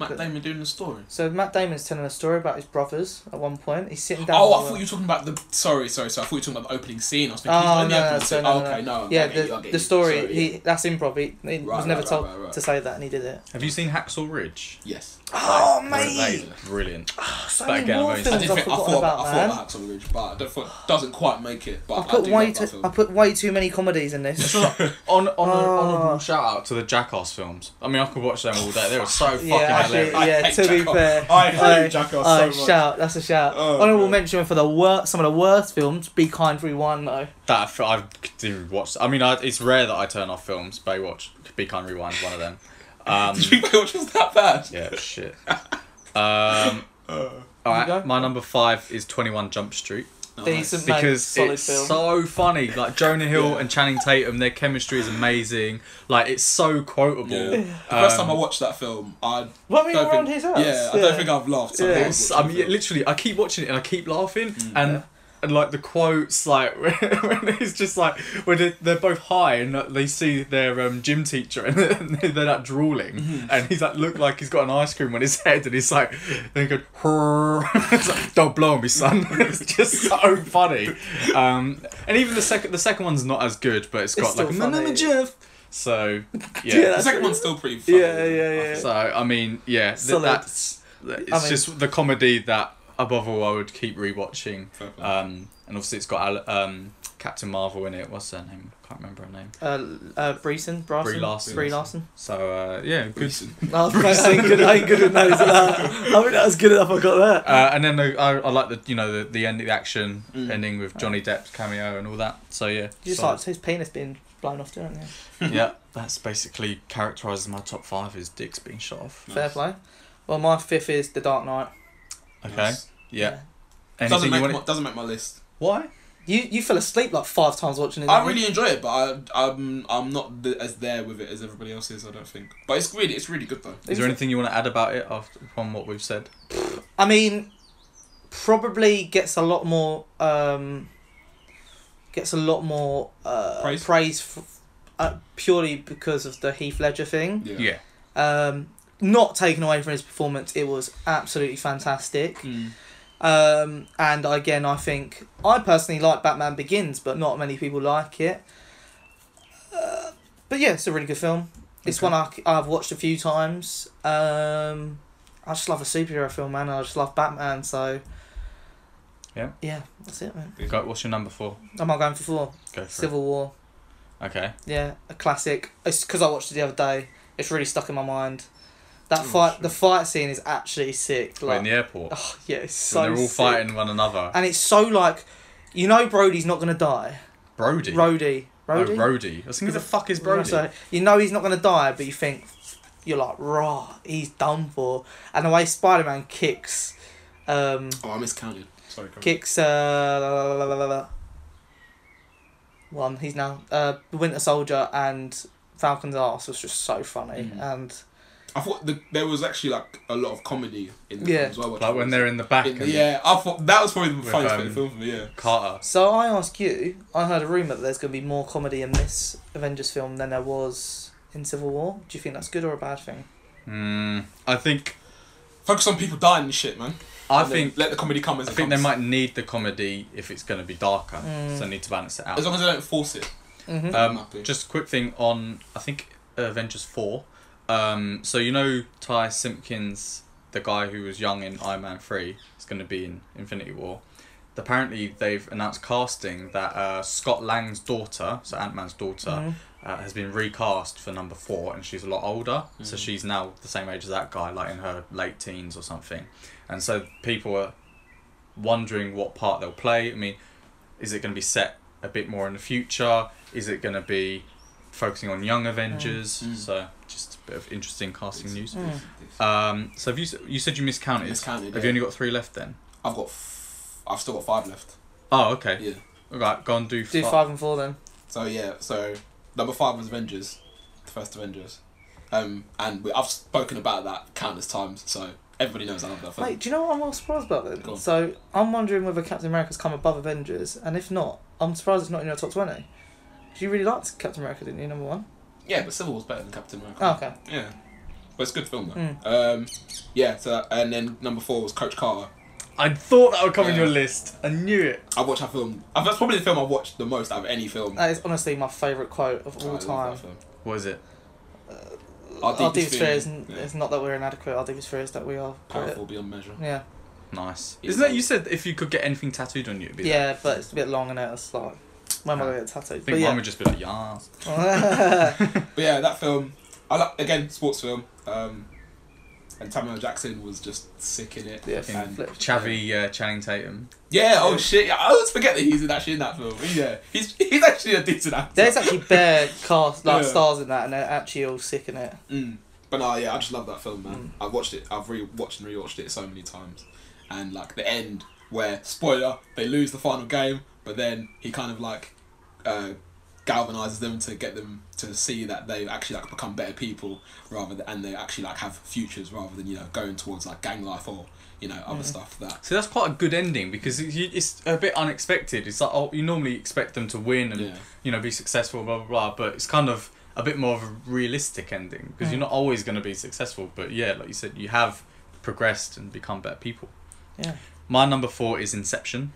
Matt Damon doing the story.
So Matt Damon's telling a story about his brothers at one point. He's sitting down.
Oh,
with
I
a-
thought you were talking about the. Sorry, sorry, sorry. I thought you were talking about the opening scene. I was thinking.
Oh,
he's not in the
no, no,
opening
no,
scene.
no, no,
okay, no.
yeah,
I get you, I get
the,
you.
the story.
Sorry,
he
yeah.
that's improv. He, he
Right,
was never
right,
told
right, right, right.
to say that, and he did it.
Have you seen Hacksaw Ridge?
Yes.
Oh,
That
mate!
is brilliant.
so
but
many
again, I've
war
only seen-
I
films
did.
I've
Think, I
forgotten
thought
about,
about. I
man.
thought about Hacksaw Ridge, but I don't, thought- doesn't quite make it. But
I've put
I do
way
love that
too. I
film.
put way too many comedies in this.
On, on a-
Oh.
honourable shout out to the Jackass films. I mean, I could watch them all day. They were so fucking
yeah, actually,
hilarious.
I
yeah.
hate
To be
Jackass.
fair,
I hate
Oh,
Jackass
oh,
so much.
shout! That's a shout.
Oh,
Honorable
God.
mention for the worst. Some of the worst films. Be kind, rewind, though.
That f- I do watch. I mean, I, it's rare that I turn off films. Baywatch, Be Kind, Rewind, one of them. Um,
Did you think Baywatch was that bad?
yeah, shit. Um,
Uh,
all
You go.
right, my number five is Twenty One Jump Street.
Oh,
Decent, mate.
because
Solid
it's
film.
so funny. Like Jonah Hill
Yeah.
and Channing Tatum, their chemistry is amazing. Like it's so quotable.
Yeah.
Um,
The first time I watched that film, I
Well, we
don't
were
think,
around his house.
yeah, I don't think I've laughed. so
Yeah.
hard
it's- I
watching
mean,
the film.
literally, I keep watching it and I keep laughing
Mm.
and. And like the quotes, like when it's just like when they're, they're both high and like, they see their um, gym teacher and they're, they're like drooling,
Mm-hmm.
and he's like look like he's got an ice cream on his head, and he's like then he goes, it's like, don't blow me, son. it's just so funny. Um, and even the second the second one's not as good, but it's
It's
got like
still
"My name
funny.
is Jeff. So
Yeah,
the
that's
second
really-
one's still pretty funny.
Yeah, yeah,
I
yeah.
think.
so I mean, yeah, th-
Solid.
that's it's
I mean-
just the comedy that above all I would keep rewatching.
Fair play.
Um, and obviously it's got Al- um, Captain Marvel in it. What's her name? I can't remember her name.
Uh, uh, Breeson, Brarson,
Brie Larson.
Brie Larson.
So uh, yeah, good.
Decent.
I, was, I ain't good. I ain't good at names. like that. I think that was good enough. I got that.
Uh, and then the, I, I like the you know the the end the action
Mm.
ending with Johnny Depp's cameo and all that. So yeah,
You just
so-
like his penis being blown off, don't you?
yeah, that's basically characterises my top five is dicks being shot off.
Fair
Nice.
play. Well, my fifth is The Dark Knight.
Okay,
Nice.
yeah.
Doesn't
Anything you
make,
want?
my, doesn't make my list.
Why?
You you fell asleep like five times watching it.
I
didn't you?
really enjoy it, but I, I'm I'm not th- as there with it as everybody else is. I don't think. But it's really it's really good though.
Is there anything you want to add about it after from what we've said?
I mean, probably gets a lot more um, gets a lot more uh,
Praise?
praise, f- uh, purely because of the Heath Ledger thing.
Yeah.
Um, not taken away from his performance, it was absolutely fantastic.
Mm.
Um, and again, I think I personally like Batman Begins, but not many people like it. Uh, but yeah, it's a really good film. It's
Okay.
one I, have watched a few times. Um, I just love a superhero film, man. And I just love Batman, so.
Yeah.
Yeah, that's it, man.
Go, what's your number four?
Am I going for four?
Go for
Civil War.
it. Okay.
Yeah, a classic. It's because I watched it the other day. It's really stuck in my mind. That
Oh,
fight,
shit.
the fight scene is actually sick.
We're in
Like,
the airport.
oh yeah, it's
So
so.
they're all
sick.
fighting one another.
And it's so like, you know, Brody's not gonna die.
Brody.
Rhodey.
Oh,
Rhodey.
Rhodey. I was thinking, who the fuck is Brody?
So you know he's not gonna die, but you think you're like, raw, he's done for. And the way Spider Man kicks, um,
Oh, I miscounted. Sorry. go on.
kicks. Uh, la, la, la, la, la. One. He's now uh, Winter Soldier and Falcon's arse was just so funny
Mm.
and.
I thought the, there was actually like a lot of comedy in the
Yeah.
film as well. which
like when
was-
they're in the back.
in the-
and
yeah, I thought that was probably the
With,
funniest bit
um,
of the film for me. Yeah.
Carter.
So I ask you, I heard a rumour that there's going to be more comedy in this Avengers film than there was in Civil War. Do you think that's good or a bad thing?
Mm, I think.
Focus on people dying and shit, man.
I
And then
think.
let the comedy come as
I
it
think they
comes.
might need the comedy if it's going to be darker.
Mm.
So they need to balance it
As
out.
long as they don't force it.
Mm-hmm.
I'm
Um,
happy.
just a quick thing on. I think Avengers Four. Um, so you know Ty Simpkins, the guy who was young in Iron Man Three, is going to be in Infinity War. Apparently, they've announced casting that uh, Scott Lang's daughter, so Ant Man's daughter,
Mm-hmm.
uh, has been recast for number four, and she's a lot older, so
Mm.
she's now the same age as that guy, like in her late teens or something. And so people are wondering what part they'll play. I mean, is it going to be set a bit more in the future? Is it going to be focusing on young Avengers?
Mm.
So just a bit of interesting casting news.
Mm.
Um, so have you s- you said you miscounted?
Miscounted,
Have
yeah.
you only got three left then?
I've got. F- I've still got five left.
Oh, okay.
Yeah.
All right, go and do,
Do
fi-
five and four then.
So yeah, so number five was Avengers, the first Avengers, um, and we, I've spoken about that countless times, so everybody knows I love that film.
Mate, do you know what I'm all surprised about then?
Go on.
So I'm wondering whether Captain America's come above Avengers, and if not, I'm surprised it's not in your top twenty. 'Cause You really liked Captain America, didn't you? Number one.
Yeah, but Civil War's better than Captain America.
Oh, okay.
Yeah, but it's a good film though.
Mm.
Um, yeah, so and then number four was Coach Carter.
I thought that would come in
Yeah.
your list. I knew it.
I watched that film. uh, That's probably the film I've watched the most out of any film.
That is honestly my favourite quote of all time.
What is it?
Our
Our
deepest
deepest fear is,
fear, yeah.
is not that we're inadequate. Our deepest fear is that we are. great.
Powerful beyond measure.
Yeah.
Nice.
Yeah.
Isn't that you said if you could get anything tattooed on you, it'd be that?
Yeah, but it's a bit long and it's like, when am I gonna get tattooed?
I
But
think mine
yeah.
would just be like, yeah.
But yeah, that film. I like again sports film. Um, and Samuel L. Jackson was just sick in it.
Yeah,
and,
flip.
Chavi uh, Channing Tatum.
yeah. Oh shit! Yeah, I always forget that he's in- actually in that film. Yeah, he's he's actually a decent actor.
There's actually bare cast like
Yeah.
stars in that, and they're actually all sick in it. Mm.
Mm. But no, yeah, I just love that film, man. I've watched it. I've re-watched and rewatched it so many times, and like the end where spoiler they lose the final game, but then he kind of like uh, galvanizes them to get them to see that they've actually like become better people rather than and they actually like have futures rather than you know going towards like gang life or you know other stuff that
So that's quite a good ending because it- you- it's a bit unexpected. It's like oh, you normally expect them to win
Mm.
and
Yeah.
you know be successful, blah blah blah. But it's kind of a bit more of a realistic ending because you're
Hmm.
not always going to be successful. But yeah, like you said, you have progressed and become better people.
Yeah.
My number four is Inception.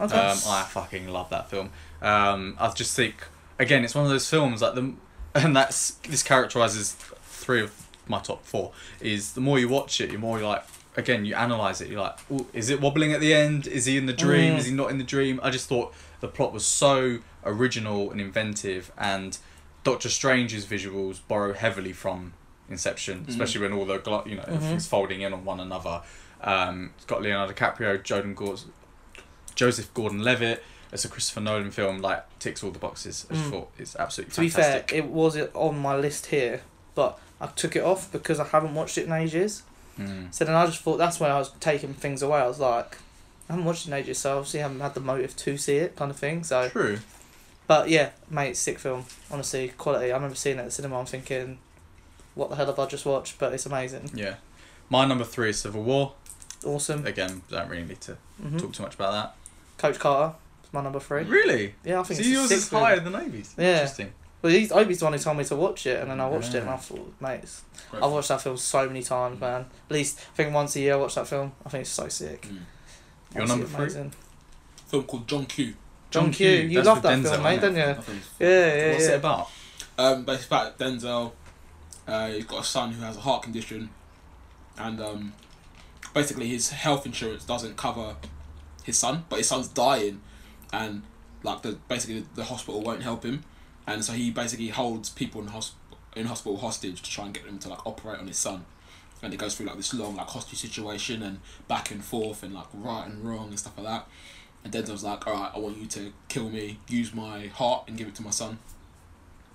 Okay.
Um, I fucking love that film. Um, I just think again, it's one of those films like the and that's this characterizes three of my top four. Is the more you watch it, you're more like again you analyze it. You're like, "Ooh, is it wobbling at the end? Is he in the dream?
Mm.
Is he not in the dream? I just thought the plot was so original and inventive, and Doctor Strange's visuals borrow heavily from
Mm.
Inception, especially when all the glo- you know
Mm-hmm.
everything's folding in on one another. Um, it's got Leonardo DiCaprio, Jordan Gors- Joseph Gordon-Levitt. It's a Christopher Nolan film. Like ticks all the boxes. I just
Mm.
thought it's absolutely
to be
fantastic.
fair, it was on my list here, but I took it off because I haven't watched it in ages.
Mm.
So then I just thought that's when I was taking things away. I was like, I haven't watched it in ages, so obviously I haven't had the motive to see it, kind of thing. So,
True.
but yeah, mate, sick film. Honestly, quality. I remember seeing it at the cinema. I'm thinking, what the hell have I just watched? But it's amazing.
Yeah. My number three is Civil War.
Awesome.
Again, don't really need to
hmm
talk too much about
Coach Carter, is my number three.
that. Really?
Yeah, I think
So
it's
yours
a sick
is
film.
higher than Obi's.
Yeah.
Interesting.
Well, he's Obi's the one who told me to watch it, and then I watched it, and
Yeah.
I thought, mate, it's- I've watched that film so many times, man. At least I think once a year I watch that film. I think it's so sick.
Mm.
Your
Absolutely
number three?
amazing.
film called John Q.
John Q. You
that's
love
with
that
Denzel,
film, mate,
isn't
don't
it?
you? Yeah,
I think.
yeah,
What's
yeah.
it about?
Um, but it's about Denzel. Uh, he's got a son who has a heart condition, and um, basically his health insurance doesn't cover his son, but his son's dying, and like the basically the hospital won't help him, and so he basically holds people in hosp in hospital hostage to try and get them to like operate on his son. And it goes through like this long like hostage situation and back and forth and like right and wrong and stuff like that. And Denzel's like, all right, I want you to kill me, use my heart and give it to my son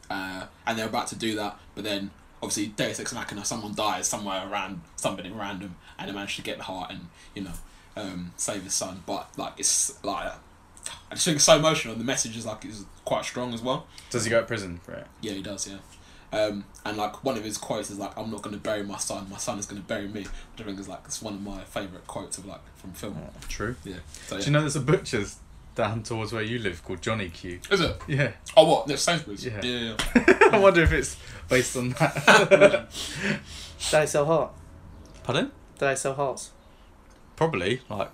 uh, and they're about to do that, but then obviously Deus Ex Machina, someone dies somewhere around somebody random, and they manage to get the heart and you know um, save his son. But like it's like I just think it's so emotional, and the message is like is quite strong as well.
Does he go to prison for it?
Yeah, he does. Yeah. Um, and like one of his quotes is like, "I'm not gonna bury my son. My son is gonna bury me." Which I think is like it's one of my favorite quotes of like from film.
True.
Yeah. So
Do
yeah.
you know there's a butcher's down towards where you live called Johnny Q?
is it?
Yeah.
Oh, what? That's Sainsbury's.
Yeah.
yeah, yeah.
I wonder if it's based on that.
Do they sell heart?
Pardon?
Do they sell hearts?
Probably like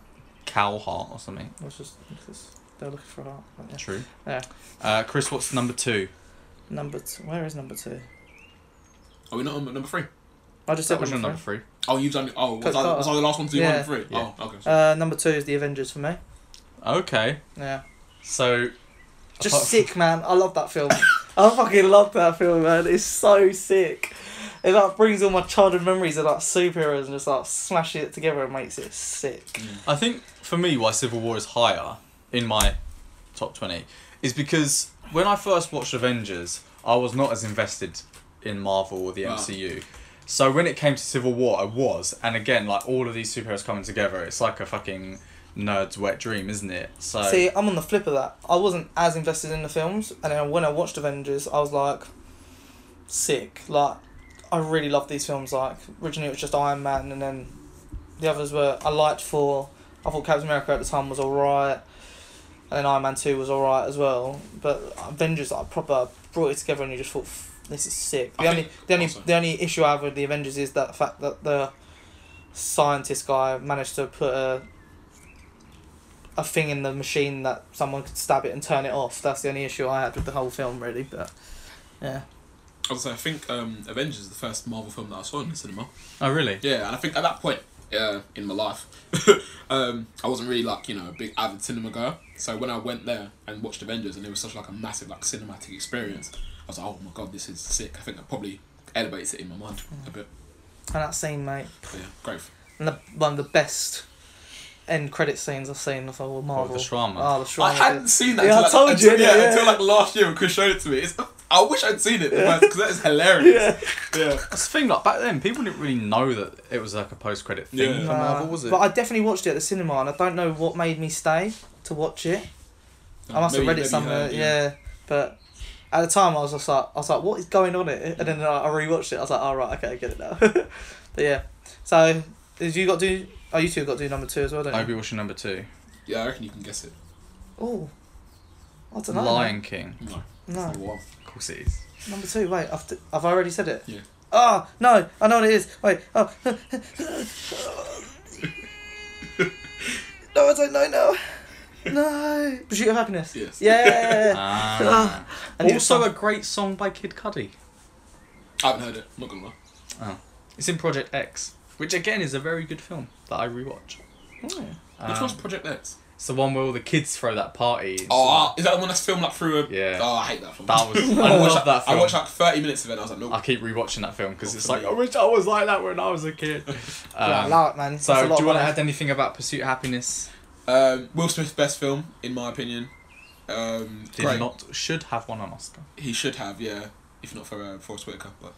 cow heart or something.
It was just, it's just- they're looking for a heart. weren't they?
True.
Yeah.
Uh, Chris, what's number two?
Number two. Where is number two?
Are we not on number three?
I just
That
said
was your
number
number
three.
three.
Oh, you've done. Oh, was
Coach
I,
Carter.
was I the last one to do one
Yeah.
and three?
Yeah.
Oh, okay.
Uh, number two is the Avengers for me.
Okay.
Yeah.
So
Just
Apart-
sick, man. I love that film. I fucking love that film, man. It's so sick. It like brings all my childhood memories of like superheroes and just like smashes it together and makes it sick.
I think for me, why Civil War is higher in my top 20 is because when I first watched Avengers, I was not as invested in Marvel or the
Right.
MCU. So when it came to Civil War, I was. And again, like all of these superheroes coming together, it's like a fucking nerd's wet dream, isn't it? So
See, I'm on the flip of that. I wasn't as invested in the films, and then when I watched Avengers, I was like, sick. Like, I really love these films. Like, originally it was just Iron Man, and then the others were I liked for. I thought Captain America at the time was alright, and then Iron Man Two was alright as well. But Avengers, like, proper brought it together, and you just thought, this is sick. The
I
only,
think
the only,
also-
the only issue I have with the Avengers is that fact that the scientist guy managed to put a a thing in the machine that someone could stab it and turn it off. That's the only issue I had with the whole film, really. But yeah,
I was gonna say, I think um, Avengers is the first Marvel film that I saw in the cinema.
Oh, really?
Yeah, and I think at that point uh, in my life, um, I wasn't really like you know a big avid cinema goer. So when I went there and watched Avengers, and it was such like a massive like cinematic experience, I was like, oh my god, this is sick. I think that probably elevates it in my mind a bit.
and that scene, mate,
But yeah, great.
and the, one of the best end credit scenes I've seen of all Marvel.
the shawarma.
Oh, the shawarma
I hadn't
bit.
seen that. until,
Yeah, I
like,
told you,
until- yeah,
yeah.
until like last year when Chris showed it to me. It's a I wish I'd seen it because that is hilarious. Yeah.
That's the thing. Like back then, people didn't really know that it was like a post-credit thing
Yeah.
for
Nah,
Marvel, was it?
Uh, But I definitely watched it at the cinema, and I don't know what made me stay to watch it. I must
Oh, Maybe-
have read
maybe
it somewhere,
her,
yeah. But at the time, I was just like, I was like, what is going on here? And then I, I rewatched it. I was like, all right, okay, I get it now. but yeah, so did you got to do? Oh, you two got to do number two as well, don't
I'll
you?
be watching number two,
Yeah, I reckon you can guess it.
Oh, I don't know.
Lion King.
No,
No,
it's not one.
Of course it is.
number two. Wait, I've, d- I've already said it.
Yeah.
Oh no, I know what it is. Wait. Oh. no, I don't know now. No. Pursuit of happiness.
Yes.
Yeah.
Ah.
I knew
also,
it
a great song by Kid Cudi.
I haven't heard it. I'm not gonna lie.
It's in Project X, which again is a very good film that I rewatch.
was- Hmm.
Which
Um,
one's Project X?
It's the one where all the kids throw that party. It's
Oh,
like-
ah, is that the one that's filmed like through a?
Yeah.
Oh, I hate that film.
that was. I
I watched
love that film. Ah.
I watched like 30 minutes of it. and I was like,
I
no.
keep rewatching that film because
Not
it's
for
like
me.
I wish I was like that when I was a kid.
yeah, I
Um,
love it, man.
so,
That's a
do
lot
you
of
want to
money.
add anything about Pursuit of Happiness?
Um, Will Smith's best film, in my opinion. Um,
Did
great.
not should have won an Oscar.
He should have, yeah. If not for uh, Forrest Whitaker, but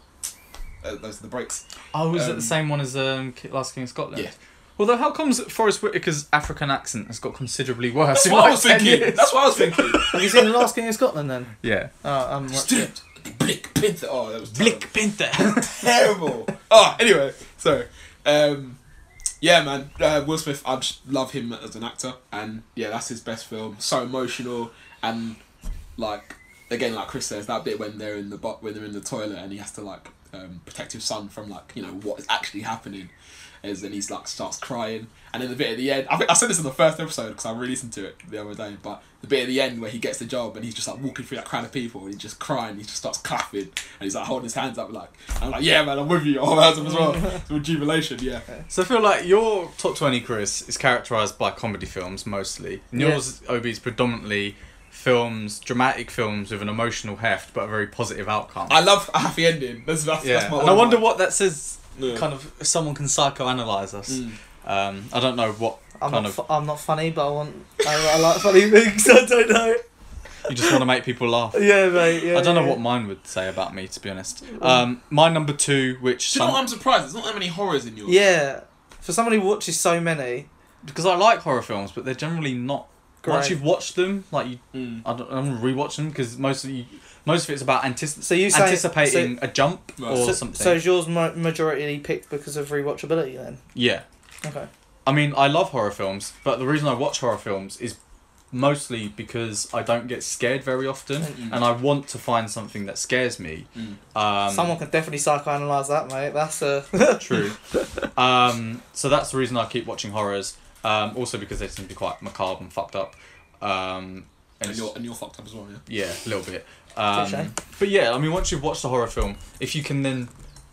uh, those are the breaks.
Oh, is it
Um,
the same one as um, Ki- Last King of Scotland?
Yeah.
Although, how comes Forrest Whitaker's African accent has got considerably worse?
That's
in
what
like
I was
10
thinking.
years?
That's what I was thinking.
Have you seen the last King of Scotland then?
Yeah.
Oh, I haven't watched it.
Stupid. Blick Pinther. Oh, that was terrible.
Pinther.
terrible. Oh, anyway, so um, yeah, man, uh, Will Smith. I just love him as an actor, and yeah, that's his best film. So emotional, and like again, like Chris says, that bit when they're in the bo- when they're in the toilet, and he has to like um, protect his son from like you know what is actually happening. Is and he's like starts crying, and then the bit at the end. I think I said this in the first episode because I re listened to it the other day. But the bit at the end where he gets the job and he's just like walking through that crowd of people and he's just crying, he just starts clapping and he's like holding his hands up like, I'm like, yeah, man, I'm with you, I'll hands up as well. Some jubilation, yeah.
so I feel like your top 20, Chris, is characterised by comedy films mostly. And
Yeah.
yours, OB, is predominantly films, dramatic films with an emotional heft but a very positive outcome.
I love a happy ending. That's that's,
yeah.
that's my.
and I wonder what that says.
Yeah.
Kind of, someone can psychoanalyze us.
Mm.
Um, I don't know what
I'm
kind
not,
of.
fu- I'm not funny, but I want. I, I like funny things. I don't know.
you just want to make people laugh.
Yeah, mate. Yeah.
I don't know
yeah.
what mine would say about me, to be honest. Um, my number two, which
Do you know
some-
what I'm surprised? There's not that many horrors in yours.
Yeah, for somebody who watches so many.
because I like horror films, but they're generally not. Once
Great.
you've watched them, like you,
Mm.
I don't, I don't rewatch them because most of you, most of it's about antici-
So you say
anticipating a jump
Right.
or
So, so,
something.
so is yours mo- majority picked because of rewatchability then?
yeah,
Okay.
I mean, I love horror films, but the reason I watch horror films is mostly because I don't get scared very often,
Mm.
and I want to find something that scares me.
Mm.
Um,
Someone can definitely psychoanalyze that, mate. That's a.
True. um, so that's the reason I keep watching horrors. Um, also because they seem to be quite macabre and fucked up. Um, and
And
it's-
you're and you're fucked up as well, yeah.
yeah, a little bit.
Touche.
Um, but yeah, I mean, once you've watched the horror film, if you can then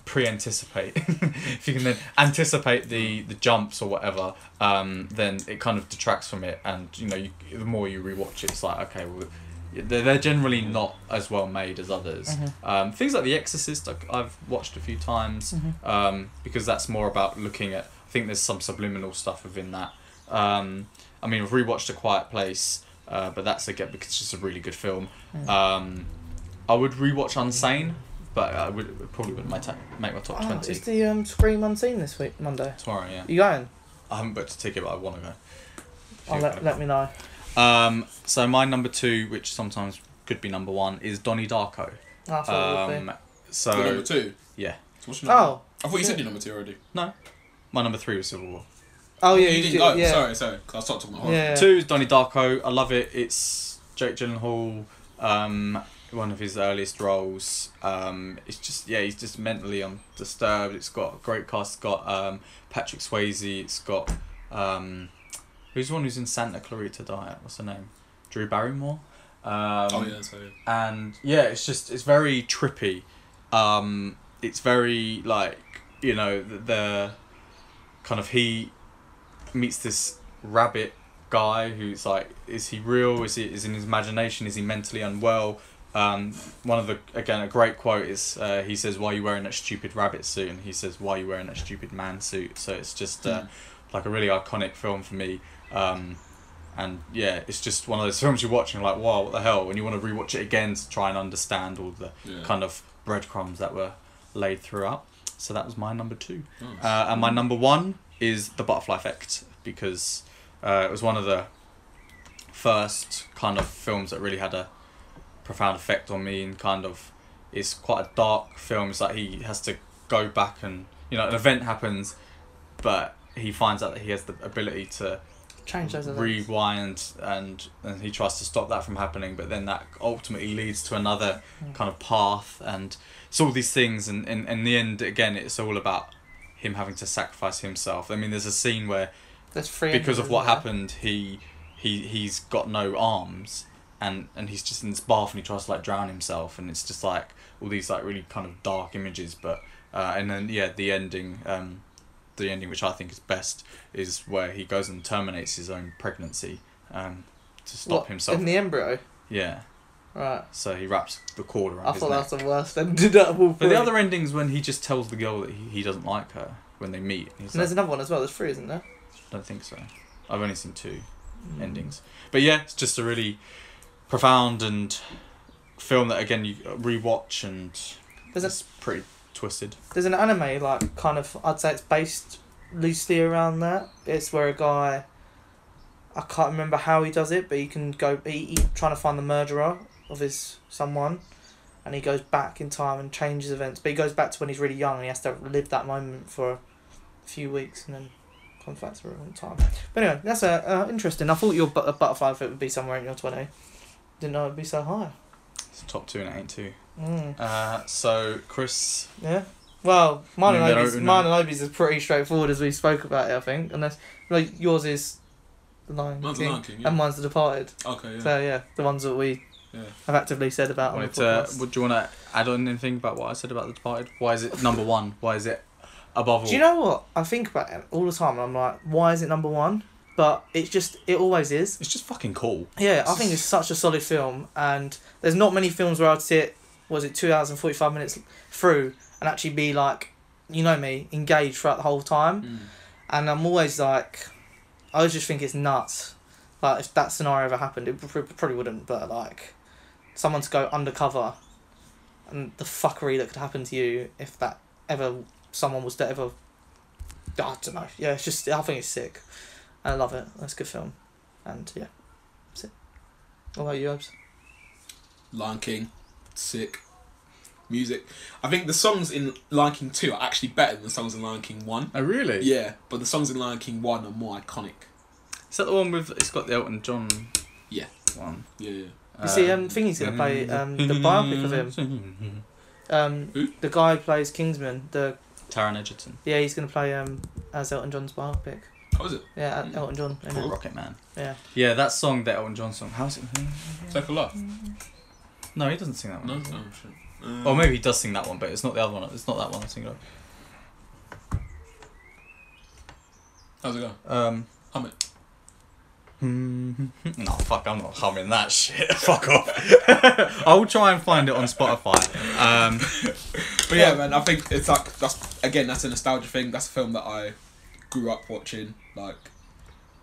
pre-anticipate, if you can then anticipate the the jumps or whatever, um, then it kind of detracts from it. And you know, you, the more you rewatch it, it's like okay, well, they're, they're generally not as well made as others.
Mhm.
Um, things like The Exorcist, I, I've watched a few times um, because that's more about looking at. I think there's some subliminal stuff within that. Um, I mean, I've rewatched A Quiet Place, uh, but that's again because it's just a really good film.
Hmm.
Um, I would rewatch Unsane, but I would probably wouldn't make, ta- make my top
Oh,
twenty
is the um, Scream Unseen this week, Monday?
tomorrow. Yeah,
You going?
I haven't booked a ticket, but I want to go.
Oh,
Yeah,
let,
but-
let me know.
Um, so my number two, which sometimes could be number one, is Donnie Darko.
I thought it would be.
Um, so
You're number two.
yeah,
So what's your number?
Oh.
I thought you said
shit.
your number two already.
no, my number three was Civil War.
Oh, yeah,
you,
you
didn't
did,
go.
yeah.
Sorry, sorry. 'cause I started talking about horror.
Yeah.
Two is Donnie Darko. I love it. It's Jake Gyllenhaal, um, one of his earliest roles. Um, it's just yeah, he's just mentally undisturbed. It's got a great cast. It's got um, Patrick Swayze. It's got um, who's the one who's in Santa Clarita Diet? What's her name? Drew Barrymore. Um,
Oh yeah, so
and yeah, it's just it's very trippy. Um, it's very like you know the, the kind of he meets this rabbit guy who's like, is he real? Is he is he in his imagination? Is he mentally unwell? Um, one of the again a great quote is uh, he says, "Why are you wearing that stupid rabbit suit?" and he says, "Why are you wearing that stupid man suit?" So it's just uh, like a really iconic film for me. Um, And yeah, it's just one of those films you watch and you're like, wow, what the hell? And you want to rewatch it again to try and understand all the
Yeah.
kind of breadcrumbs that were laid throughout. So that was my number two.
Nice.
Uh, and my number one is The Butterfly Effect because uh, it was one of the first kind of films that really had a profound effect on me and kind of it's quite a dark film. It's like he has to go back and, you know, an event happens, but he finds out that he has the ability to
Change those events.
rewind and and he tries to stop that from happening but then that ultimately leads to another
Mm.
kind of path and it's all these things and in in the end again it's all about him having to sacrifice himself i mean there's a scene where
There's three.
because of
endings,
what
isn't there?
happened he he he's got no arms and and he's just in this bath and he tries to like drown himself and it's just like all these like really kind of dark images but uh, and then yeah the ending um the ending which i think is best is where he goes and terminates his own pregnancy um to stop
What,
himself
in the embryo.
yeah
Right.
so he wraps the cord around
I
his
thought
neck.
that was the worst ended up. all
but
three.
the other ending's when he just tells the girl that he, he doesn't like her when they meet he's
And there's
like,
another one as well. There's three, isn't there?
i don't think so i've only seen two endings. But yeah, it's just a really profound and film that again you rewatch and
There's a
it's pretty twisted.
there's an anime like kind of I'd say it's based loosely around that. It's where a guy I can't remember how he does it, but he can go he, he trying to find the murderer of his someone and he goes back in time and changes events. But he goes back to when he's really young and he has to live that moment for a few weeks and then comes back to relevant time. But anyway, that's uh, uh, interesting. I thought your bu- butterfly effect would be somewhere in your twenty. Didn't know it'd be so high.
It's a top two and it ain't two.
Mm.
Uh, so Chris,
Yeah. Well, mine and
Numero
Obi's,
uno.
mine and Obi's is pretty straightforward as we spoke about it, I think. Unless like yours is the Lion
Mine's the
King,
Lion King, yeah.
and mine's the Departed.
Okay, yeah.
So yeah, the ones that we
Yeah.
have actively said about on the
wanted to,
podcast.
uh, would you want to add on anything about what I said about The Departed? Why is it number one? Why is it above all?
Do you know what I think about it all the time? And I'm like, why is it number one? But it's just it always is.
It's just fucking cool.
Yeah, I think it's such a solid film, and there's not many films where I'd sit. Was it two hours and forty five minutes through and actually be like, you know me, engaged throughout the whole time.
Mm.
and I'm always like, I always just think it's nuts. Like if that scenario ever happened, it pr- probably wouldn't. But like, someone to go undercover, and the fuckery that could happen to you if that ever someone was to ever, I don't know. Yeah, it's just I think it's sick. I love it. That's a good film, and yeah, that's it. What about you, Abs?
Lion King, sick. Music. I think the songs in Lion King 2 are actually better than the songs in Lion King 1.
Oh really?
Yeah, but the songs in Lion King 1 are more iconic.
Is that the one with it's got the Elton John?
Yeah.
One.
Yeah, yeah.
You see, um, Thingy's gonna play um the biopic of him.
him.
Um,
Who?
the guy who plays Kingsman. The
Taron Egerton.
yeah, he's gonna play um as Elton John's biopic.
How is it?
Yeah,
Mm.
Elton John. isn't
Cool.
it?
Rocket Man.
Yeah.
Yeah, that song, that Elton John song. How's it?
Take a laugh.
No, he doesn't sing that one.
No?
does he?
Oh, shit. Um,
Or maybe he does sing that one, but it's not the other one. It's not that one I'm thinking of.
How's it going?
Um,
Hum
it. no, Um, fuck, I'm not humming that shit. fuck off. I'll try and find it on Spotify. Um,
But yeah, man, I think it's like, that's again, that's a nostalgia thing. That's a film that I grew up watching. Like,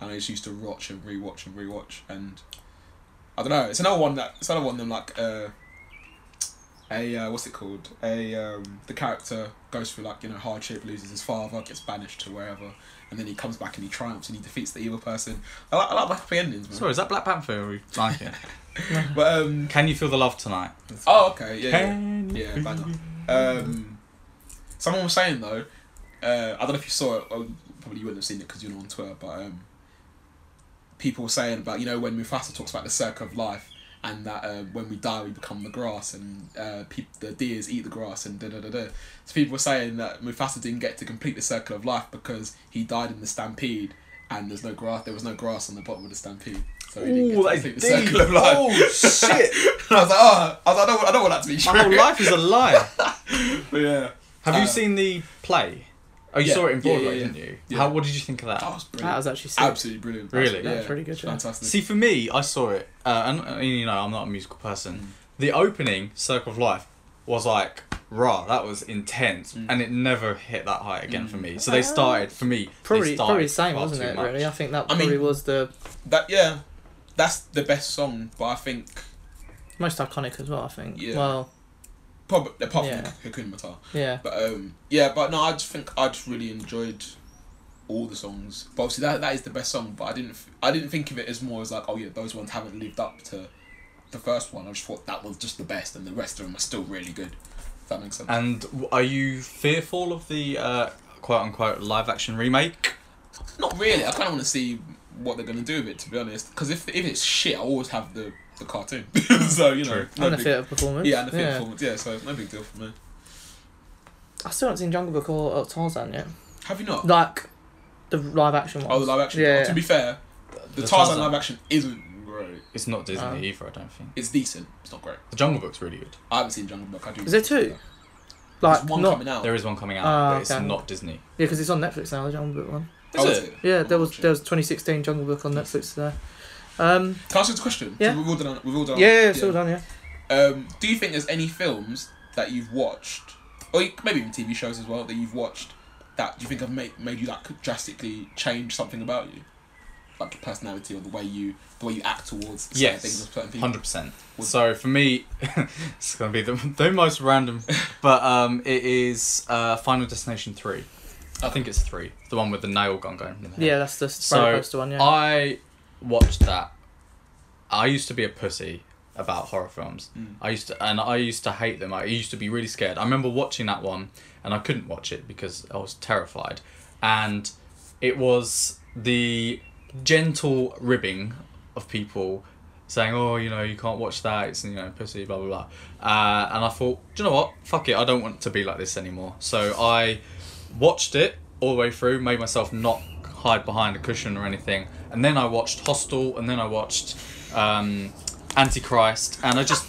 and I just used to watch and rewatch and rewatch. And I don't know, it's another one that, it's another one that, like, uh, a uh, what's it called? A um, the character goes through like you know hardship, loses his father, gets banished to wherever, and then he comes back and he triumphs and he defeats the evil person. I like, I like my happy endings, man.
sorry, is that Black Panther? Or we like it?
But um,
Can you feel the love tonight?
oh okay, yeah, yeah.
Can
Yeah,
you
banger.
feel-
Um, someone was saying though, uh, I don't know if you saw it. Or probably you wouldn't have seen it because you're not on Twitter, but um, people were saying about you know when Mufasa talks about the circle of life and that uh, when we die we become the grass and uh, peop the deers eat the grass and da da da da. So people were saying that Mufasa didn't get to complete the circle of life because he died in the stampede and there's no grass. There was no grass on the bottom of the stampede. So he didn't
Ooh,
get
that
to complete
is
the circle of
deep.
life.
Oh, shit.
and I was like, oh, I, was like, I don't, want- I don't want that to be true.
My whole life is a lie.
But yeah.
Have you
Uh,
seen the play? Oh, you
yeah,
saw it in
yeah, yeah,
Broadway,
yeah.
didn't you?
Yeah.
How? What did you think of that?
That was
That
brilliant.
was actually sick.
Absolutely brilliant.
Really?
Yeah.
That was pretty good, yeah.
Fantastic.
See, for me, I saw it, Mm. uh, and uh, you know, I'm not a musical person. The opening, Circle of Life, was like raw, that was intense, and it never hit that high again for me. So they
Uh,
started for me.
Probably,
they started
probably the same,
far
wasn't
too
it?
much.
Really, I think that
I mean-
probably was the
That yeah, that's the best song. But I think
most iconic as well. I think.
Yeah.
Well,
probably apart from
Yeah.
Hakuna Matata.
yeah,
But um, yeah, but no, I just think I just really enjoyed all the songs. But obviously, that that is the best song. But I didn't f- I didn't think of it as more as like, oh yeah, those ones haven't lived up to the first one. I just thought that one's just the best, and the rest of them are still really good. If that makes sense.
And w- are you fearful of the uh, quote unquote live action remake?
Not really. I kind of want to see what they're gonna do with it, to be honest. Because if if it's shit, I always have the the cartoon. so you know,
True.
no
and the
big-
theatre performance.
yeah, and the theatre performance. Yeah, so no big deal for me.
I still haven't seen Jungle Book or, or Tarzan yet.
Have you not?
Like the live action ones.
Oh, the live action.
Yeah.
To be fair, the,
The
Tarzan,
Tarzan.
live action isn't great.
It's not Disney
Um,
either, I don't think.
It's decent. It's not great.
The Jungle Book's really good.
I haven't seen Jungle Book. I do.
Is there two?
There's
like
one
not
coming out.
There is one coming out,
Ah,
but it's
okay.
not Disney.
yeah, because it's on Netflix now. The Jungle Book one.
Oh,
Is
is
it?
it?
Yeah, there
Oh,
was
shit.
there was 2016 Jungle Book on Netflix today. Um,
Can I ask you a question?
Yeah.
So we've all done. We've all done.
yeah, yeah, it's all done. Yeah.
Um, do you think there's any films that you've watched, or you- maybe even TV shows as well, that you've watched that you think have made made you like drastically change something about you, like your personality or the way you the way you act towards certain
Yes.
things or certain people?
Hundred percent.
Would-
So for me, it's gonna be the, the most random, but um, it is uh, Final Destination three. I think it's three, the one with the nail gun going. in the head.
Yeah, that's the
So,
roller coaster one. Yeah.
I watched that. I used to be a pussy about horror films.
Mm.
I used to, and I used to hate them. I used to be really scared. I remember watching that one, and I couldn't watch it because I was terrified. And it was the gentle ribbing of people saying, "Oh, you know, you can't watch that. It's you know, pussy, blah blah blah." Uh, and I thought, do you know what? Fuck it. I don't want to be like this anymore. So I watched it all the way through, made myself not hide behind a cushion or anything. And then I watched Hostel, and then I watched um, Antichrist, and I just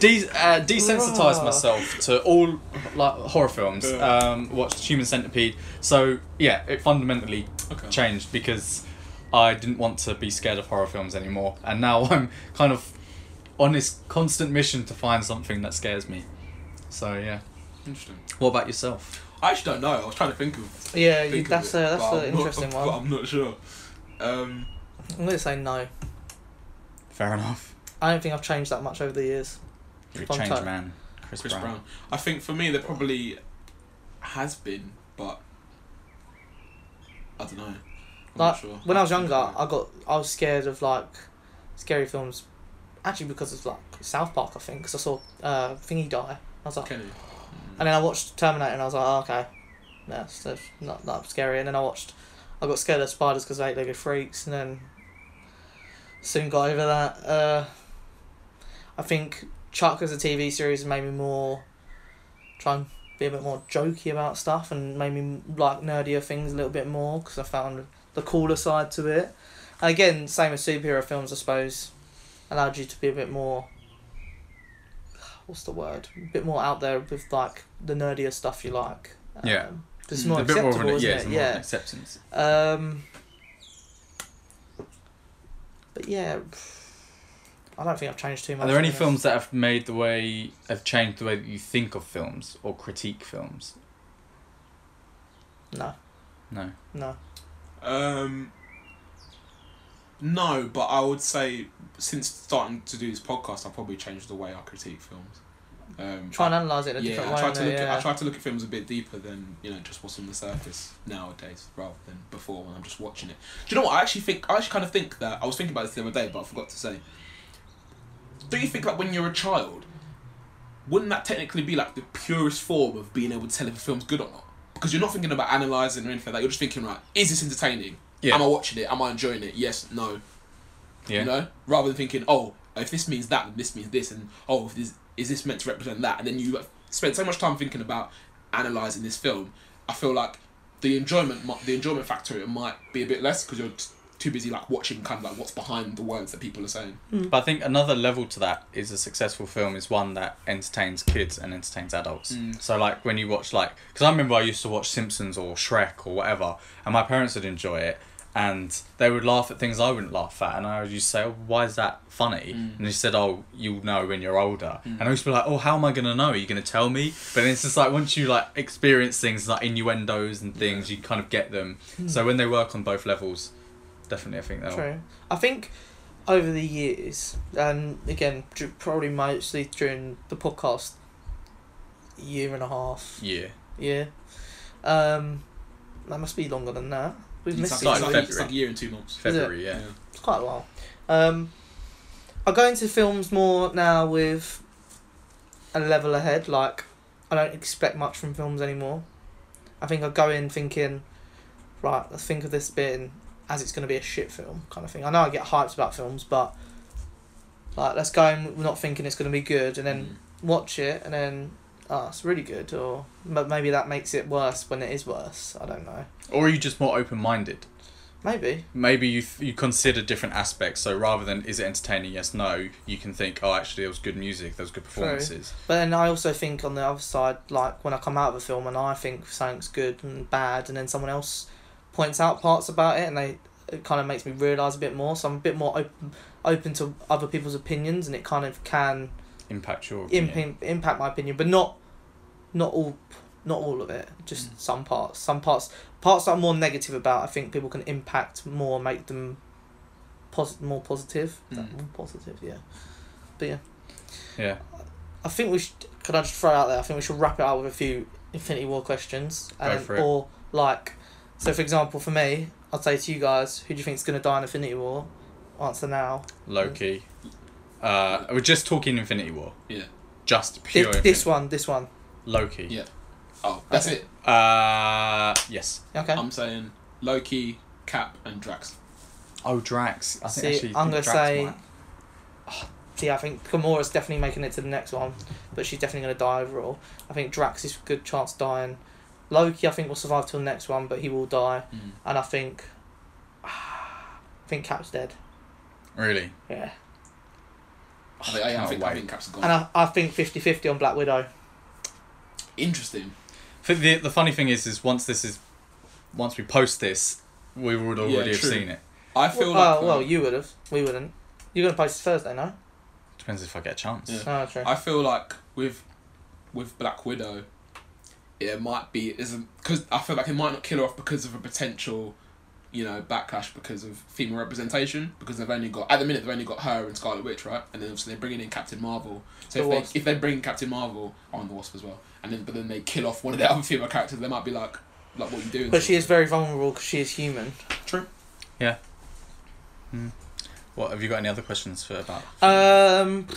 de- uh, desensitized
Wow.
myself to all like horror films.
Yeah.
Um, watched Human Centipede. So yeah, it fundamentally
Okay.
changed because I didn't want to be scared of horror films anymore, and now I'm kind of on this constant mission to find something that scares me. So yeah.
Interesting.
What about yourself?
I actually don't know. I was trying to think of.
yeah, you,
Think of
that's
it,
a that's
but I'm
an
not-
interesting
But
one.
I'm not sure. Um,
I'm gonna say no.
Fair enough.
I don't think I've changed that much over the years.
You're a
Fun
change
fact.
man, Chris,
Chris
Brown.
Brown. I think for me there probably has been, but I don't know. I'm
Like
not sure.
when I was younger, I got I was scared of like scary films, actually because of like South Park. I think because I saw uh, Thingy die. I was like,
Kenny.
and then I watched Terminator, and I was like, oh, okay, that's that's not that scary. And then I watched, I got scared of spiders because they ate legged freaks, and then soon got over that. Uh, I think Chuck as a TV series made me more try and be a bit more jokey about stuff, and made me like nerdier things a little bit more because I found the cooler side to it. And again, same as superhero films, I suppose, allowed you to be a bit more. What's the word? A bit more out there with like the nerdier stuff you like.
Yeah.
Um, 'cause it's
Mm,
more
A bit more
acceptable,
of an-
isn't
yeah, it's
it?
more of an
Yeah.
acceptance.
Um, but yeah, pff, I don't think I've changed too much.
Are there any
to be
films
honest.
that have made the way have changed the way that you think of films or critique films?
No,
No.
no.
Um, no, but I would say since starting to do this podcast, I've probably changed the way I critique films. Um,
Try and
I-
analyse it in a
yeah,
different
I
way.
try
innit?
to look. At,
yeah.
I try to look at films a bit deeper than you know just what's on the surface nowadays, rather than before when I'm just watching it. Do you know what? I actually think I actually kind of think that I was thinking about this the other day, but I forgot to say. Do you think that when you're a child, wouldn't that technically be like the purest form of being able to tell if a film's good or not? Because you're not thinking about analysing or anything like that. You're just thinking, right, is this entertaining?
Yeah.
Am I watching it? Am I enjoying it? Yes, no.
Yeah.
You know? Rather than thinking, oh, if this means that, then this means this, and oh, if this, is this meant to represent that? And then you spend so much time thinking about analysing this film. I feel like the enjoyment, mi- the enjoyment factor, it might be a bit less because you're t- too busy like watching kind of like what's behind the words that people are saying.
But I think another level to that is a successful film is one that entertains kids and entertains adults.
Mm.
So like when you watch like because I remember I used to watch Simpsons or Shrek or whatever, and my parents would enjoy it, and they would laugh at things I wouldn't laugh at, and I would just say, oh, "Why is that funny?" And she said, "Oh, you'll know when you're older." And I used to be like, "Oh, how am I gonna know? Are you gonna tell me?" But then it's just like once you like experience things like innuendos and things, you kind of get them.
Mm.
So when they work on both levels, definitely, I think they'll.
True. I think over the years, and again, dr- probably mostly during the podcast year and a half,
Yeah.
yeah, um, that must be longer than that. We've
It's
missed
like, it's,
it.
like,
February.
it's like a year and two months.
February, yeah.
It's quite a while. Um, I go into films more now with a level ahead. Like, I don't expect much from films anymore. I think I go in thinking, right, let's think of this bit and as it's going to be a shit film kind of thing. I know I get hyped about films, but like, let's go in not thinking it's going to be good and then watch it and then. Oh, it's really good, or but maybe that makes it worse when it is worse. I don't know.
Or are you just more open minded?
Maybe.
Maybe you th- you consider different aspects. So rather than is it entertaining? Yes, no. You can think, oh, actually, there was good music. There was good performances.
But then I also think on the other side, like when I come out of a film and I think something's good and bad, and then someone else points out parts about it, and they it kind of makes me realize a bit more. So I'm a bit more open open to other people's opinions, and it kind of can
Impact your opinion.
imp- impact my opinion, but not not all not all of it. Just some parts. Some parts parts that I'm more negative about. I think people can impact more, make them pos- more positive.
Mm.
More positive, yeah.
Yeah.
I think we should. Could I just throw out there? I think we should wrap it up with a few Infinity War questions,
Go
and
for it.
or like, so for example, for me, I'd say to you guys, who do you think's gonna die in Infinity War? Answer now.
Loki. Uh, we're just talking Infinity War.
Yeah.
Just
Thi-
pure.
This,
Infinity-
one, this one.
Loki.
Yeah. Oh, that's
Okay.
it.
Uh, yes.
Okay.
I'm saying Loki, Cap, and Drax.
Oh, Drax. I think
See,
actually,
I'm
think
gonna
Drax
say-
might.
yeah, I think Gamora's definitely making it to the next one, but she's definitely gonna die overall. I think Drax is a good chance of dying. Loki, I think will survive till the next one, but he will die,
Mm.
and I think. I think Cap's dead.
Really.
Yeah.
I think, Oh, I,
Can't
think, I
wait.
think Cap's gone.
And I, I think 50 50 on Black Widow.
Interesting.
But the the funny thing is, is once this is, once we post this, we would already have
true.
seen it.
I feel
well,
like.
oh,
um,
well, you would have. We wouldn't. You're gonna post Thursday, no?
Depends if I get a chance.
Yeah.
Oh, true.
I feel like with with Black Widow, it might be isn't because I feel like it might not kill her off because of a potential, you know, backlash because of female representation because they've only got at the minute they've only got her and Scarlet Witch right, and then obviously they're bringing in Captain Marvel. So
The
if
Wasp.
they, if they bring Captain Marvel on the Wasp as well, and then but then they kill off one of the other female characters, they might be like like what you doing?
but she is very vulnerable because she is human.
true.
What have you got? Any other questions for about?
Um,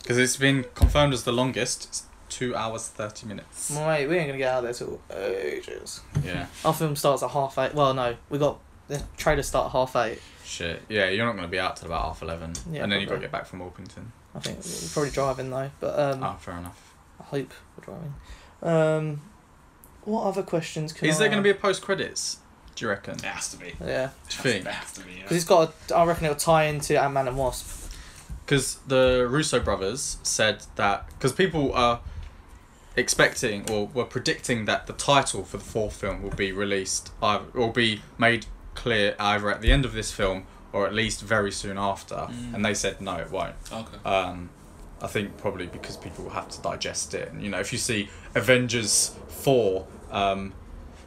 Because it's been confirmed as the longest. It's two hours thirty minutes.
wait, we ain't gonna get out of there till ages.
Yeah.
Our film starts at half eight. Well, no, we got the trailer start at half eight.
Shit. Yeah, you're not going to be out till about half eleven,
Yeah,
and then you've got to
probably.
get back from Orpington.
I think we're probably driving though, but um,
Ah, fair enough.
I hope we're driving. Um, what other questions can
Is
I
there going to be a post credits? Do you reckon?
It has to be.
Yeah,
Thing.
It has to be.
because
Yeah.
it's got. A, I reckon it'll tie into Ant Man and Wasp.
Because the Russo brothers said that because people are expecting or were predicting that the title for the fourth film will be released either, or be made clear either at the end of this film or at least very soon after,
Mm.
and they said no, it won't.
Okay.
Um, I think probably because people have to digest it. And, you know, if you see Avengers 4, um,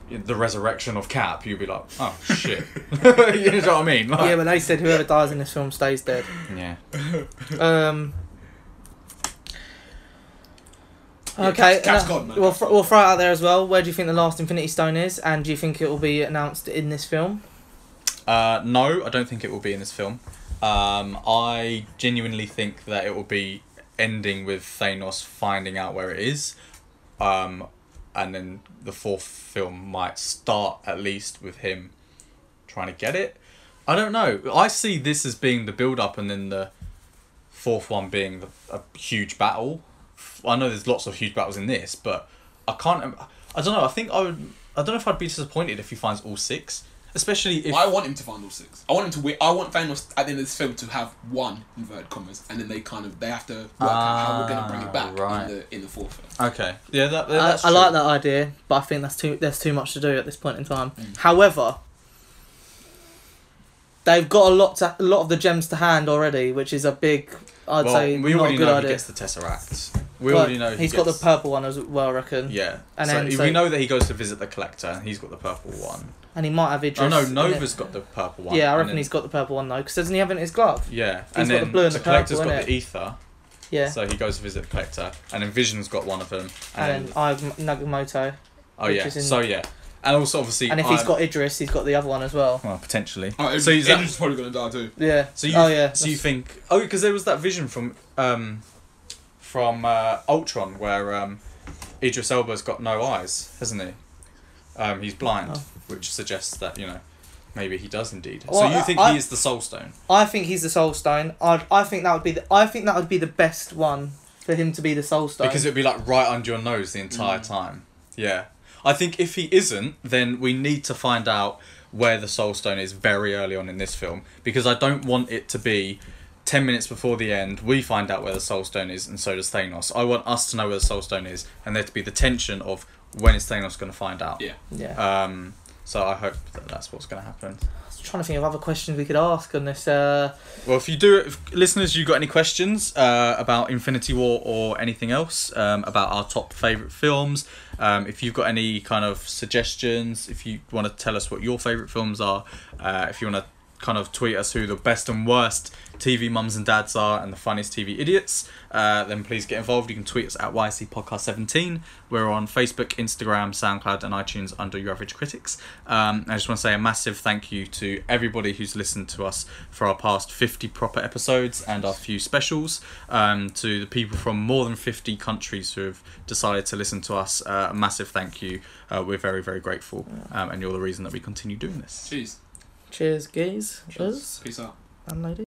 the resurrection of Cap, you'll be like, oh, shit. you know what I mean? Like,
yeah, but they said whoever dies in this film stays dead.
yeah.
Um.
Yeah,
Okay.
Cap's- Cap's
uh,
gone, man.
We'll, fr- we'll throw it out there as well. Where do you think the last Infinity Stone is, and do you think it will be announced in this film?
Uh, no, I don't think it will be in this film. Um, I genuinely think that it will be ending with Thanos finding out where it is, um, and then the fourth film might start at least with him trying to get it. I don't know. I see this as being the build up, and then the fourth one being the, a huge battle. I know there's lots of huge battles in this, but I can't. I don't know. I think I would. I don't know if I'd be disappointed if he finds all six, especially if
I want him to find all six. I want him to win. I want Thanos at the end of this film to have one inverted commas, and then they kind of they have to work out how we're going to bring it back
Ah, right.
in the in the fourth film.
Okay. Yeah, that,
I,
that's
I
true. Mm.
like that idea, but I think that's too there's too much to do at this point in time. However, They've got a lot to a lot of the gems to hand already, which is a big. I'd
well,
say
we
not
already
a good
know
idea.
he gets the Tesseract. We
But
already know he
he's
gets,
got the purple one as well, I reckon.
Yeah,
And
so
then-
he-
so-
we know that he goes to visit the Collector. He's got the purple one.
And he might have Idris.
Oh no,
in
Nova's
it.
got the purple one.
Yeah, I
and
reckon
then-
he's got the purple one though, because doesn't he have it in his glove?
Yeah,
got
and
the
then
blue and the
Collector's
purple,
got
innit?
the Ether,
Yeah.
so he goes to visit the Collector, and then Vision's got one of them.
and
And,
then I have Nagamoto.
oh
which
yeah,
is in-
so yeah, and also obviously,
And if he's
I'm-
got Idris, he's got the other one as well.
well potentially.
Oh, Id-
so is that-
Idris probably gonna die too.
Yeah.
So you,
oh yeah.
so you
that's-
think? Oh, because there was that vision from um, from uh, Ultron where um, Idris Elba's got no eyes, hasn't he? Um, he's blind,
Oh.
which suggests that you know maybe he does indeed.
Well,
so you
I-
think
I-
he is the Soul Stone?
I think he's the Soul Stone. I I think that would be the I think that would be the best one for him to be the Soul Stone.
Because it would be like right under your nose the entire time. Yeah. I think if he isn't, then we need to find out where the Soul Stone is very early on in this film because I don't want it to be 10 minutes before the end we find out where the Soul Stone is and so does Thanos. I want us to know where the Soul Stone is and there to be the tension of when is Thanos going to find out.
Yeah.
yeah.
Um so I hope that that's what's going to happen.
I was trying to think of other questions we could ask on this. Uh,
Well, if you do, if, listeners, you got any questions uh, about Infinity War or anything else um, about our top favorite films? Um, if you've got any kind of suggestions, if you want to tell us what your favorite films are, uh, if you want to kind of tweet us who the best and worst TV mums and dads are and the funniest TV idiots, uh, then please get involved. You can tweet us at YC Podcast Seventeen. We're on Facebook, Instagram, SoundCloud, and iTunes under Your Average Critics. Um, I just want to say a massive thank you to everybody who's listened to us for our past 50 proper episodes and our few specials. Um, to the people from more than 50 countries who have decided to listen to us, uh, a massive thank you. Uh, we're very, very grateful, um, and you're the reason that we continue doing this.
Jeez.
cheers, gays. Cheers.
Peace out.
And ladies.